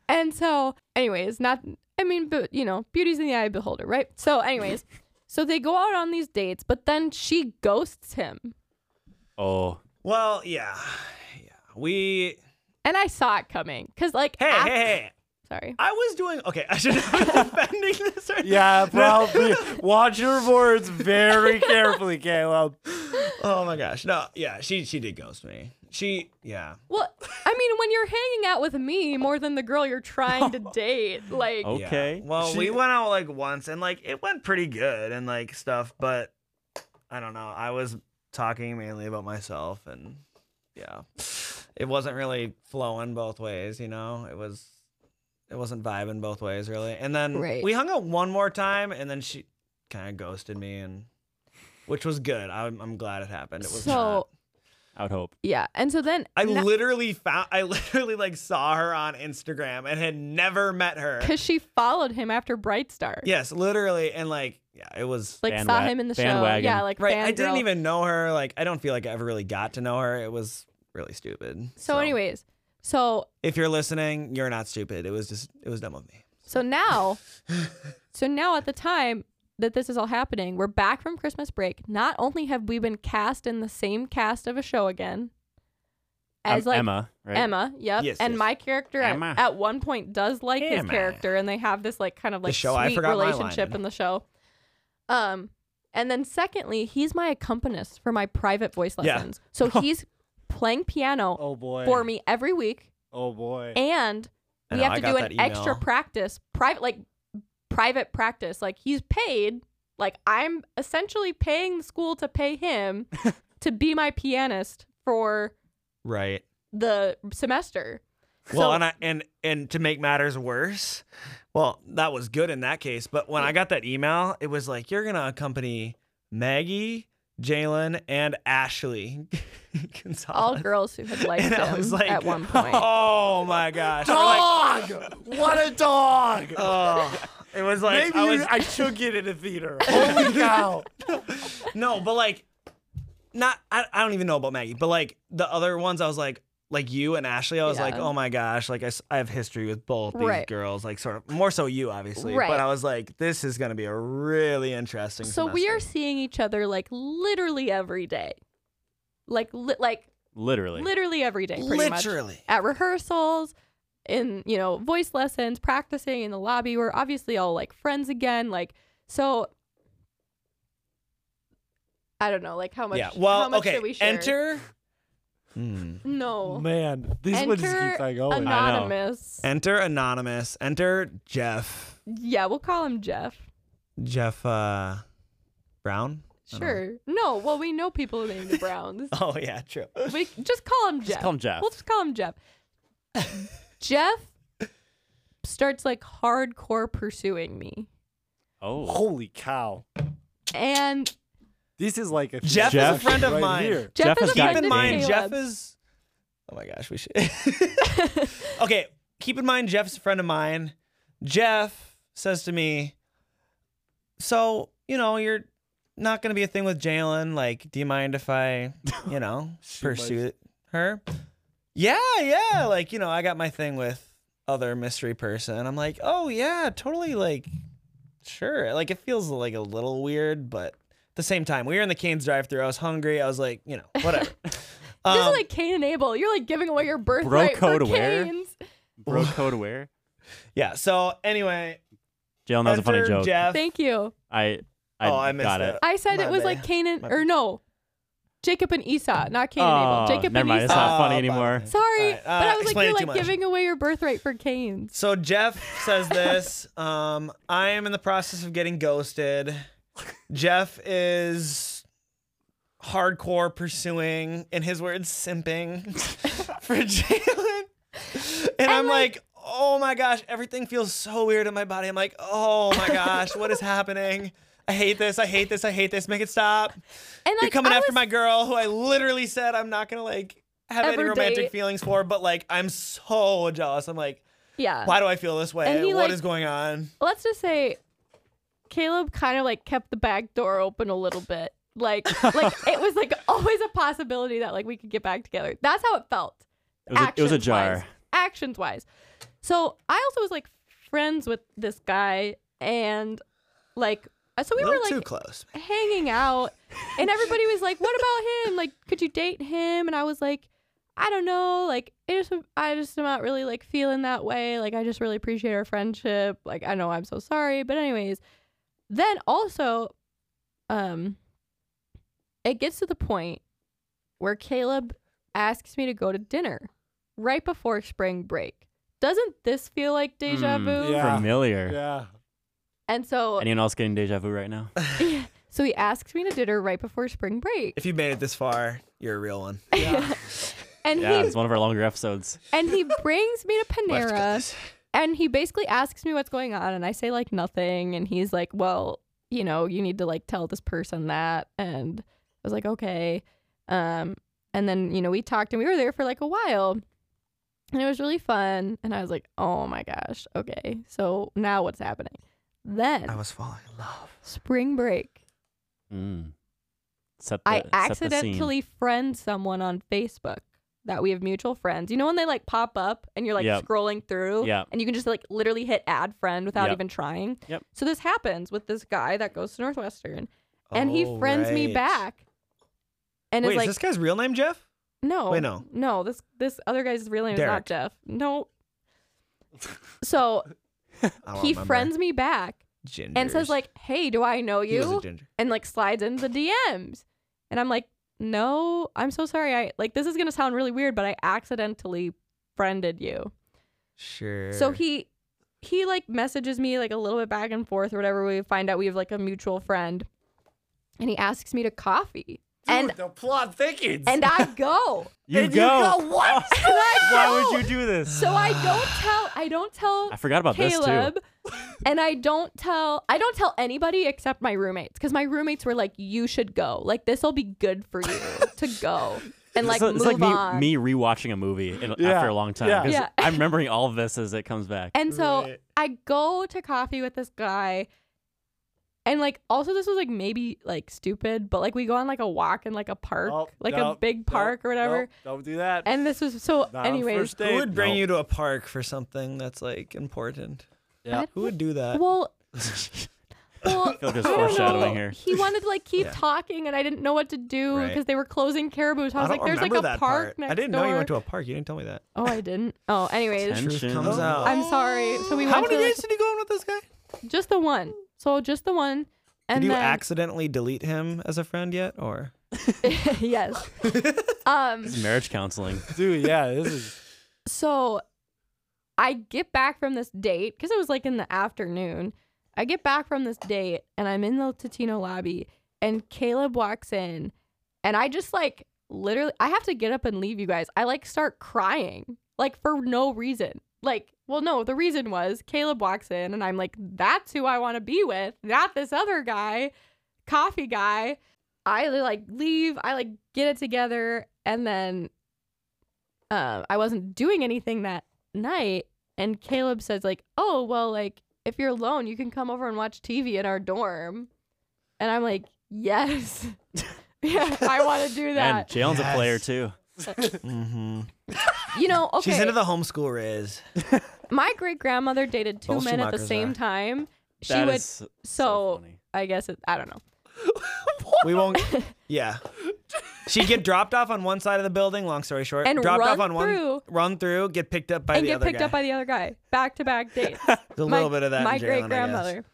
Speaker 3: and so, anyways, not, I mean, but you know, beauty's in the eye of the beholder, right? So, anyways, so they go out on these dates, but then she ghosts him.
Speaker 1: Oh.
Speaker 4: Well, yeah, yeah. We
Speaker 3: And I saw it coming. Cause like,
Speaker 4: hey,
Speaker 3: af-
Speaker 4: hey, hey.
Speaker 3: sorry.
Speaker 4: I was doing okay. I should have been defending this. Right
Speaker 2: Yeah, probably. Watch your words very carefully, Caleb.
Speaker 4: Oh my gosh. No. Yeah. She she did ghost me. She yeah.
Speaker 3: Well, I mean, when you're hanging out with me more than the girl you're trying to date, like,
Speaker 1: Oh.
Speaker 4: Yeah.
Speaker 1: Okay.
Speaker 4: Well,
Speaker 2: She-
Speaker 4: we went out like once and like it went pretty good and like stuff, but I don't know. I was talking mainly about myself and yeah. It wasn't really flowing both ways, you know? It was it wasn't vibing both ways really. And then
Speaker 3: Right.
Speaker 4: we hung out one more time and then she kind of ghosted me and which was good. I'm, I'm glad it happened. It was
Speaker 3: so
Speaker 4: not-
Speaker 1: I would hope.
Speaker 3: yeah. And so then
Speaker 4: I literally found I literally like saw her on Instagram and had never met her.
Speaker 3: because she followed him after Bright Star,
Speaker 4: Yes, literally, and like, yeah, it was
Speaker 3: like
Speaker 1: Bandwa-
Speaker 3: saw him in the show,
Speaker 1: bandwagon.
Speaker 3: yeah, like
Speaker 4: right. I
Speaker 3: fangirl.
Speaker 4: didn't even know her. Like, I don't feel like I ever really got to know her. It was really stupid.
Speaker 3: So, anyways, so
Speaker 4: if you're listening, you're not stupid. It was just, it was dumb of me.
Speaker 3: so now, so now at the time that this is all happening, we're back from Christmas break. Not only have we been cast in the same cast of a show again, as
Speaker 1: Um,
Speaker 3: like
Speaker 1: Emma, right?
Speaker 3: Emma, yep.
Speaker 4: Yes,
Speaker 3: and
Speaker 4: yes.
Speaker 3: my character at,
Speaker 1: Emma.
Speaker 3: at one point does like his
Speaker 1: Emma.
Speaker 3: character, and they have this like kind of like
Speaker 4: show, I
Speaker 3: sweet
Speaker 4: forgot my
Speaker 3: relationship
Speaker 4: line.
Speaker 3: in the show. Um, and then secondly, he's my accompanist for my private voice
Speaker 4: Yeah.
Speaker 3: lessons, so he's playing piano
Speaker 2: Oh boy.
Speaker 3: for me every week,
Speaker 2: Oh boy.
Speaker 3: and
Speaker 4: I
Speaker 3: we
Speaker 4: know,
Speaker 3: have
Speaker 4: I
Speaker 3: to
Speaker 4: got
Speaker 3: do
Speaker 4: that
Speaker 3: an
Speaker 4: email.
Speaker 3: extra practice, private like private practice. Like he's paid, like I'm essentially paying the school to pay him to be my pianist for
Speaker 4: Right.
Speaker 3: the semester.
Speaker 4: Well,
Speaker 3: So-
Speaker 4: and I and and to make matters worse, well, that was good in that case. But when I got that email, it was like you're gonna accompany Maggie, Jalen, and Ashley.
Speaker 3: all
Speaker 4: Gonzalez.
Speaker 3: girls who had liked
Speaker 4: And I
Speaker 3: him
Speaker 4: was like,
Speaker 3: at one point.
Speaker 4: Oh my gosh. I was like,
Speaker 2: Dog! what a dog!
Speaker 4: oh. It was like
Speaker 2: Maybe
Speaker 4: I
Speaker 2: I,
Speaker 4: was
Speaker 2: I should get in a theater. Holy cow!
Speaker 4: no, but like not I, I don't even know about Maggie, but like the other ones, I was like like you and Ashley, I was like,
Speaker 3: Yeah.
Speaker 4: oh my gosh, like I, s- I have history with both these
Speaker 3: Right.
Speaker 4: girls, like sort of more so you obviously,
Speaker 3: Right.
Speaker 4: but I was like, this is gonna be a really interesting.
Speaker 3: So we are
Speaker 4: semester.
Speaker 3: seeing each other like literally every day, like li- like
Speaker 1: Literally.
Speaker 3: literally every day, pretty much.
Speaker 4: literally
Speaker 3: at rehearsals, in you know voice lessons, practicing in the lobby. We're obviously all like friends again. Like so, I don't know, like how much.
Speaker 4: yeah. Well,
Speaker 3: how much
Speaker 4: okay.
Speaker 3: Should we share?
Speaker 4: Enter. Hmm.
Speaker 3: No.
Speaker 2: Man, these ones just
Speaker 3: Enter
Speaker 2: keep on going.
Speaker 1: ano-
Speaker 3: anonymous.
Speaker 4: Enter anonymous. Enter Jeff.
Speaker 3: yeah, we'll call him Jeff.
Speaker 4: Jeff uh, Brown. I don't know.
Speaker 3: Sure. No, well, we know people named the Browns.
Speaker 4: Oh yeah, true.
Speaker 3: we just call him Jeff.
Speaker 1: Just call him Jeff.
Speaker 3: We'll just call him Jeff. Jeff starts like hardcore pursuing me.
Speaker 1: Oh.
Speaker 2: Holy cow.
Speaker 3: And
Speaker 2: This is like a
Speaker 4: Jeff
Speaker 1: is a
Speaker 2: Jeff
Speaker 4: friend of
Speaker 2: right
Speaker 4: mine.
Speaker 2: Here.
Speaker 3: Jeff,
Speaker 1: Jeff
Speaker 3: is
Speaker 1: has
Speaker 3: a
Speaker 1: got-
Speaker 4: keep
Speaker 3: friend
Speaker 4: in
Speaker 3: of
Speaker 4: mind,
Speaker 3: Caleb's.
Speaker 4: Jeff is. Oh my gosh, we should. okay, keep in mind, Jeff's a friend of mine. Jeff says to me, "So you know you're not gonna be a thing with Jalen. Like, do you mind if I, you know,
Speaker 2: She
Speaker 4: pursue her?" Yeah, yeah. Like you know, I got my thing with other mystery person. I'm like, oh yeah, totally. Like, sure. Like it feels like a little weird, but at the same time, we were in the Canes drive-through. I was hungry. I was like, you know, whatever.
Speaker 3: This
Speaker 4: Um,
Speaker 3: is like Cain and Abel. You're like giving away your birthright for
Speaker 1: code aware.
Speaker 3: Cain's.
Speaker 1: Bro code where?
Speaker 4: yeah. So anyway,
Speaker 1: Jalen, Oh, that was a funny
Speaker 4: enter
Speaker 1: joke.
Speaker 4: Jeff.
Speaker 3: Thank you.
Speaker 1: I I,
Speaker 4: Oh, I missed
Speaker 1: got
Speaker 4: that.
Speaker 1: it.
Speaker 3: I said
Speaker 4: My
Speaker 3: it was
Speaker 4: bad.
Speaker 3: like Cain and
Speaker 4: My
Speaker 3: or no, Jacob and Esau, not Cain and Abel.
Speaker 1: Oh,
Speaker 3: Jacob
Speaker 1: never
Speaker 3: and
Speaker 1: mind. It's
Speaker 3: Esau.
Speaker 1: not funny
Speaker 4: Oh,
Speaker 1: anymore.
Speaker 4: bummer.
Speaker 3: Sorry,
Speaker 4: All right,
Speaker 3: but
Speaker 4: uh,
Speaker 3: I was like,
Speaker 4: explain
Speaker 3: you're
Speaker 4: it
Speaker 3: like
Speaker 4: too much.
Speaker 3: giving away your birthright for Cain's.
Speaker 4: So Jeff says this. um, I am in the process of getting ghosted. Jeff is hardcore pursuing, in his words, simping for Jalen. And, I'm like, oh my gosh, everything feels so weird in my body. I'm like, oh my gosh, what is happening? I hate this. I hate this. I hate this. Make it stop.
Speaker 3: And like,
Speaker 4: You're coming
Speaker 3: I
Speaker 4: after
Speaker 3: was-
Speaker 4: my girl, who I literally said I'm not gonna like have any
Speaker 3: Ever
Speaker 4: romantic
Speaker 3: date.
Speaker 4: feelings for, but like I'm so jealous. I'm like,
Speaker 3: yeah.
Speaker 4: why do I feel this way? What
Speaker 3: And
Speaker 4: is
Speaker 3: he, like-
Speaker 4: going on?
Speaker 3: let's just say Caleb kind of like kept the back door open a little bit. Like like it was like always a possibility that like we could get back together. That's how it felt.
Speaker 1: It was a- it was a
Speaker 3: Actions-wise.
Speaker 1: jar.
Speaker 3: Actions wise. So I also was like friends with this guy and like so we
Speaker 4: a
Speaker 3: were
Speaker 4: little
Speaker 3: like
Speaker 4: too close.
Speaker 3: hanging out and everybody was like what about him like could you date him and i was like i don't know like it just i just am not really like feeling that way like i just really appreciate our friendship like i know i'm so sorry but anyways then also um it gets to the point where caleb asks me to go to dinner right before spring break doesn't this feel like deja
Speaker 1: Hmm,
Speaker 3: vu
Speaker 2: Yeah.
Speaker 1: Familiar.
Speaker 2: Yeah.
Speaker 3: and so
Speaker 1: Anyone else getting deja vu right now?
Speaker 3: so he asks me to dinner right before spring break
Speaker 4: If you made it this far, you're a real one.
Speaker 3: and
Speaker 1: Yeah,
Speaker 3: he
Speaker 1: it's one of our longer episodes.
Speaker 3: and he brings me to
Speaker 4: Let's cut
Speaker 3: Panera
Speaker 4: this.
Speaker 3: and he basically asks me what's going on and I say like nothing and he's like, "Well, you know, you need to like tell this person that." And I was like, "Okay." Um and then, you know, we talked and we were there for like a while. And it was really fun and I was like, "Oh my gosh. Okay. So now what's happening?" Then
Speaker 4: I was falling in love.
Speaker 3: spring break.
Speaker 1: Mm. Set the,
Speaker 3: I
Speaker 1: set the scene.
Speaker 3: accidentally friend someone on Facebook that we have mutual friends. You know when they like pop up and you're like
Speaker 1: Yep.
Speaker 3: scrolling through
Speaker 1: Yep.
Speaker 3: and you can just like literally hit add friend without
Speaker 1: Yep.
Speaker 3: even trying.
Speaker 1: Yep.
Speaker 3: So this happens with this guy that goes to Northwestern and he
Speaker 4: Oh,
Speaker 3: friends me
Speaker 4: right.
Speaker 3: back. And
Speaker 4: Wait,
Speaker 3: it's like
Speaker 4: is this guy's real name Jeff?
Speaker 3: no.
Speaker 4: Wait, no.
Speaker 3: No, this this other guy's real name is
Speaker 4: Derek.
Speaker 3: not Jeff. No. So
Speaker 4: I don't
Speaker 3: he
Speaker 4: remember.
Speaker 3: friends me back
Speaker 4: Gingers.
Speaker 3: and says like, "Hey, do I know
Speaker 4: He was a
Speaker 3: you?"
Speaker 4: ginger.
Speaker 3: and like slides into the DMs. And I'm like, no, I'm so sorry. I like this is gonna sound really weird, but I accidentally friended you.
Speaker 4: Sure.
Speaker 3: So he he like messages me like a little bit back and forth or whatever. We find out we have like a mutual friend, and he asks me to coffee, and
Speaker 2: the plot thickens.
Speaker 3: and I go.
Speaker 1: You
Speaker 2: And
Speaker 1: go.
Speaker 2: What?
Speaker 3: And I
Speaker 1: Why
Speaker 3: go.
Speaker 1: would you do this?
Speaker 3: So I don't tell. I don't tell.
Speaker 1: I forgot about this, too.
Speaker 3: Caleb, and I don't tell. I don't tell anybody except my roommates because my roommates were like, "You should go. Like this will be good for you to go and like
Speaker 1: it's, like-
Speaker 3: move
Speaker 1: it's like me,
Speaker 3: on."
Speaker 1: me rewatching a movie in,
Speaker 2: Yeah,
Speaker 1: after a long time.
Speaker 2: yeah.
Speaker 1: 'cause
Speaker 3: Yeah.
Speaker 1: I'm remembering all of this as it comes back.
Speaker 3: And so
Speaker 4: Right.
Speaker 3: I go to coffee with this guy, And like also this was like maybe like stupid, but like we go on like a walk in like a park,
Speaker 2: Nope,
Speaker 3: like a
Speaker 2: Oh, nope,
Speaker 3: big park
Speaker 2: nope,
Speaker 3: or whatever.
Speaker 2: nope, don't do that.
Speaker 3: And this was so
Speaker 2: Not on
Speaker 3: anyways.
Speaker 2: first date.
Speaker 4: Who would bring
Speaker 2: Nope.
Speaker 4: you to a park for something that's like important?
Speaker 2: Yeah.
Speaker 3: I
Speaker 4: Who would do that?
Speaker 3: Well, well,
Speaker 1: feel just
Speaker 3: I don't
Speaker 1: foreshadowing
Speaker 3: know.
Speaker 1: here.
Speaker 3: He wanted to like keep
Speaker 4: Yeah.
Speaker 3: talking, and I didn't know what to do
Speaker 1: Right.
Speaker 3: because they were closing Caribou's. So I was
Speaker 4: don't
Speaker 3: like, "There's like
Speaker 4: remember
Speaker 3: a
Speaker 4: that
Speaker 3: park
Speaker 4: part.
Speaker 3: next
Speaker 4: I didn't
Speaker 3: door.
Speaker 4: know you went to a park. You didn't tell me that.
Speaker 3: oh, I didn't. Oh, anyways,
Speaker 1: Tension.
Speaker 4: Truth comes
Speaker 1: Oh.
Speaker 4: out.
Speaker 3: I'm sorry. So we
Speaker 4: How
Speaker 3: went
Speaker 4: many
Speaker 3: to
Speaker 4: days did you go on with this guy?
Speaker 3: just the one. So just the one. And
Speaker 4: did you
Speaker 3: then,
Speaker 4: accidentally delete him as a friend yet, or
Speaker 3: yes. um.
Speaker 1: This is marriage counseling.
Speaker 2: Dude, yeah, this is
Speaker 3: So I get back from this date because it was like in the afternoon. I get back from this date and I'm in the Totino lobby and Caleb walks in and I just like literally I have to get up and leave you guys. I like start crying like for no reason. Like, well no, the reason was Caleb walks in and I'm like that's who I want to be with, not this other guy, coffee guy. I like leave, I like get it together and then um, I wasn't doing anything that night. And Caleb says, like, oh, well, like, if you're alone, you can come over and watch TV in our dorm. And I'm like, yes. yeah, I want to do
Speaker 1: And
Speaker 3: that.
Speaker 1: Jalen's a player
Speaker 4: Yes.
Speaker 1: too.
Speaker 3: you know, okay.
Speaker 4: Mm-hmm. she's into the homeschool Riz?
Speaker 3: my great grandmother dated two
Speaker 4: Both
Speaker 3: men at the
Speaker 4: Schumachers
Speaker 3: same
Speaker 4: are.
Speaker 3: time. She
Speaker 1: That
Speaker 3: would,
Speaker 1: is
Speaker 3: so,
Speaker 1: so funny.
Speaker 3: I guess it, I don't know.
Speaker 4: We won't. Yeah, she'd get dropped off on one side of the building. Long story short,
Speaker 3: And
Speaker 4: dropped off
Speaker 3: run
Speaker 4: on one,
Speaker 3: through.
Speaker 4: run through, get picked up by
Speaker 3: and
Speaker 4: the
Speaker 3: get
Speaker 4: other
Speaker 3: picked
Speaker 4: guy.
Speaker 3: up by the other guy. Back to back dates.
Speaker 4: There's a
Speaker 3: My-
Speaker 4: little bit of that. in
Speaker 3: My
Speaker 4: Jalen, I
Speaker 3: great
Speaker 4: guess.
Speaker 3: grandmother.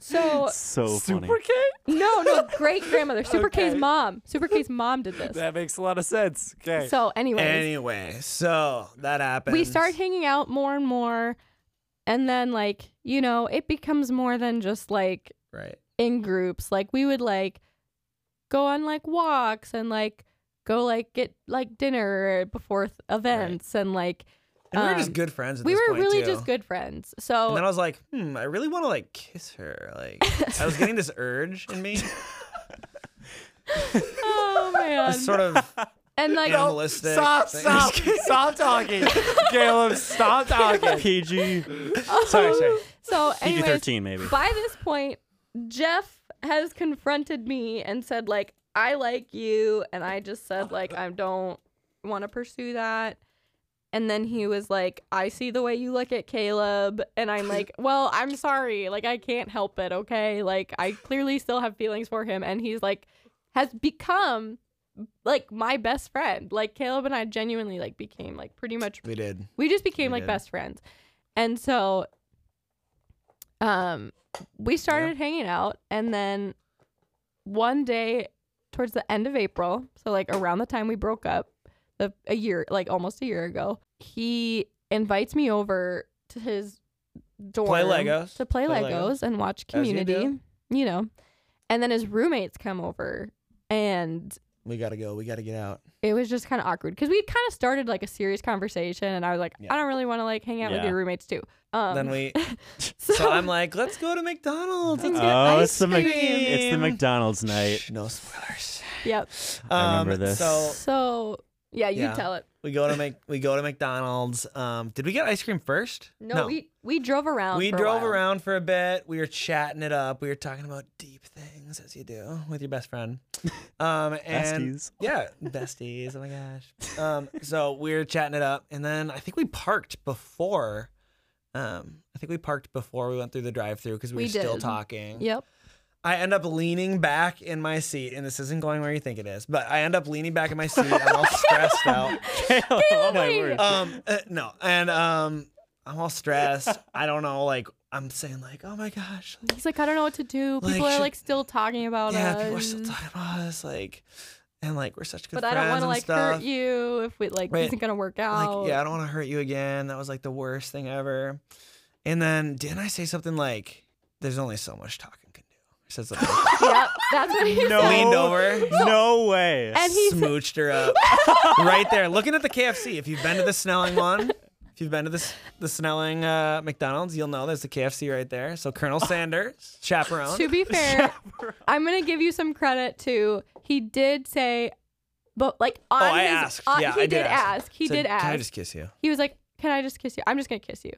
Speaker 3: So,
Speaker 1: So funny.
Speaker 2: super cute.
Speaker 3: no, no, great grandmother. Super K's
Speaker 2: Okay.
Speaker 3: mom. Super K's mom did this.
Speaker 2: That makes a lot of sense. Okay.
Speaker 3: So, anyways,
Speaker 4: Anyway, so that happened.
Speaker 3: we start hanging out more and more. And then, like, you know, it becomes more than just like
Speaker 4: right.
Speaker 3: in groups. Like, we would like go on like walks and like go like get like dinner before th- events. And like,
Speaker 4: And we were
Speaker 3: um,
Speaker 4: just good friends. At
Speaker 3: we
Speaker 4: this
Speaker 3: were
Speaker 4: point,
Speaker 3: really
Speaker 4: too.
Speaker 3: just good friends. So,
Speaker 4: And then I was like, hmm, I really want to like kiss her. Like, I was getting this urge in me,
Speaker 3: oh man.
Speaker 4: this sort of
Speaker 3: and like,
Speaker 4: animalistic.
Speaker 2: Stop,
Speaker 4: thing.
Speaker 2: stop, stop talking. Caleb, stop talking.
Speaker 1: PG
Speaker 4: sorry, sorry.
Speaker 3: so,
Speaker 1: PG
Speaker 3: Oh. anyways,
Speaker 1: thirteen maybe.
Speaker 3: by this point, Jeff has confronted me and said, like, I like you. And I just said, like, I don't want to pursue that. And then he was like, I see the way you look at Caleb. And I'm like, well, I'm sorry. Like, I can't help it. Okay. Like, I clearly still have feelings for him. And he's like, has become like my best friend. Like, Caleb and I genuinely, like, became like pretty much
Speaker 4: We did.
Speaker 3: we just became
Speaker 4: We
Speaker 3: like
Speaker 4: did.
Speaker 3: best friends. And so um we started hanging out and then one day towards the end of April, so like around the time we broke up, the a year like almost a year ago, he invites me over to his dorm
Speaker 4: Legos.
Speaker 3: to play,
Speaker 4: Play
Speaker 3: Legos, and watch
Speaker 4: As you
Speaker 3: Community,
Speaker 4: do.
Speaker 3: you know. And then his roommates come over and
Speaker 4: We gotta go. We gotta get out.
Speaker 3: it was just kind of awkward because we had kind of started like a serious conversation, and I was like,
Speaker 4: Yeah.
Speaker 3: I don't really want to like hang out with
Speaker 1: Yeah.
Speaker 3: your roommates too. Um,
Speaker 4: then we.
Speaker 3: so,
Speaker 4: So Uh, I'm like, let's go to McDonald's. Let's get
Speaker 1: Oh,
Speaker 3: ice
Speaker 1: it's the Mc-
Speaker 3: cream.
Speaker 1: it's the McDonald's night.
Speaker 4: Shh, no spoilers. Um,
Speaker 3: yep.
Speaker 1: I remember this.
Speaker 4: So
Speaker 3: So yeah, you
Speaker 4: Yeah.
Speaker 3: tell it.
Speaker 4: we go to Mc, we go to McDonald's. Um, did we get ice cream first?
Speaker 3: No, we we drove around.
Speaker 4: we
Speaker 3: for a
Speaker 4: drove
Speaker 3: while.
Speaker 4: around for a bit. We were chatting it up. We were talking about deep things, as you do with your best friend. Um, and
Speaker 1: Besties.
Speaker 4: yeah, besties. Oh my gosh. Um, so we were chatting it up, and then I think we parked before. Um, I think we parked before we went through the drive-through because we,
Speaker 3: We
Speaker 4: were still
Speaker 3: did.
Speaker 4: talking.
Speaker 3: Yep.
Speaker 4: I end up leaning back in my seat, and this isn't going where you think it is, but I end up leaning back in my seat. I'm all stressed out.
Speaker 1: oh my
Speaker 3: wait.
Speaker 1: word.
Speaker 4: Um, uh, no, and um, I'm all stressed. I don't know, like I'm saying, like, oh my gosh, like,
Speaker 3: He's like, I don't know what to do.
Speaker 4: Like,
Speaker 3: People are
Speaker 4: should-
Speaker 3: like still talking about
Speaker 4: yeah,
Speaker 3: us.
Speaker 4: people are still talking about us, like, and like we're such good
Speaker 3: but I
Speaker 4: friends
Speaker 3: don't want
Speaker 4: and
Speaker 3: to like
Speaker 4: stuff.
Speaker 3: hurt you if we like
Speaker 4: Right.
Speaker 3: this isn't gonna work out.
Speaker 4: Like, yeah, I don't want to hurt you again. That was like the worst thing ever. And then didn't I say something like, "There's only so much talking can do." I said something. like
Speaker 3: Yep.
Speaker 4: that.
Speaker 3: That's what he
Speaker 1: No.
Speaker 3: said.
Speaker 4: Leaned over.
Speaker 1: No way.
Speaker 3: And he said,
Speaker 4: smooched her up right there. Looking at the KFC. If you've been to the Snelling one, if you've been to the the Snelling uh, McDonald's, you'll know there's the KFC right there. So Colonel Sanders, chaperone.
Speaker 3: to be fair, I'm gonna give you some credit too. He did say, but like on
Speaker 4: Oh, I
Speaker 3: his,
Speaker 4: asked.
Speaker 3: on-
Speaker 4: Yeah,
Speaker 3: he
Speaker 4: I
Speaker 3: did
Speaker 4: did ask.
Speaker 3: ask. He
Speaker 4: Said,
Speaker 3: did ask.
Speaker 4: Can I just kiss you?
Speaker 3: he was like, "Can I just kiss you? I'm just gonna kiss you,"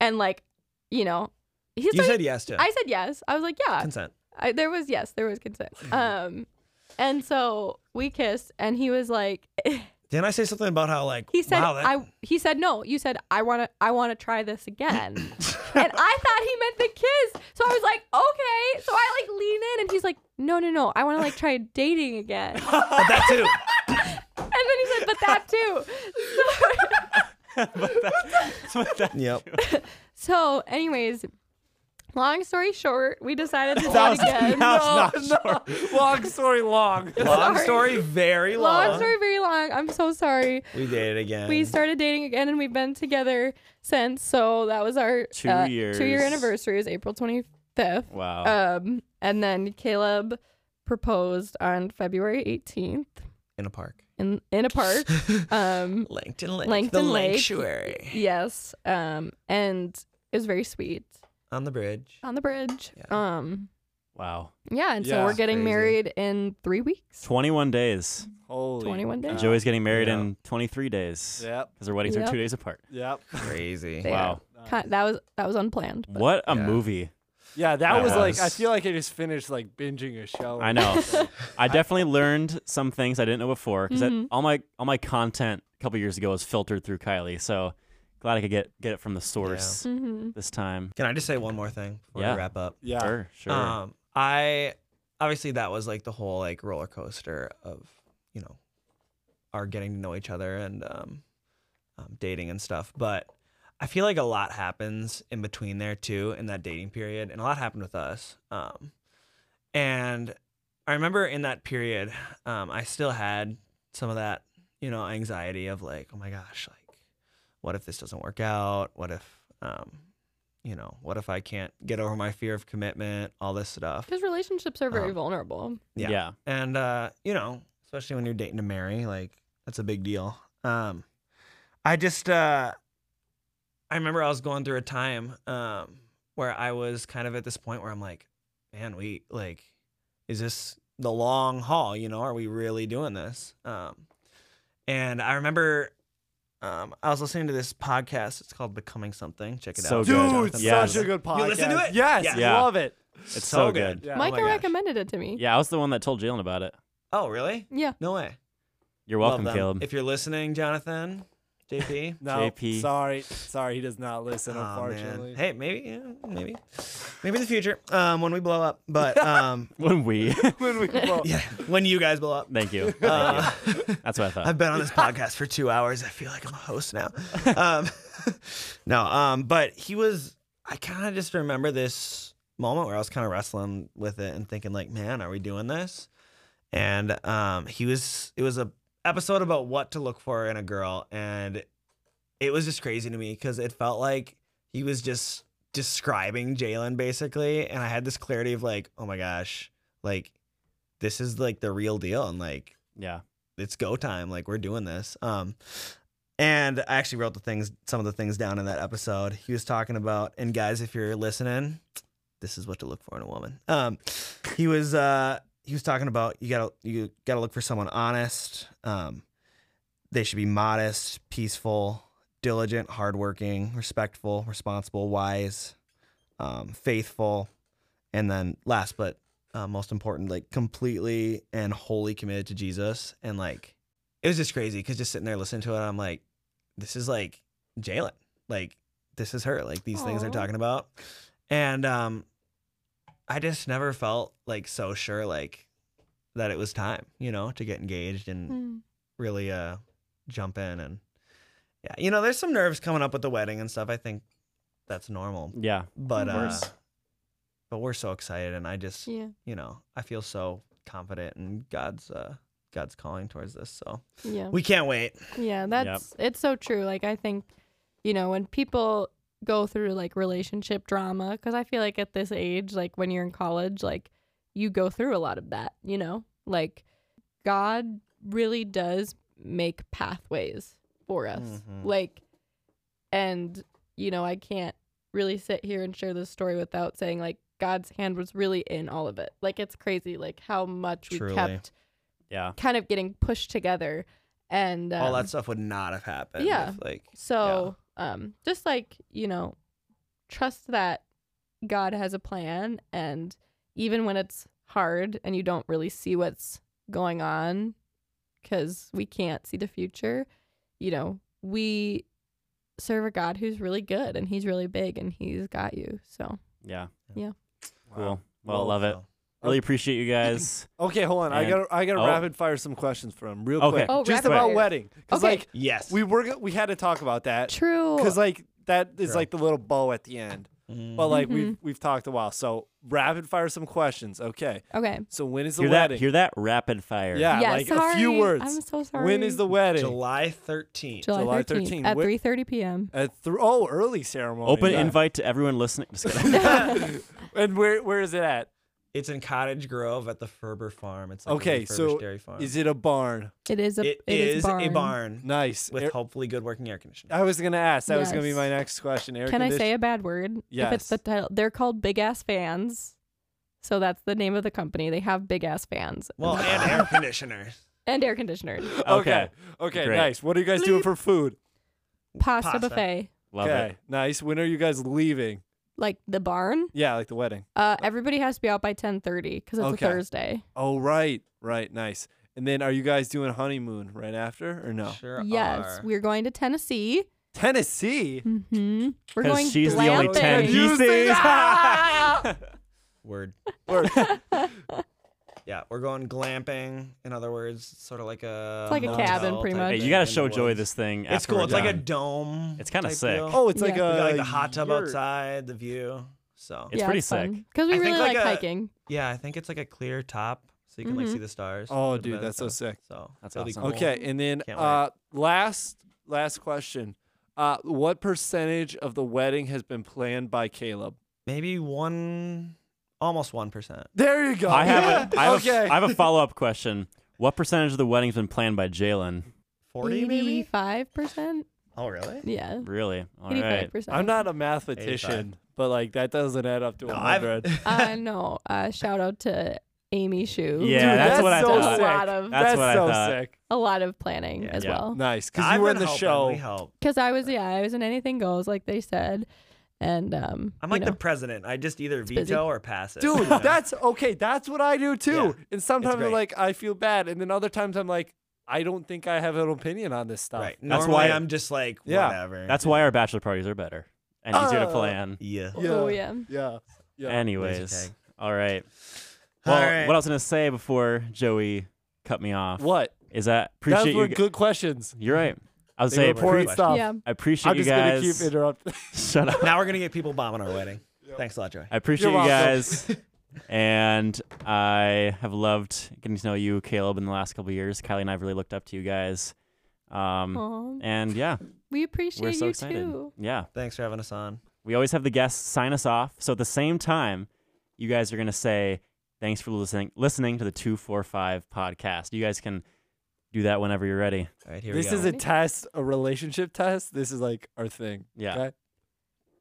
Speaker 3: and like, you know, he's
Speaker 4: You
Speaker 3: like,
Speaker 4: said yes to
Speaker 3: I said yes. I was like, yeah.
Speaker 4: consent.
Speaker 3: I, there was yes, there was consent. Um, and so we kissed, and he was like,
Speaker 4: Didn't I say something about how like
Speaker 3: he said,
Speaker 4: wow, that, oh,
Speaker 3: I. He said no. You said I want to. I want to try this again. and I thought he meant the kiss, so I was like, okay. So I like lean in, and he's like, no, no, no. I want to like try dating again. and
Speaker 4: but that too.
Speaker 3: then he said, but that too.
Speaker 4: yep.
Speaker 3: So, anyways. Long story short, we decided to date again.
Speaker 2: long story long.
Speaker 4: Long
Speaker 3: Sorry.
Speaker 4: story, very long.
Speaker 3: Long story very long. I'm so sorry.
Speaker 4: We did it again.
Speaker 3: we started dating again and we've been together since so that was our uh,
Speaker 1: Two years.
Speaker 3: two year anniversary is april 25th
Speaker 1: Wow.
Speaker 3: um and then caleb proposed on february 18th
Speaker 4: in a park,
Speaker 3: in in a park um
Speaker 4: Langton Lake,
Speaker 3: Langton
Speaker 4: the
Speaker 3: Lake.
Speaker 4: sanctuary
Speaker 3: yes um and it was very sweet
Speaker 4: on the bridge.
Speaker 3: on the bridge um
Speaker 1: wow.
Speaker 3: yeah and so
Speaker 2: Yeah.
Speaker 3: we're getting
Speaker 4: Crazy.
Speaker 3: married in three weeks
Speaker 1: 21 days.
Speaker 2: Holy.
Speaker 3: 21 days
Speaker 1: And Joey's getting married
Speaker 2: Yeah.
Speaker 1: in 23 days.
Speaker 2: Yep.
Speaker 1: Because their weddings
Speaker 3: Yep.
Speaker 1: are two days apart.
Speaker 2: Yep.
Speaker 4: Crazy.
Speaker 3: Yeah.
Speaker 1: Wow.
Speaker 3: Ki- that was that was unplanned but-
Speaker 1: What a
Speaker 4: Yeah.
Speaker 1: movie.
Speaker 2: Yeah, that
Speaker 1: That
Speaker 2: was like I
Speaker 1: was-
Speaker 2: feel like I just finished like binging a show.
Speaker 1: I know. I definitely learned some things I didn't know before because
Speaker 3: Mhm.
Speaker 1: all my all my content a couple years ago was filtered through Kylie. So glad I could get get it from the source
Speaker 3: Mhm.
Speaker 1: this time.
Speaker 4: Can I just say one more thing before
Speaker 1: Yeah.
Speaker 4: we wrap up?
Speaker 2: Yeah.
Speaker 1: Sure, sure.
Speaker 4: Um, I obviously that was like the whole like roller coaster of you know our getting to know each other and um, um, dating and stuff. But I feel like a lot happens in between there too in that dating period, and a lot happened with us. Um, and I remember in that period, um, I still had some of that you know anxiety of like, oh my gosh, like what if this doesn't work out? What if um, you know, what if I can't get over my fear of commitment, all this stuff.
Speaker 3: because relationships are very
Speaker 1: Oh.
Speaker 4: Um,
Speaker 3: vulnerable
Speaker 4: yeah. And uh, you know, especially when you're dating to marry, like that's a big deal. Um I just uh I remember I was going through a time um where I was kind of at this point where I'm like, man, we like is this the long haul, you know? Are we really doing this? Um and I remember um, I was listening to this podcast. It's called Becoming Something. Check it
Speaker 1: So
Speaker 4: out.
Speaker 1: good.
Speaker 2: Dude,
Speaker 4: Jonathan
Speaker 1: Yes.
Speaker 2: such a good podcast.
Speaker 4: You listen to it?
Speaker 2: Yes,
Speaker 4: Yeah.
Speaker 1: Yeah.
Speaker 2: love it.
Speaker 1: It's so good.
Speaker 2: Yeah.
Speaker 4: Mike-
Speaker 3: micah
Speaker 4: oh my gosh.
Speaker 3: recommended it to me
Speaker 1: Yeah, I was the one that told Jalen about it.
Speaker 4: Oh, really?
Speaker 3: yeah
Speaker 4: No way.
Speaker 1: You're
Speaker 4: Love
Speaker 1: welcome,
Speaker 4: them.
Speaker 1: Caleb.
Speaker 4: If you're listening, Jonathan, JP.
Speaker 2: No,
Speaker 1: JP.
Speaker 2: sorry, sorry, he does not listen.
Speaker 4: Aw, um, man.
Speaker 2: unfortunately,
Speaker 4: Hey, maybe, yeah, maybe, maybe in the future, um, when we blow up. But um,
Speaker 1: When we.
Speaker 2: when we well,
Speaker 4: yeah, when you guys blow up.
Speaker 1: Thank you. Thank
Speaker 4: Uh,
Speaker 1: you. That's what I thought.
Speaker 4: I've been on this podcast for two hours. I feel like I'm a host now. Um, no, um, but he was. I kind of just remember this moment where I was kind of wrestling with it and thinking, like, man, are we doing this? And um, he was. It was a episode about what to look for in a girl, and it was just crazy to me because it felt like he was just describing Jalen basically, and I had this clarity of like, oh my gosh, like this is like the real deal, and like
Speaker 1: yeah.
Speaker 4: it's go time. Like we're doing this. Um, and I actually wrote the things, some of the things down in that episode. He was talking about, and guys, if you're listening, this is what to look for in a woman. Um, he was, uh, he was talking about you gotta, you gotta look for someone honest. Um, they should be modest, peaceful, diligent, hardworking, respectful, responsible, wise, um, faithful, and then last but uh, most important, like completely and wholly committed to Jesus. And like, it was just crazy because just sitting there listening to it, I'm like, this is like Jalen. Like, this is her. Like, these things they're
Speaker 3: Aw.
Speaker 4: talking about. And um, I just never felt like so sure, like, that it was time, you know, to get engaged and
Speaker 3: Mm.
Speaker 4: really uh jump in and yeah you know there's some nerves coming up with the wedding and stuff i think that's normal
Speaker 1: Yeah.
Speaker 4: but
Speaker 3: Mm, Of
Speaker 4: uh
Speaker 1: course.
Speaker 4: but we're so excited and i just
Speaker 3: yeah
Speaker 4: you know i feel so confident in god's uh god's calling towards this so
Speaker 3: yeah
Speaker 4: we can't wait
Speaker 3: Yeah, that's it's so true. Like I think, you know, when people go through like relationship drama, because I feel like at this age, like when you're in college, like you go through a lot of that. You know, like God really does make pathways for us.
Speaker 4: Mhm.
Speaker 3: Like, and you know, I can't really sit here and share this story without saying like God's hand was really in all of it. Like it's crazy, like how much
Speaker 4: Truly.
Speaker 3: we kept
Speaker 1: Yeah.
Speaker 3: kind of getting pushed together. And um,
Speaker 4: all that stuff would not have happened
Speaker 3: yeah.
Speaker 4: if, like
Speaker 3: so, um, just like you know, trust that God has a plan, and even when it's hard and you don't really see what's going on, because we can't see the future, you know, we serve a God who's really good and he's really big and he's got you. So
Speaker 1: Yeah.
Speaker 3: Yeah.
Speaker 1: Cool. Well, love it.
Speaker 4: Phil.
Speaker 1: Really appreciate you guys.
Speaker 2: Okay, hold on. I
Speaker 1: And-
Speaker 2: got I got to
Speaker 1: oh.
Speaker 2: rapid fire some questions for him real
Speaker 1: Okay.
Speaker 2: quick.
Speaker 3: Oh,
Speaker 2: Just
Speaker 3: rapid
Speaker 2: about
Speaker 3: fire.
Speaker 2: wedding cuz
Speaker 3: Okay.
Speaker 2: like
Speaker 4: Yes.
Speaker 2: we were g- we had to talk about that
Speaker 3: true.
Speaker 2: cuz like that is
Speaker 4: Sure.
Speaker 2: like the little bow at the end.
Speaker 3: Mm-hmm.
Speaker 4: Mm.
Speaker 2: But like we've we've talked a while. So rapid fire some questions. Okay.
Speaker 3: okay.
Speaker 2: So when is the
Speaker 1: Hear that?
Speaker 2: wedding?
Speaker 1: Hear that? Rapid fire.
Speaker 2: Yeah,
Speaker 3: Yeah,
Speaker 2: like
Speaker 3: sorry.
Speaker 2: a few words.
Speaker 3: I'm so sorry.
Speaker 2: When is the wedding?
Speaker 4: July 13th.
Speaker 3: July,
Speaker 2: July
Speaker 3: 13th,
Speaker 2: 13th.
Speaker 3: at
Speaker 2: Wh-
Speaker 3: 3:30 p.m.
Speaker 2: At thr- oh, early ceremony.
Speaker 1: Open
Speaker 2: yeah.
Speaker 1: invite to everyone listening. Just kidding.
Speaker 2: And where where is it at?
Speaker 4: It's in Cottage Grove at the Ferber Farm. It's like
Speaker 2: Okay,
Speaker 4: a refurbished
Speaker 2: so
Speaker 4: dairy farm.
Speaker 2: Is it a barn?
Speaker 3: It is a
Speaker 4: it
Speaker 3: it is,
Speaker 4: is a barn
Speaker 2: Nice.
Speaker 4: with
Speaker 2: Air-
Speaker 4: hopefully good working air conditioning.
Speaker 2: I was gonna ask. That was gonna be
Speaker 3: Yes.
Speaker 2: my next question. Air
Speaker 3: Can I say
Speaker 2: condition-
Speaker 3: a bad word? If
Speaker 2: Yes.
Speaker 3: it's the title, they're called big ass fans. So that's the name of the company. They have big ass fans
Speaker 4: Well, and air conditioners.
Speaker 3: and air conditioners.
Speaker 1: Okay.
Speaker 2: Okay. Okay.
Speaker 1: Great.
Speaker 2: Nice. What are you guys doing for food?
Speaker 3: Pasta,
Speaker 4: Pasta.
Speaker 3: buffet,
Speaker 1: Love
Speaker 2: okay.
Speaker 1: it.
Speaker 2: Nice. When are you guys leaving?
Speaker 3: like the barn.
Speaker 2: Yeah, like the wedding.
Speaker 3: Uh, everybody has to be out by 10:30 because it's
Speaker 2: Okay.
Speaker 3: a Thursday.
Speaker 2: Oh, right. Right. Nice. And then are you guys doing honeymoon right after or no?
Speaker 4: Sure
Speaker 3: yes,
Speaker 4: are.
Speaker 3: we're going to Tennessee.
Speaker 2: Tennessee.
Speaker 3: hmm We're
Speaker 1: Because
Speaker 3: going.
Speaker 1: she's the only
Speaker 3: glamping.
Speaker 1: 10 he
Speaker 2: You say-
Speaker 1: sees.
Speaker 2: Ah!
Speaker 4: Word.
Speaker 2: Word.
Speaker 4: Yeah, we're going glamping. In other words, sort of like a
Speaker 3: It's like a
Speaker 4: motel
Speaker 3: cabin, pretty
Speaker 4: type
Speaker 1: Hey,
Speaker 3: much.
Speaker 4: thing
Speaker 1: you got to
Speaker 4: in the
Speaker 1: show Joy
Speaker 4: woods.
Speaker 1: this thing.
Speaker 4: It's
Speaker 1: after
Speaker 4: cool.
Speaker 1: we're
Speaker 4: It's like a
Speaker 1: done.
Speaker 4: dome.
Speaker 1: It's kinda
Speaker 4: type
Speaker 1: sick.
Speaker 4: deal.
Speaker 2: Oh, it's
Speaker 3: Yeah.
Speaker 2: like a
Speaker 3: We got,
Speaker 4: we got like the hot tub
Speaker 2: yurt.
Speaker 4: outside, the view. So
Speaker 1: It's pretty sick.
Speaker 3: Because we
Speaker 4: I think
Speaker 3: really like,
Speaker 4: like a-
Speaker 3: hiking.
Speaker 4: yeah, I think it's like a clear top, so you can like
Speaker 3: Mhm.
Speaker 4: see the stars.
Speaker 2: Oh,
Speaker 4: for the
Speaker 2: dude,
Speaker 4: bed
Speaker 2: that's so
Speaker 4: and
Speaker 2: sick.
Speaker 4: So
Speaker 1: That's
Speaker 4: that'd be
Speaker 1: awesome.
Speaker 4: cool.
Speaker 2: Okay, and then
Speaker 4: Can't wait.
Speaker 2: uh, last last question: uh, What percentage of the wedding has been planned by Caleb?
Speaker 4: maybe one, almost one percent.
Speaker 2: There you go.
Speaker 1: I have a, I have
Speaker 2: okay.
Speaker 1: a, I have a follow up question. What percentage of the wedding's been planned by Jalen?
Speaker 4: Forty, maybe.
Speaker 3: Eighty-five percent.
Speaker 4: Oh, really?
Speaker 3: Yeah.
Speaker 1: Really? All right.
Speaker 3: Eighty-five percent.
Speaker 2: I'm not a mathematician, but like that doesn't add up to
Speaker 4: No, I've-
Speaker 2: 100.
Speaker 3: uh, no. Uh, shout out to Amy Shu.
Speaker 1: Yeah, that's
Speaker 2: that's
Speaker 1: what I
Speaker 2: so
Speaker 1: thought.
Speaker 3: A
Speaker 2: sick.
Speaker 3: lot of
Speaker 1: That's
Speaker 2: That's,
Speaker 1: what I
Speaker 2: so
Speaker 1: thought.
Speaker 2: sick.
Speaker 3: a lot of planning
Speaker 4: Yeah.
Speaker 3: as
Speaker 1: Yeah.
Speaker 3: well.
Speaker 2: Nice, because
Speaker 4: I've
Speaker 2: you were in the
Speaker 4: been helping,
Speaker 2: show.
Speaker 4: We help.
Speaker 3: Because I was, yeah, I was in anything goes, like they said, and um,
Speaker 4: I'm
Speaker 3: you
Speaker 4: like
Speaker 3: know,
Speaker 4: the president. I just either veto
Speaker 3: busy.
Speaker 4: or pass it.
Speaker 2: Dude,
Speaker 4: you know?
Speaker 2: that's okay. That's what I do too.
Speaker 4: Yeah,
Speaker 2: and sometimes
Speaker 4: great.
Speaker 2: like I feel bad, and then other times I'm like, I don't think I have an opinion on this stuff.
Speaker 4: right.
Speaker 1: That's
Speaker 4: Normally,
Speaker 1: why-
Speaker 4: I'm just like
Speaker 2: Yeah.
Speaker 4: whatever.
Speaker 1: That's why our bachelor parties are better and easier to
Speaker 2: Oh.
Speaker 1: plan.
Speaker 4: yeah.
Speaker 3: Oh yeah.
Speaker 2: Yeah. Yeah.
Speaker 1: Anyways,
Speaker 4: tag.
Speaker 1: all right. Well,
Speaker 4: right.
Speaker 1: what I was gonna say before Joey cut me off
Speaker 2: What?
Speaker 1: is that
Speaker 2: Those
Speaker 1: appreciate
Speaker 2: were
Speaker 1: you. g-
Speaker 2: good questions.
Speaker 1: You're right. I was
Speaker 2: They
Speaker 1: saying
Speaker 2: were pouring
Speaker 4: pre-
Speaker 2: stuff.
Speaker 3: yeah.
Speaker 1: I appreciate
Speaker 2: I'm
Speaker 1: you
Speaker 2: just
Speaker 1: guys.
Speaker 2: gonna keep interrupting.
Speaker 1: Shut up.
Speaker 4: Now we're gonna get people bombing our wedding. Thanks a lot, Joey.
Speaker 1: I appreciate
Speaker 2: You're
Speaker 1: you
Speaker 2: welcome.
Speaker 1: guys. and I have loved getting to know you, Caleb, in the last couple of years. Kylie and I have really looked up to you guys. Um,
Speaker 3: Aw.
Speaker 1: and yeah,
Speaker 3: we appreciate
Speaker 1: we're so
Speaker 3: you
Speaker 1: excited.
Speaker 3: too.
Speaker 1: Yeah.
Speaker 4: Thanks for having us on.
Speaker 1: We always have the guests sign us off. So at the same time, you guys are going to say thanks for listening listening to the 245 podcast. You guys can do that whenever you're ready.
Speaker 4: All right, here
Speaker 2: This
Speaker 4: we go.
Speaker 2: is a test, a relationship test. This is like our thing.
Speaker 1: Yeah.
Speaker 2: okay?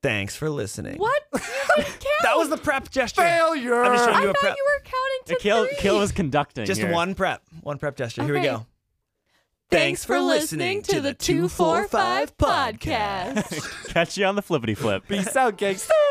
Speaker 4: Thanks for listening.
Speaker 3: What? You didn't count.
Speaker 4: That was the prep gesture.
Speaker 2: Failure.
Speaker 4: I'm just
Speaker 3: I
Speaker 4: showing you a
Speaker 3: thought
Speaker 4: prep.
Speaker 3: you were counting to
Speaker 1: Uh, Kale,
Speaker 3: three.
Speaker 1: Kale was conducting.
Speaker 4: Just
Speaker 1: here.
Speaker 4: one prep. One prep gesture. Here we
Speaker 3: Okay.
Speaker 4: go.
Speaker 3: Thanks for listening to the 245 podcast.
Speaker 1: Catch you on the flippity flip.
Speaker 2: Peace out, gangsters.